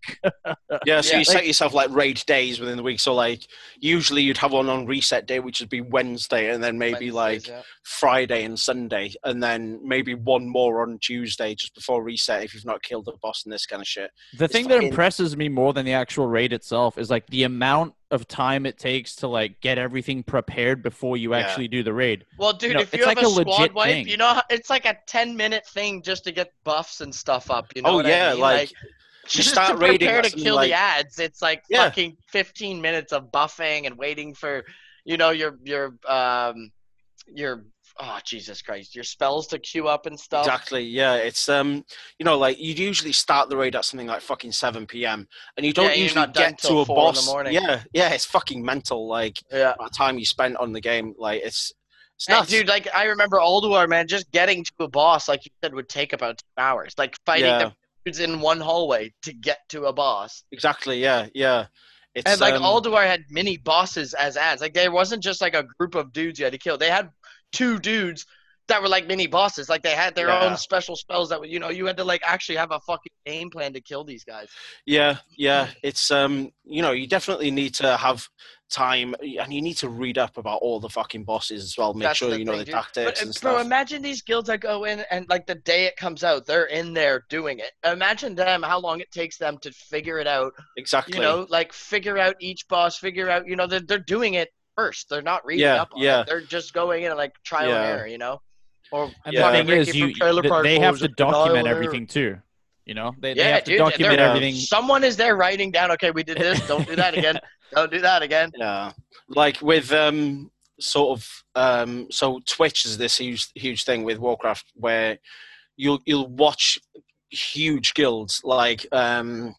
[SPEAKER 1] Yeah, so
[SPEAKER 2] Yeah,
[SPEAKER 1] you
[SPEAKER 3] like-
[SPEAKER 1] set yourself like raid days within the week. So like, usually you'd have one on reset day, which would be Wednesday, and then maybe
[SPEAKER 2] Wednesdays,
[SPEAKER 1] like
[SPEAKER 2] yeah.
[SPEAKER 1] Friday and Sunday, and then maybe one more on Tuesday just before reset if you've not killed the boss and this kind of shit.
[SPEAKER 3] The
[SPEAKER 1] It's
[SPEAKER 3] thing that
[SPEAKER 1] fucking-
[SPEAKER 3] impresses me more than the actual raid itself is like the amount of time it takes to like get everything prepared before you
[SPEAKER 1] Yeah.
[SPEAKER 3] actually do the raid.
[SPEAKER 2] Well, dude,
[SPEAKER 3] know,
[SPEAKER 2] if you
[SPEAKER 3] it's
[SPEAKER 2] have
[SPEAKER 3] like
[SPEAKER 2] a,
[SPEAKER 3] a legit
[SPEAKER 2] squad wipe,
[SPEAKER 3] thing.
[SPEAKER 2] you know how- it's like a ten-minute thing just to get buffs and stuff up. You know?
[SPEAKER 1] oh
[SPEAKER 2] what
[SPEAKER 1] yeah,
[SPEAKER 2] I mean?
[SPEAKER 1] like, you
[SPEAKER 2] just
[SPEAKER 1] start
[SPEAKER 2] to prepare
[SPEAKER 1] raiding
[SPEAKER 2] to
[SPEAKER 1] us and,
[SPEAKER 2] kill
[SPEAKER 1] like-
[SPEAKER 2] the ads. It's like
[SPEAKER 1] Yeah.
[SPEAKER 2] fucking fifteen minutes of buffing and waiting for, you know, your your um your oh Jesus Christ, your spells to queue up and stuff.
[SPEAKER 1] exactly. Yeah, it's um, you know, like you'd usually start the raid at something like fucking seven p.m. and you
[SPEAKER 2] Yeah,
[SPEAKER 1] don't
[SPEAKER 2] you're
[SPEAKER 1] usually
[SPEAKER 2] not done
[SPEAKER 1] get
[SPEAKER 2] till
[SPEAKER 1] to a
[SPEAKER 2] four in the
[SPEAKER 1] boss.
[SPEAKER 2] morning.
[SPEAKER 1] Yeah, yeah, it's fucking mental. Like
[SPEAKER 2] Yeah.
[SPEAKER 1] the time you spent on the game, like it's it's
[SPEAKER 2] And
[SPEAKER 1] nuts.
[SPEAKER 2] dude, like I remember Alduar, man, just getting to a boss, like you said, would take about two hours. Like fighting
[SPEAKER 1] Yeah.
[SPEAKER 2] the dudes in one hallway to get to a boss.
[SPEAKER 1] Exactly. Yeah, yeah. It's
[SPEAKER 2] And like
[SPEAKER 1] um,
[SPEAKER 2] Alduar had mini bosses as ads. Like there wasn't just like a group of dudes you had to kill. They had two dudes that were like mini bosses. Like they had their
[SPEAKER 1] Yeah.
[SPEAKER 2] own special spells that were, you know you had to like actually have a fucking game plan to kill these guys.
[SPEAKER 1] Yeah, yeah. It's um, you know, you definitely need to have time, and you need to read up about all the fucking bosses as well. Make
[SPEAKER 2] That's
[SPEAKER 1] sure
[SPEAKER 2] the
[SPEAKER 1] you know
[SPEAKER 2] thing,
[SPEAKER 1] the
[SPEAKER 2] dude.
[SPEAKER 1] tactics
[SPEAKER 2] But, uh,
[SPEAKER 1] and
[SPEAKER 2] bro,
[SPEAKER 1] stuff.
[SPEAKER 2] imagine these guilds that go in and like the day it comes out, they're in there doing it. Imagine them how long it takes them to figure it out.
[SPEAKER 1] exactly.
[SPEAKER 2] You know, like figure out each boss, figure out. You know, they're they're doing it first. They're not reading
[SPEAKER 1] Yeah,
[SPEAKER 2] up. On
[SPEAKER 1] yeah.
[SPEAKER 2] It. They're just going in and like trial
[SPEAKER 1] Yeah.
[SPEAKER 2] and error. You know. Or
[SPEAKER 3] And
[SPEAKER 1] Yeah.
[SPEAKER 3] the
[SPEAKER 2] fucking
[SPEAKER 3] thing is,
[SPEAKER 2] Ricky from
[SPEAKER 3] you
[SPEAKER 2] Trailer
[SPEAKER 3] th-
[SPEAKER 2] Park
[SPEAKER 3] they have
[SPEAKER 2] Boys
[SPEAKER 3] to
[SPEAKER 2] is trial and
[SPEAKER 3] document
[SPEAKER 2] error.
[SPEAKER 3] everything too. You know, they, they
[SPEAKER 2] Yeah,
[SPEAKER 3] have to
[SPEAKER 2] dude, they're-
[SPEAKER 3] document
[SPEAKER 1] they're-
[SPEAKER 3] everything.
[SPEAKER 2] Someone is there writing down. Okay, we did this. Don't do
[SPEAKER 1] <laughs>
[SPEAKER 2] that again. Don't do that again.
[SPEAKER 1] Yeah, like with um, sort of um, so Twitch is this huge huge thing with Warcraft where you'll you'll watch huge guilds like um,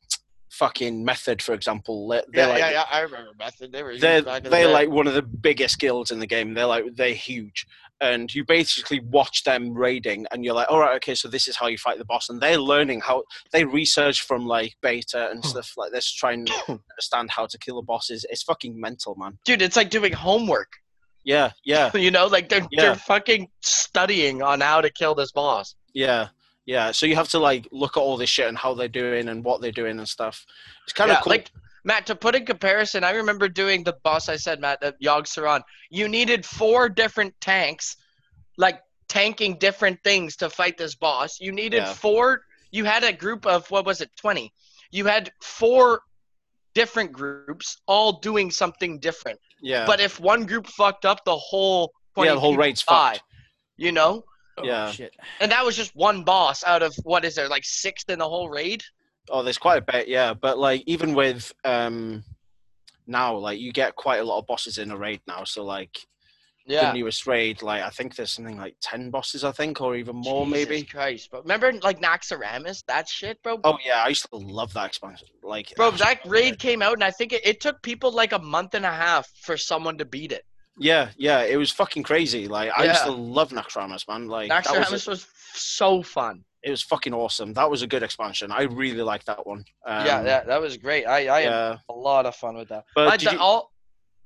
[SPEAKER 1] fucking Method for example. They're
[SPEAKER 2] Yeah,
[SPEAKER 1] like
[SPEAKER 2] yeah, yeah, I remember Method. They were huge
[SPEAKER 1] they're
[SPEAKER 2] back in the
[SPEAKER 1] they're
[SPEAKER 2] day.
[SPEAKER 1] like one of the biggest guilds in the game. They're like they're huge, and you basically watch them raiding, and you're like, all right, okay, so this is how you fight the boss, and they're learning how they research from like beta
[SPEAKER 2] Hmm.
[SPEAKER 1] and stuff like this, to try
[SPEAKER 2] <coughs>
[SPEAKER 1] and understand how to kill the bosses. It's fucking mental, man.
[SPEAKER 2] dude, it's like doing homework.
[SPEAKER 1] Yeah, yeah,
[SPEAKER 2] <laughs> You know, like they're
[SPEAKER 1] Yeah.
[SPEAKER 2] they're fucking studying on how to kill this boss.
[SPEAKER 1] yeah, yeah. So you have to like look at all this shit and how they're doing and what they're doing and stuff. It's kind
[SPEAKER 2] Yeah,
[SPEAKER 1] of cool.
[SPEAKER 2] Like Matt, to put in comparison, I remember doing the boss I said, Matt, that Yogg Saron. You needed four different tanks, like tanking different things to fight this boss. You needed
[SPEAKER 1] Yeah.
[SPEAKER 2] four. You had a group of what was it, twenty? You had four different groups all doing something different.
[SPEAKER 1] yeah,
[SPEAKER 2] But if one group fucked up, the whole
[SPEAKER 1] yeah,
[SPEAKER 2] 20
[SPEAKER 1] the whole
[SPEAKER 2] people
[SPEAKER 1] raid's
[SPEAKER 2] die,
[SPEAKER 1] fucked.
[SPEAKER 2] You know,
[SPEAKER 1] Yeah.
[SPEAKER 3] shit.
[SPEAKER 2] and that was just one boss out of what is there, like sixth in the whole raid.
[SPEAKER 1] Oh, there's quite a bit, yeah. But like even with um now, like you get quite a lot of bosses in a raid now. So like
[SPEAKER 2] Yeah.
[SPEAKER 1] the newest raid, like I think there's something like ten bosses, I think, or even more
[SPEAKER 2] Jesus
[SPEAKER 1] maybe.
[SPEAKER 2] Christ, bro. Remember like Naxxramas, that shit, bro.
[SPEAKER 1] Oh yeah, I used to love that expansion. Like
[SPEAKER 2] Bro,
[SPEAKER 1] ah,
[SPEAKER 2] that raid came out, and I think it, it took people like a month and a half for someone to beat it.
[SPEAKER 1] Yeah, yeah, it was fucking crazy. Like I used
[SPEAKER 2] Yeah.
[SPEAKER 1] to love Nakramas, man. Like that
[SPEAKER 2] Naxxramas
[SPEAKER 1] was
[SPEAKER 2] was, so fun.
[SPEAKER 1] it was fucking awesome. That was a good expansion. I really liked that one. Um,
[SPEAKER 2] yeah, yeah, that was great. I, I had
[SPEAKER 1] yeah.
[SPEAKER 2] a lot of fun with that. I
[SPEAKER 1] But did
[SPEAKER 2] done
[SPEAKER 1] you,
[SPEAKER 2] all.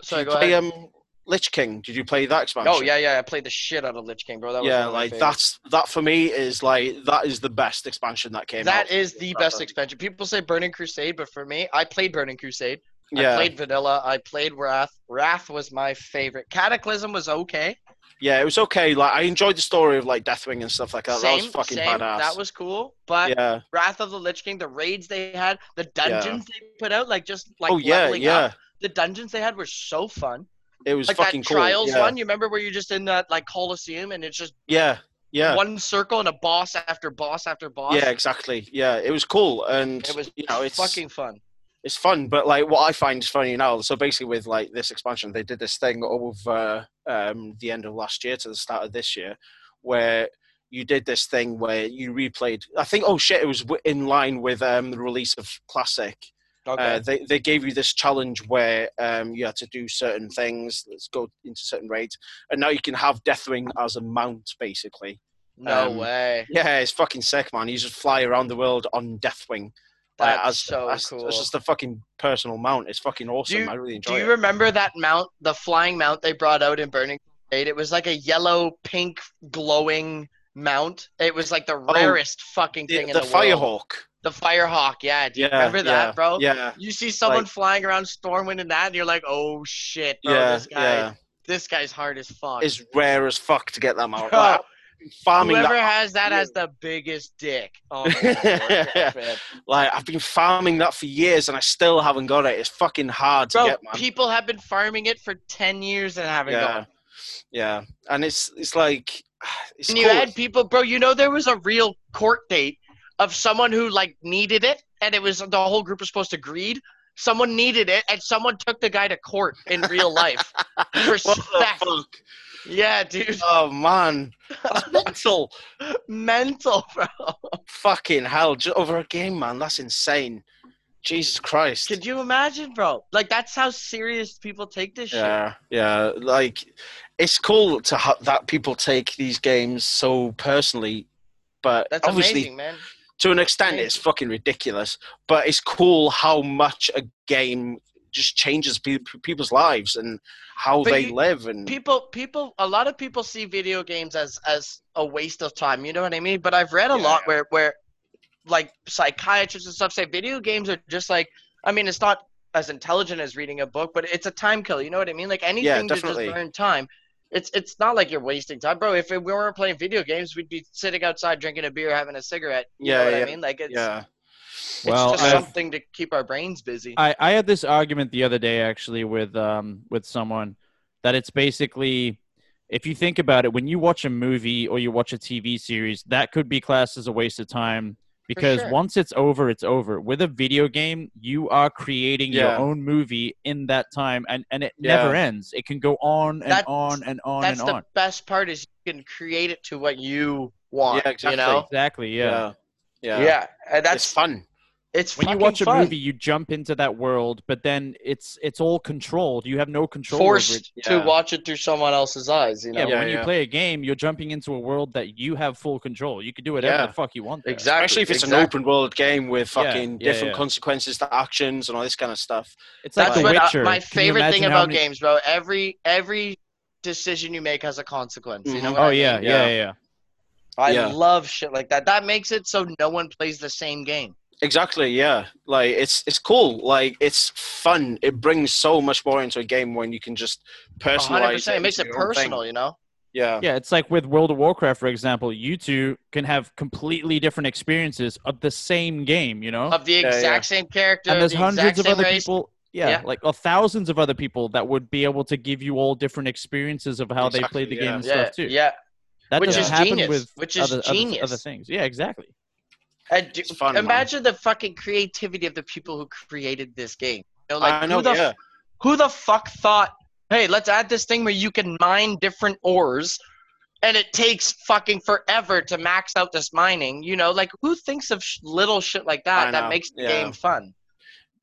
[SPEAKER 1] did
[SPEAKER 2] Sorry,
[SPEAKER 1] you
[SPEAKER 2] go
[SPEAKER 1] play
[SPEAKER 2] ahead.
[SPEAKER 1] um Lich King? Did you play that expansion?
[SPEAKER 2] Oh yeah, yeah. I played the shit out of Lich King, bro. That was
[SPEAKER 1] yeah,
[SPEAKER 2] one of my
[SPEAKER 1] like
[SPEAKER 2] favorites.
[SPEAKER 1] that's that for me is like that is the best expansion that came out.
[SPEAKER 2] That is the best
[SPEAKER 1] Proper.
[SPEAKER 2] expansion. People say Burning Crusade, but for me, I played Burning Crusade. I
[SPEAKER 1] Yeah,
[SPEAKER 2] played Vanilla. I played Wrath. Wrath was my favorite. Cataclysm was okay.
[SPEAKER 1] yeah, it was okay. Like I enjoyed the story of like Deathwing and stuff like that.
[SPEAKER 2] same,
[SPEAKER 1] that was fucking
[SPEAKER 2] same.
[SPEAKER 1] badass.
[SPEAKER 2] That was cool. But
[SPEAKER 1] yeah.
[SPEAKER 2] Wrath of the Lich King, the raids they had, the dungeons they put out, like just like
[SPEAKER 1] oh yeah,
[SPEAKER 2] leveling
[SPEAKER 1] yeah.
[SPEAKER 2] up. The dungeons they had were so fun.
[SPEAKER 1] It was
[SPEAKER 2] Like
[SPEAKER 1] fucking
[SPEAKER 2] that
[SPEAKER 1] cool.
[SPEAKER 2] trials
[SPEAKER 1] yeah.
[SPEAKER 2] one, you remember where you're just in that like Colosseum and it's just
[SPEAKER 1] Yeah, yeah,
[SPEAKER 2] one circle and a boss after boss after boss.
[SPEAKER 1] yeah. Exactly. Yeah, it was cool, and
[SPEAKER 2] It was
[SPEAKER 1] you know it's
[SPEAKER 2] fucking fun.
[SPEAKER 1] it's fun. But like what I find is funny now. So basically, with like this expansion, they did this thing over um, the end of last year to the start of this year, where you did this thing where you replayed. I think oh shit, it was w- in line with um, the release of Classic.
[SPEAKER 2] Okay.
[SPEAKER 1] Uh, they they gave you this challenge where um, you had to do certain things. Let's go into certain raids, and now you can have Deathwing as a mount, basically.
[SPEAKER 2] no
[SPEAKER 1] um,
[SPEAKER 2] way.
[SPEAKER 1] Yeah, it's fucking sick, man. You just fly around the world on Deathwing. Like,
[SPEAKER 2] That's so
[SPEAKER 1] that's,
[SPEAKER 2] cool.
[SPEAKER 1] That's just a fucking personal mount. It's fucking awesome.
[SPEAKER 2] you-
[SPEAKER 1] I really enjoy
[SPEAKER 2] Do you
[SPEAKER 1] it.
[SPEAKER 2] remember that mount, the flying mount they brought out in Burning Crusade? It was like a yellow, pink, glowing mount. It was like the rarest fucking thing
[SPEAKER 1] Oh, The,
[SPEAKER 2] in
[SPEAKER 1] the
[SPEAKER 2] the, world.
[SPEAKER 1] Firehawk.
[SPEAKER 2] The Firehawk, yeah. Do you
[SPEAKER 1] Yeah,
[SPEAKER 2] remember that,
[SPEAKER 1] yeah,
[SPEAKER 2] bro?
[SPEAKER 1] Yeah,
[SPEAKER 2] You see someone
[SPEAKER 1] Like-
[SPEAKER 2] flying around Stormwind and that, and you're like, oh shit, bro,
[SPEAKER 1] yeah,
[SPEAKER 2] this guy,
[SPEAKER 1] yeah.
[SPEAKER 2] this guy's hard as fuck. <laughs>
[SPEAKER 1] It's rare as fuck to get that mount.
[SPEAKER 2] Bro,
[SPEAKER 1] Like, farming
[SPEAKER 2] Whoever
[SPEAKER 1] that.
[SPEAKER 2] has that has the biggest dick.
[SPEAKER 1] <laughs>
[SPEAKER 2] Oh, my God, man.
[SPEAKER 1] Like I've been farming that for years, and I still haven't got it. It's fucking hard to
[SPEAKER 2] bro,
[SPEAKER 1] get, man.
[SPEAKER 2] people have been farming it for ten years and haven't
[SPEAKER 1] yeah,
[SPEAKER 2] got it.
[SPEAKER 1] yeah. And it's it's like <sighs> it's
[SPEAKER 2] And
[SPEAKER 1] cool.
[SPEAKER 2] you had people, bro. You know there was a real court date of someone who like needed it, and it was the whole group was supposed to greed. Someone needed it, and someone took the guy to court in real <laughs> life.
[SPEAKER 1] what the
[SPEAKER 2] respect.
[SPEAKER 1] fuck?
[SPEAKER 2] yeah, dude,
[SPEAKER 1] Oh man, that's <laughs> mental.
[SPEAKER 2] <laughs> mental, bro.
[SPEAKER 1] Fucking hell, just over a game, man. That's insane. Jesus Christ.
[SPEAKER 2] Could you imagine, bro? Like that's how serious people take this shit.
[SPEAKER 1] yeah, yeah. Like, it's cool to ha- that people take these games so personally, but
[SPEAKER 2] That's
[SPEAKER 1] obviously,
[SPEAKER 2] amazing, man.
[SPEAKER 1] to an extent, it's fucking ridiculous. But it's cool how much a game just changes pe- people's lives and how
[SPEAKER 2] But
[SPEAKER 1] they
[SPEAKER 2] you-
[SPEAKER 1] live and
[SPEAKER 2] people people a lot of people see video games as as a waste of time you know what i mean but i've read a
[SPEAKER 1] Yeah,
[SPEAKER 2] lot where where like psychiatrists and stuff say video games are just like i mean it's not as intelligent as reading a book but it's a time kill you know what i mean like anything to just
[SPEAKER 1] definitely.
[SPEAKER 2] burn time it's it's not like you're wasting time bro if we weren't playing video games we'd be sitting outside drinking a beer having a cigarette you know
[SPEAKER 1] Yeah,
[SPEAKER 2] what i
[SPEAKER 1] yeah,
[SPEAKER 2] mean like it's
[SPEAKER 1] yeah
[SPEAKER 2] it's
[SPEAKER 3] Well,
[SPEAKER 2] just
[SPEAKER 3] I've-
[SPEAKER 2] something to keep our brains busy
[SPEAKER 3] I, I had this argument the other day actually with um with someone that it's basically if you think about it, when you watch a movie or you watch a TV series, that could be classed as a waste of time because
[SPEAKER 2] sure.
[SPEAKER 3] once it's over, it's over. With a video game, you are creating
[SPEAKER 1] Yeah.
[SPEAKER 3] your own movie in that time and, and it
[SPEAKER 1] Yeah.
[SPEAKER 3] never ends. It can go on and
[SPEAKER 2] That's-
[SPEAKER 3] on and on
[SPEAKER 2] that's
[SPEAKER 3] and
[SPEAKER 2] the
[SPEAKER 3] on.
[SPEAKER 2] best part is you can create it to what you want
[SPEAKER 1] Yeah, exactly.
[SPEAKER 2] you know
[SPEAKER 3] Exactly, yeah.
[SPEAKER 1] yeah yeah,
[SPEAKER 2] Yeah, and that's
[SPEAKER 1] it's fun
[SPEAKER 2] it's
[SPEAKER 3] When you
[SPEAKER 2] fucking
[SPEAKER 3] watch a
[SPEAKER 2] fun.
[SPEAKER 3] movie, you jump into that world, but then it's it's all controlled. You have no control over it.
[SPEAKER 2] forced to
[SPEAKER 1] yeah.
[SPEAKER 2] watch it through someone else's eyes. You know
[SPEAKER 3] Yeah, but
[SPEAKER 1] Yeah,
[SPEAKER 3] when you
[SPEAKER 1] yeah.
[SPEAKER 3] play a game, you're jumping into a world that you have full control. You can do whatever
[SPEAKER 1] Yeah.
[SPEAKER 3] the fuck you want. there.
[SPEAKER 2] exactly.
[SPEAKER 1] especially if it's
[SPEAKER 2] exactly.
[SPEAKER 1] an open world game with
[SPEAKER 3] Yeah,
[SPEAKER 1] fucking
[SPEAKER 3] yeah,
[SPEAKER 1] different
[SPEAKER 3] yeah.
[SPEAKER 1] consequences to actions and all this kind of stuff
[SPEAKER 3] It's like
[SPEAKER 2] That's
[SPEAKER 3] The
[SPEAKER 1] like-
[SPEAKER 2] what I-
[SPEAKER 3] Witcher.
[SPEAKER 2] my
[SPEAKER 3] Can you
[SPEAKER 2] favorite thing
[SPEAKER 3] imagine how
[SPEAKER 2] about
[SPEAKER 3] many-
[SPEAKER 2] games, bro. Every every decision you make has a consequence. You know
[SPEAKER 1] Mhm.
[SPEAKER 2] what
[SPEAKER 3] Oh
[SPEAKER 2] I mean?
[SPEAKER 3] yeah, yeah,
[SPEAKER 1] Yeah.
[SPEAKER 3] yeah, yeah.
[SPEAKER 2] I
[SPEAKER 1] Yeah.
[SPEAKER 2] love shit like that. That makes it so no one plays the same game.
[SPEAKER 1] Exactly, yeah. Like it's it's cool. Like it's fun. It brings so much more into a game when you can just
[SPEAKER 2] A hundred
[SPEAKER 1] personalize
[SPEAKER 2] percent.
[SPEAKER 1] it.
[SPEAKER 2] It makes
[SPEAKER 1] into
[SPEAKER 2] it
[SPEAKER 1] your own thing.
[SPEAKER 2] personal. You know.
[SPEAKER 1] Yeah.
[SPEAKER 3] Yeah, it's like with World of Warcraft, for example. You two can have completely different experiences of the same game. You know,
[SPEAKER 2] Of the
[SPEAKER 1] Yeah, yeah.
[SPEAKER 2] exact same character,
[SPEAKER 3] and there's
[SPEAKER 2] the
[SPEAKER 3] hundreds
[SPEAKER 2] exact
[SPEAKER 3] of
[SPEAKER 2] same
[SPEAKER 3] other
[SPEAKER 2] race.
[SPEAKER 3] people. Yeah,
[SPEAKER 2] Yeah.
[SPEAKER 3] like or thousands of other people that would be able to give you all different experiences of how they
[SPEAKER 1] Exactly,
[SPEAKER 3] played the
[SPEAKER 1] yeah.
[SPEAKER 3] game and
[SPEAKER 2] Yeah,
[SPEAKER 3] stuff too.
[SPEAKER 2] yeah.
[SPEAKER 3] That
[SPEAKER 2] Which
[SPEAKER 3] doesn't
[SPEAKER 2] is
[SPEAKER 3] happen
[SPEAKER 2] genius,
[SPEAKER 3] with
[SPEAKER 2] which is
[SPEAKER 3] other, other-
[SPEAKER 2] genius.
[SPEAKER 3] other things. Yeah, exactly.
[SPEAKER 2] And do-
[SPEAKER 1] It's fun, man.
[SPEAKER 2] imagine the fucking creativity of the people who created this game. You know, like
[SPEAKER 1] I
[SPEAKER 2] who
[SPEAKER 1] know,
[SPEAKER 2] the
[SPEAKER 1] yeah.
[SPEAKER 2] who the fuck thought, hey, let's add this thing where you can mine different ores and it takes fucking forever to max out this mining? You know, like who thinks of sh- little shit like that
[SPEAKER 1] I
[SPEAKER 2] that
[SPEAKER 1] know,
[SPEAKER 2] makes the
[SPEAKER 1] yeah.
[SPEAKER 2] game fun?
[SPEAKER 3] <laughs>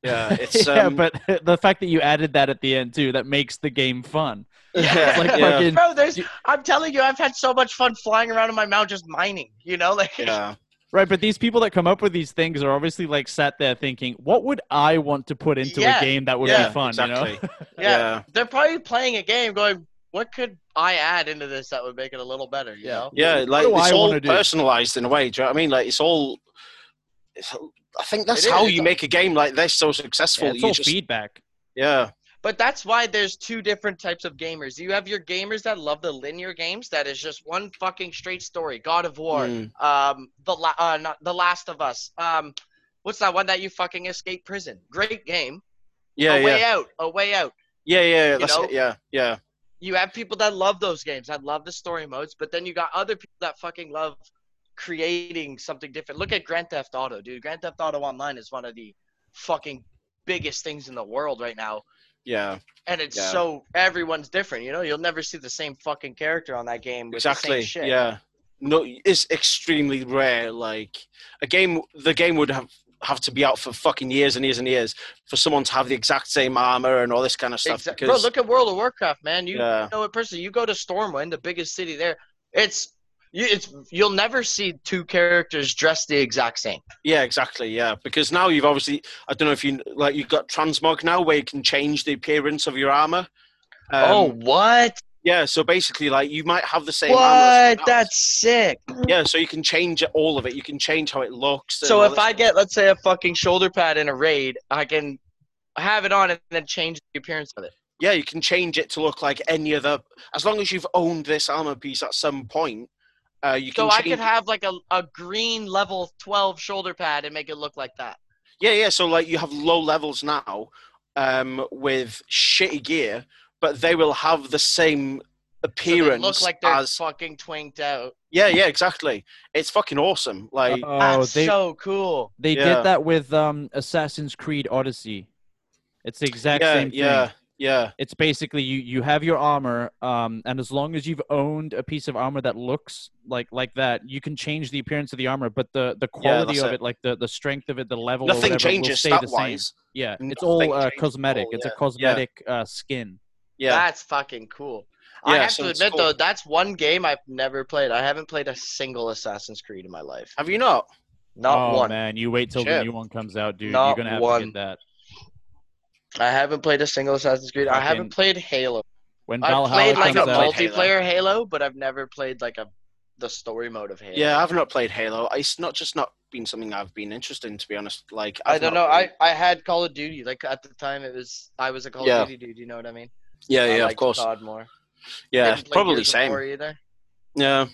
[SPEAKER 1] Yeah. It's
[SPEAKER 3] yeah,
[SPEAKER 1] um,
[SPEAKER 3] but the fact that you added that at the end too, that makes the game fun.
[SPEAKER 1] <laughs> yeah,
[SPEAKER 3] <laughs> It's like
[SPEAKER 1] yeah,
[SPEAKER 3] fucking
[SPEAKER 2] Bro, there's,
[SPEAKER 3] You-
[SPEAKER 2] I'm telling you, I've had so much fun flying around in my mount just mining, you know, <laughs> like
[SPEAKER 1] yeah.
[SPEAKER 3] Right, but these people that come up with these things are obviously like sat there thinking, what would I want to put into
[SPEAKER 2] Yeah,
[SPEAKER 3] a game that would
[SPEAKER 1] yeah,
[SPEAKER 3] be fun,
[SPEAKER 1] exactly.
[SPEAKER 3] <laughs> you know?
[SPEAKER 2] yeah,
[SPEAKER 1] yeah.
[SPEAKER 2] they're probably playing a game going, what could I add into this that would make it a little better, you
[SPEAKER 3] Yeah.
[SPEAKER 2] know?
[SPEAKER 1] Yeah, like
[SPEAKER 3] do
[SPEAKER 1] it's
[SPEAKER 3] I
[SPEAKER 1] all
[SPEAKER 3] wanna do?
[SPEAKER 1] personalized in a way. Do you know what I mean? Like it's all. It's, I think that's
[SPEAKER 2] It
[SPEAKER 1] how
[SPEAKER 2] is.
[SPEAKER 1] you make a game like this so successful.
[SPEAKER 3] Yeah, it's
[SPEAKER 1] you
[SPEAKER 3] all
[SPEAKER 1] just,
[SPEAKER 3] feedback.
[SPEAKER 1] yeah,
[SPEAKER 2] But that's why there's two different types of gamers. You have your gamers that love the linear games that is just one fucking straight story. God of War,
[SPEAKER 1] Mm.
[SPEAKER 2] um, the la- uh, not, the Last of Us. Um, what's that one that you fucking escape prison? Great game.
[SPEAKER 1] yeah,
[SPEAKER 2] a way
[SPEAKER 1] yeah,
[SPEAKER 2] out. A way out.
[SPEAKER 1] yeah, yeah. That's
[SPEAKER 2] know?
[SPEAKER 1] it. Yeah, yeah,
[SPEAKER 2] You have people that love those games. that love the story modes, but then you got other people that fucking love creating something different. Look at Grand Theft Auto, dude. Grand Theft Auto Online is one of the fucking biggest things in the world right now.
[SPEAKER 1] yeah.
[SPEAKER 2] and it's
[SPEAKER 1] Yeah.
[SPEAKER 2] so everyone's different. You know, you'll never see the same fucking character on that game. With
[SPEAKER 1] exactly
[SPEAKER 2] The same shit.
[SPEAKER 1] yeah no it's extremely rare like a game the game would have have to be out for fucking years and years and years for someone to have the exact same armor and all this kind of stuff
[SPEAKER 2] Exactly. Bro,
[SPEAKER 1] because
[SPEAKER 2] look at World of Warcraft, man. You
[SPEAKER 1] Yeah.
[SPEAKER 2] know it personally. You go to Stormwind, the biggest city there. It's you, it's you'll never see two characters dressed the exact same.
[SPEAKER 1] yeah exactly yeah because now you've obviously i don't know if you like you've got transmog now where you can change the appearance of your armor Um,
[SPEAKER 2] oh, what?
[SPEAKER 1] yeah so basically like you might have the same armor as
[SPEAKER 2] What?
[SPEAKER 1] someone else.
[SPEAKER 2] That's sick.
[SPEAKER 1] yeah so you can change it- all of it you can change how it looks and
[SPEAKER 2] So
[SPEAKER 1] all
[SPEAKER 2] if
[SPEAKER 1] this-
[SPEAKER 2] I get, let's say, a fucking shoulder pad in a raid, I can have it on and then change the appearance of it.
[SPEAKER 1] yeah, you can change it to look like any other. As long as you've owned this armor piece at some point, uh, you
[SPEAKER 2] So
[SPEAKER 1] can.
[SPEAKER 2] I
[SPEAKER 1] change
[SPEAKER 2] could
[SPEAKER 1] it-
[SPEAKER 2] have like a, a green level 12 shoulder pad and make it look like that.
[SPEAKER 1] Yeah, yeah. So like you have low levels now, um, with shitty gear, but they will have the same
[SPEAKER 2] So they
[SPEAKER 1] appearance
[SPEAKER 2] look like they're
[SPEAKER 1] as.
[SPEAKER 2] fucking twinked out.
[SPEAKER 1] Yeah, yeah, exactly. It's fucking awesome. Like,
[SPEAKER 3] Oh,
[SPEAKER 2] That's
[SPEAKER 3] they
[SPEAKER 2] so cool.
[SPEAKER 3] they
[SPEAKER 1] yeah.
[SPEAKER 3] did that with um Assassin's Creed Odyssey. It's the exact
[SPEAKER 1] yeah,
[SPEAKER 3] same thing.
[SPEAKER 1] yeah, yeah,
[SPEAKER 3] It's basically you you have your armor, um, and as long as you've owned a piece of armor that looks like like that, you can change the appearance of the armor, but the the quality
[SPEAKER 1] that's
[SPEAKER 3] of
[SPEAKER 1] it.
[SPEAKER 3] it. like the the strength of it, the level, or
[SPEAKER 1] Nothing
[SPEAKER 3] whatever, will
[SPEAKER 1] changes
[SPEAKER 3] stay the
[SPEAKER 1] stat
[SPEAKER 3] same.
[SPEAKER 1] wise.
[SPEAKER 3] Yeah, it's
[SPEAKER 1] Nothing
[SPEAKER 3] all uh,
[SPEAKER 1] changes at
[SPEAKER 3] cosmetic.
[SPEAKER 1] all,
[SPEAKER 3] it's
[SPEAKER 1] yeah.
[SPEAKER 3] a cosmetic uh, skin.
[SPEAKER 1] Yeah,
[SPEAKER 2] That's fucking cool. I
[SPEAKER 1] Yeah,
[SPEAKER 2] have
[SPEAKER 1] so
[SPEAKER 2] to
[SPEAKER 1] it's
[SPEAKER 2] admit
[SPEAKER 1] cool.
[SPEAKER 2] though, that's one game I've never played. I haven't played a single Assassin's Creed in my life.
[SPEAKER 1] have you not?
[SPEAKER 2] Not
[SPEAKER 3] oh
[SPEAKER 2] one.
[SPEAKER 3] man, you wait till the
[SPEAKER 1] Shit.
[SPEAKER 3] new one comes out, dude.
[SPEAKER 2] Not
[SPEAKER 3] You're gonna have to
[SPEAKER 2] one.
[SPEAKER 3] get that.
[SPEAKER 2] I haven't played a single Assassin's Creed. I
[SPEAKER 3] Fucking-
[SPEAKER 2] haven't played Halo.
[SPEAKER 3] When
[SPEAKER 2] I've
[SPEAKER 3] Valhalla
[SPEAKER 2] played like a
[SPEAKER 3] comes
[SPEAKER 1] I've
[SPEAKER 3] out,
[SPEAKER 1] multi- played
[SPEAKER 2] multiplayer Halo. but I've never played like a the story mode of Halo.
[SPEAKER 1] Yeah, I've not played Halo. It's not just not been something I've been interested in, to be honest. Like
[SPEAKER 2] I
[SPEAKER 1] I've
[SPEAKER 2] don't
[SPEAKER 1] not
[SPEAKER 2] know. I,
[SPEAKER 1] really-
[SPEAKER 2] I had Call of Duty. Like at the time, it was I was a Call
[SPEAKER 1] Yeah.
[SPEAKER 2] of Duty dude. You know what I mean?
[SPEAKER 1] yeah,
[SPEAKER 2] I
[SPEAKER 1] yeah, of
[SPEAKER 2] liked
[SPEAKER 1] course.
[SPEAKER 2] COD more.
[SPEAKER 1] Yeah,
[SPEAKER 2] Didn't play
[SPEAKER 1] probably
[SPEAKER 2] Gears of
[SPEAKER 1] same.
[SPEAKER 2] War either.
[SPEAKER 1] Yeah,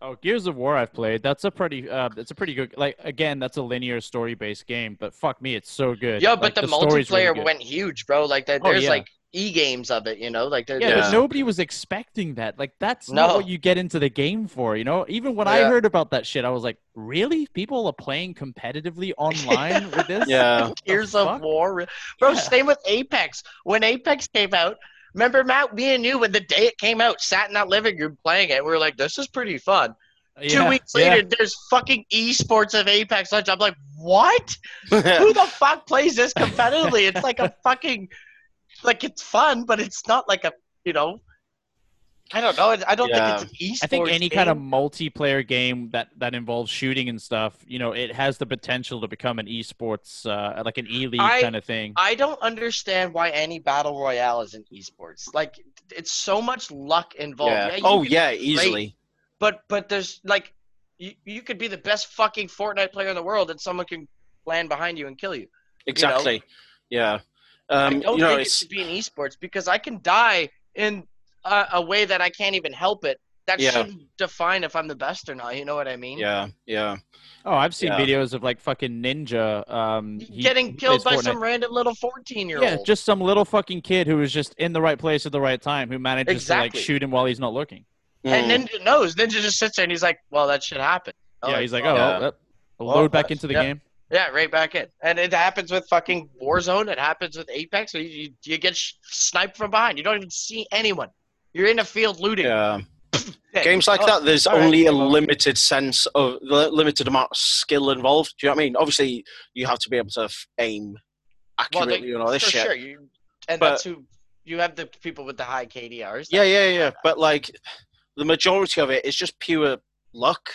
[SPEAKER 3] oh, Gears of War I've played. That's a pretty, uh, it's a pretty good. Like again, that's a linear story-based game, but fuck me, it's so good.
[SPEAKER 2] Yeah,
[SPEAKER 3] Like,
[SPEAKER 2] but the,
[SPEAKER 3] story's really
[SPEAKER 2] multiplayer
[SPEAKER 3] good.
[SPEAKER 2] went huge, bro. Like that,
[SPEAKER 3] Oh,
[SPEAKER 2] there's
[SPEAKER 3] yeah.
[SPEAKER 2] like e games of it. You know, like there-
[SPEAKER 3] Yeah,
[SPEAKER 2] there's
[SPEAKER 1] Yeah.
[SPEAKER 3] but nobody was expecting that. Like that's
[SPEAKER 2] No.
[SPEAKER 3] not what you get into the game for, you know? Even when I
[SPEAKER 2] Yeah.
[SPEAKER 3] heard about that shit, I was like, really? People are playing competitively
[SPEAKER 1] <laughs>
[SPEAKER 3] online with this?
[SPEAKER 2] <laughs>
[SPEAKER 1] yeah. <laughs>
[SPEAKER 2] Gears
[SPEAKER 3] the
[SPEAKER 2] of
[SPEAKER 3] fuck?
[SPEAKER 2] War, bro.
[SPEAKER 3] Yeah.
[SPEAKER 2] Same with Apex. When Apex came out, remember Matt? Me and you, when the day it came out, sat in that living room playing it. We were like, "This is pretty fun." Two
[SPEAKER 3] Yeah,
[SPEAKER 2] weeks
[SPEAKER 3] yeah.
[SPEAKER 2] later, there's fucking esports of Apex Legends. I'm like, "What? Who the fuck plays this competitively?" It's like
[SPEAKER 3] <laughs>
[SPEAKER 2] a fucking, like it's fun, but it's not like a you know. I don't know. I don't
[SPEAKER 1] Yeah.
[SPEAKER 2] think it's an esports.
[SPEAKER 3] I think any kind of
[SPEAKER 2] game.
[SPEAKER 3] multiplayer game that that involves shooting and stuff, you know, it has the potential to become an esports, uh, like an e league
[SPEAKER 2] I-
[SPEAKER 3] kind of thing.
[SPEAKER 2] I don't understand why any battle royale is in esports. Like it's so much luck involved.
[SPEAKER 1] yeah.
[SPEAKER 2] you
[SPEAKER 1] Oh
[SPEAKER 2] can-
[SPEAKER 1] yeah, easily.
[SPEAKER 2] But but there's like you, you could be the best fucking Fortnite player in the world and someone can land behind you and kill you.
[SPEAKER 1] Exactly. Yeah.
[SPEAKER 2] I
[SPEAKER 1] Um,
[SPEAKER 2] don't
[SPEAKER 1] you know,
[SPEAKER 2] think it
[SPEAKER 1] it's
[SPEAKER 2] should be in esports because I can die in a, a way that I can't even help it. That
[SPEAKER 1] Yeah.
[SPEAKER 2] shouldn't define if I'm the best or not. You know what I mean?
[SPEAKER 1] yeah, yeah,
[SPEAKER 3] oh, I've seen
[SPEAKER 1] yeah.
[SPEAKER 3] videos of like fucking ninja um, he-
[SPEAKER 2] Getting
[SPEAKER 3] he
[SPEAKER 2] killed by
[SPEAKER 3] plays Fortnite.
[SPEAKER 2] some random little 14 year old.
[SPEAKER 3] yeah, just some little fucking kid who was just in the right place at the right time who manages to
[SPEAKER 2] Exactly.
[SPEAKER 3] like shoot him while he's not looking.
[SPEAKER 2] and
[SPEAKER 1] Mm.
[SPEAKER 2] Ninja knows. Ninja just sits there and he's like, "Well, that should happen." I'm
[SPEAKER 3] yeah, he's like,
[SPEAKER 2] "Oh,
[SPEAKER 3] oh,
[SPEAKER 1] yeah.
[SPEAKER 3] well, yep. I'll
[SPEAKER 2] Well,
[SPEAKER 3] load back
[SPEAKER 2] that's-
[SPEAKER 3] into the
[SPEAKER 2] yeah.
[SPEAKER 3] game.
[SPEAKER 2] Yeah, right back in. And it happens with fucking Warzone. It happens with Apex. You, you, you get sh- sniped from behind. You don't even see anyone. You're in a field looting.
[SPEAKER 1] Mm, yeah.
[SPEAKER 2] Yeah.
[SPEAKER 1] Games like
[SPEAKER 2] Oh,
[SPEAKER 1] that, there's
[SPEAKER 2] all right,
[SPEAKER 1] only a
[SPEAKER 2] game over.
[SPEAKER 1] limited sense of li- limited amount of skill involved. Do you know what I mean? Obviously, you have to be able to f- aim
[SPEAKER 2] Well,
[SPEAKER 1] accurately
[SPEAKER 2] they-
[SPEAKER 1] and all this
[SPEAKER 2] for
[SPEAKER 1] shit.
[SPEAKER 2] sure. You, and
[SPEAKER 1] But-
[SPEAKER 2] that's who you have the people with the high KDRs.
[SPEAKER 1] Yeah, yeah, yeah. But like, the majority of it is just pure luck.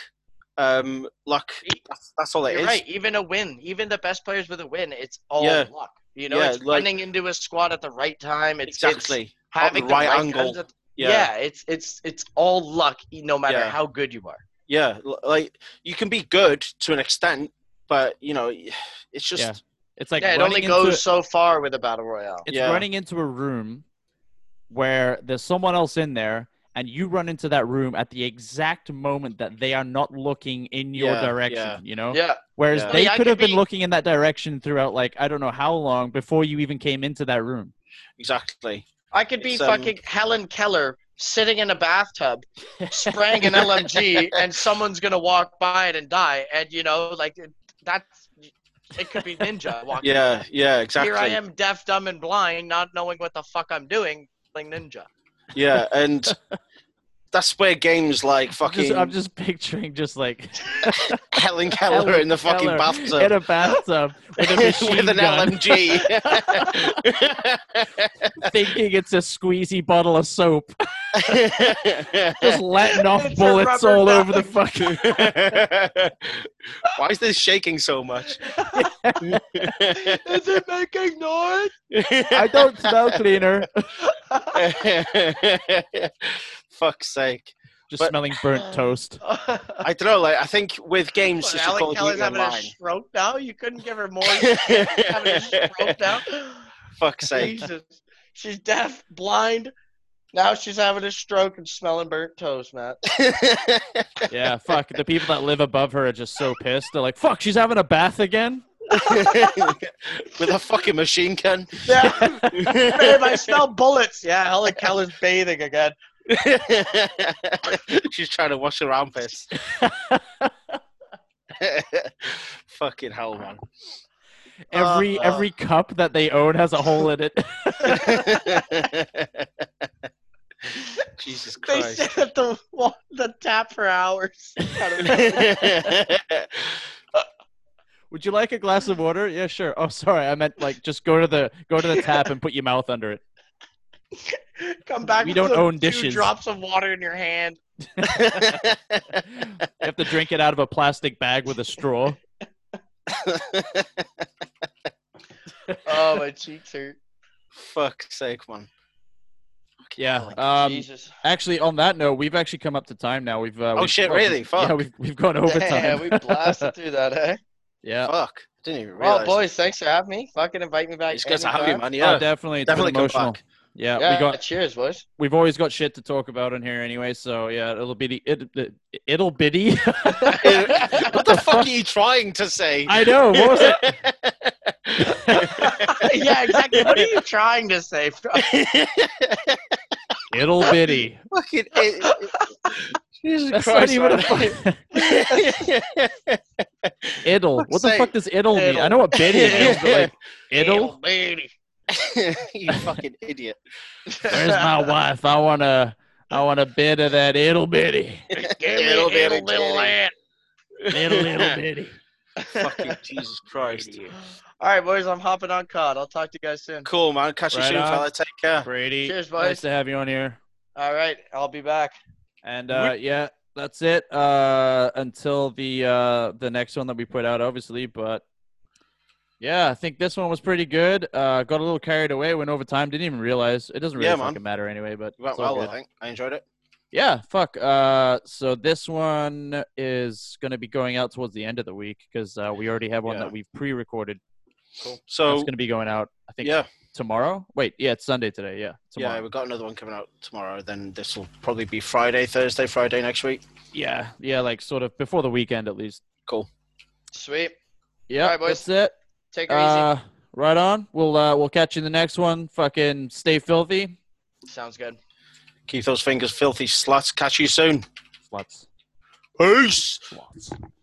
[SPEAKER 1] Um, luck.
[SPEAKER 2] Y-
[SPEAKER 1] That's, that's all it
[SPEAKER 2] You're
[SPEAKER 1] is.
[SPEAKER 2] right. Even a win, even the best players with a win, it's all
[SPEAKER 1] Yeah.
[SPEAKER 2] luck. You know,
[SPEAKER 1] Yeah,
[SPEAKER 2] it's
[SPEAKER 1] like-
[SPEAKER 2] running into a squad at the right time. It's, it's
[SPEAKER 1] Exactly.
[SPEAKER 2] having
[SPEAKER 1] right
[SPEAKER 2] the right
[SPEAKER 1] angle.
[SPEAKER 2] kinds of-
[SPEAKER 1] Yeah.
[SPEAKER 2] yeah, it's it's it's all luck, e, no matter
[SPEAKER 1] Yeah.
[SPEAKER 2] how good you are.
[SPEAKER 1] Yeah, l- like you can be good to an extent, but you know, it's just
[SPEAKER 3] Yeah. It's like
[SPEAKER 2] yeah, it
[SPEAKER 3] running
[SPEAKER 2] only
[SPEAKER 3] into-
[SPEAKER 2] goes so far with a battle royale.
[SPEAKER 3] it's
[SPEAKER 1] Yeah.
[SPEAKER 3] running into a room where there's someone else in there, and you run into that room at the exact moment that they are not looking in your
[SPEAKER 1] Yeah,
[SPEAKER 3] direction.
[SPEAKER 1] yeah.
[SPEAKER 3] You know,
[SPEAKER 2] Yeah,
[SPEAKER 3] whereas
[SPEAKER 1] Yeah.
[SPEAKER 3] they
[SPEAKER 2] Yeah, I
[SPEAKER 3] could have
[SPEAKER 2] could
[SPEAKER 3] been
[SPEAKER 2] be-
[SPEAKER 3] looking in that direction throughout like I don't know how long before you even came into that room.
[SPEAKER 1] exactly.
[SPEAKER 2] I could be
[SPEAKER 1] It's, um,
[SPEAKER 2] fucking Helen Keller sitting in a bathtub, spraying an <laughs> LMG, and someone's gonna walk by it and die. And you know, like it- that's it could be <laughs> Ninja walking.
[SPEAKER 1] Yeah, yeah, exactly.
[SPEAKER 2] Here I am, deaf, dumb, and blind, not knowing what the fuck I'm doing, playing Ninja.
[SPEAKER 1] Yeah,
[SPEAKER 2] <laughs>
[SPEAKER 1] and that's where games like fucking
[SPEAKER 3] Just- I'm just picturing just like <laughs>
[SPEAKER 1] Helen Keller in the fucking
[SPEAKER 3] Keller in
[SPEAKER 1] bathtub
[SPEAKER 3] a bathtub with a
[SPEAKER 1] <laughs>
[SPEAKER 3] machine
[SPEAKER 1] with an
[SPEAKER 3] gun,
[SPEAKER 1] LMG.
[SPEAKER 3] thinking it's a squeezy bottle of soap, just letting off
[SPEAKER 2] It's a
[SPEAKER 3] bullets
[SPEAKER 2] rubber
[SPEAKER 3] all over the
[SPEAKER 2] duck.
[SPEAKER 3] fucking.
[SPEAKER 1] <laughs> Why is this shaking so much?
[SPEAKER 2] <laughs>
[SPEAKER 3] <laughs>
[SPEAKER 1] <laughs>
[SPEAKER 2] Is it making <laughs> noise?
[SPEAKER 3] I don't smell cleaner.
[SPEAKER 1] Fuck's sake.
[SPEAKER 3] <laughs> Just
[SPEAKER 1] But-
[SPEAKER 3] smelling
[SPEAKER 1] <laughs>
[SPEAKER 3] burnt toast.
[SPEAKER 1] I don't know, like I think with games
[SPEAKER 2] What,
[SPEAKER 1] such as Call
[SPEAKER 2] Helen
[SPEAKER 1] of
[SPEAKER 2] Keller's
[SPEAKER 1] Duty
[SPEAKER 2] having a
[SPEAKER 1] Online.
[SPEAKER 2] stroke now. You couldn't give her <laughs> more. She's having a stroke <gasps> now.
[SPEAKER 1] Fuck's sake.
[SPEAKER 2] Jesus. She's deaf, blind. Now she's having a stroke and smelling burnt toast, Matt.
[SPEAKER 3] Yeah, fuck. The people that live above her are just so pissed. They're like, fuck, she's having a bath again?
[SPEAKER 1] <laughs> with a fucking machine gun. <laughs>
[SPEAKER 3] <laughs>
[SPEAKER 2] Yeah, babe, I smell bullets. Yeah, Helen Keller's bathing again.
[SPEAKER 1] She's trying to wash her armpits. <laughs> fucking hell, man. <laughs>
[SPEAKER 3] Every
[SPEAKER 2] Uh,
[SPEAKER 3] every cup that they own has a hole in it.
[SPEAKER 1] Jesus
[SPEAKER 2] They
[SPEAKER 1] Christ.
[SPEAKER 2] sit at the wa- the tap for
[SPEAKER 3] <laughs>
[SPEAKER 2] hours.
[SPEAKER 3] <laughs> Would you like a glass of water? Yeah, sure. Oh, sorry. I meant like just go to the go to the tap and put your mouth under it.
[SPEAKER 2] Come back.
[SPEAKER 3] We
[SPEAKER 2] with
[SPEAKER 3] don't
[SPEAKER 2] the
[SPEAKER 3] own
[SPEAKER 2] two
[SPEAKER 3] dishes.
[SPEAKER 2] drops of water in your hand.
[SPEAKER 3] You have to drink it out of a plastic bag with a straw.
[SPEAKER 2] Oh, my cheeks hurt.
[SPEAKER 1] <laughs> fuck's sake, man. Oh,
[SPEAKER 3] Yeah.
[SPEAKER 2] Like,
[SPEAKER 3] Um,
[SPEAKER 2] Jesus.
[SPEAKER 3] actually, on that note, we've actually come up to time now. We've uh,
[SPEAKER 1] Oh
[SPEAKER 3] we've-
[SPEAKER 1] shit,
[SPEAKER 3] well,
[SPEAKER 1] really? Fuck.
[SPEAKER 3] <laughs> Yeah, we've we've gone over
[SPEAKER 2] Damn,
[SPEAKER 3] time.
[SPEAKER 2] we blasted through that, <laughs> eh?
[SPEAKER 3] yeah.
[SPEAKER 1] Fuck. I didn't even realize.
[SPEAKER 2] Well, boys, thanks for having me. Fucking invite me back.
[SPEAKER 1] it's good to have you,
[SPEAKER 2] anytime.
[SPEAKER 1] man. Yeah,
[SPEAKER 3] Oh, definitely. It's been
[SPEAKER 1] definitely come
[SPEAKER 3] emotional.
[SPEAKER 1] back. <laughs>
[SPEAKER 3] Yeah,
[SPEAKER 2] Yeah,
[SPEAKER 3] we got
[SPEAKER 2] cheers, <laughs> boys.
[SPEAKER 3] we've always got shit to talk about in here anyway. So yeah, it'll bitty it, it it'll bitty. <laughs>
[SPEAKER 1] what the fuck are you trying to <laughs> say?
[SPEAKER 3] I know. What was it?
[SPEAKER 2] yeah, exactly. What are you trying to say? bro?
[SPEAKER 3] It'll bitty.
[SPEAKER 1] Fucking it, Jesus
[SPEAKER 3] That's not
[SPEAKER 1] Christ,
[SPEAKER 3] even a
[SPEAKER 1] man.
[SPEAKER 3] fucking
[SPEAKER 1] <laughs>
[SPEAKER 3] <laughs> It'll.
[SPEAKER 1] Fuck's
[SPEAKER 3] What the
[SPEAKER 1] sake.
[SPEAKER 3] fuck does it'll mean? I
[SPEAKER 2] It'll.
[SPEAKER 3] know what bitty is, but like <laughs> it'll.
[SPEAKER 2] Ew, lady.
[SPEAKER 1] you fucking idiot.
[SPEAKER 3] Where's my wife? I wanna I want a bit of that it'll bitty.
[SPEAKER 2] Give me
[SPEAKER 1] It'll
[SPEAKER 2] it'll,
[SPEAKER 1] be
[SPEAKER 2] it'll,
[SPEAKER 1] a
[SPEAKER 2] little
[SPEAKER 1] kitty.
[SPEAKER 2] ant.
[SPEAKER 3] It'll <laughs> it'll bitty.
[SPEAKER 1] fucking Jesus Christ.
[SPEAKER 2] <laughs> All right, boys, I'm hopping on COD. I'll talk to you guys soon.
[SPEAKER 1] Cool, man. Catch you
[SPEAKER 3] Right
[SPEAKER 1] soon,
[SPEAKER 3] on.
[SPEAKER 1] fella. Take care.
[SPEAKER 3] Brady.
[SPEAKER 2] Cheers, boys.
[SPEAKER 3] Nice to have you on here.
[SPEAKER 2] All right, I'll be back.
[SPEAKER 3] And uh, yeah, that's it uh, until the uh, the next one that we put out, obviously. But yeah, I think this one was pretty good. Uh, got a little carried away, went over time, didn't even realize. It doesn't really
[SPEAKER 1] Yeah, man.
[SPEAKER 3] fucking matter anyway. But
[SPEAKER 1] You went
[SPEAKER 3] it's all
[SPEAKER 1] well, uh, I
[SPEAKER 3] good.
[SPEAKER 1] think. I enjoyed it.
[SPEAKER 3] yeah, fuck. Uh, so this one is gonna be going out towards the end of the week because uh, we already have one
[SPEAKER 1] Yeah.
[SPEAKER 3] that we've pre-recorded. It's
[SPEAKER 1] So,
[SPEAKER 3] gonna be going out, I think,
[SPEAKER 1] yeah,
[SPEAKER 3] tomorrow. Wait, yeah, it's Sunday today. Yeah, tomorrow.
[SPEAKER 1] yeah, we've got another one coming out tomorrow. Then this will probably be Friday, Thursday, Friday next week.
[SPEAKER 3] yeah, yeah, like sort of before the weekend at least.
[SPEAKER 2] Sweet.
[SPEAKER 3] Yeah,
[SPEAKER 2] Alright, boys.
[SPEAKER 3] that's it.
[SPEAKER 2] Take her
[SPEAKER 3] Uh, right on. We'll uh, we'll catch you in the next one. Fucking stay filthy.
[SPEAKER 2] easy. Sounds good.
[SPEAKER 1] Keep those fingers filthy, sluts. Catch you soon.
[SPEAKER 3] Sluts.
[SPEAKER 1] Peace.
[SPEAKER 3] Sluts.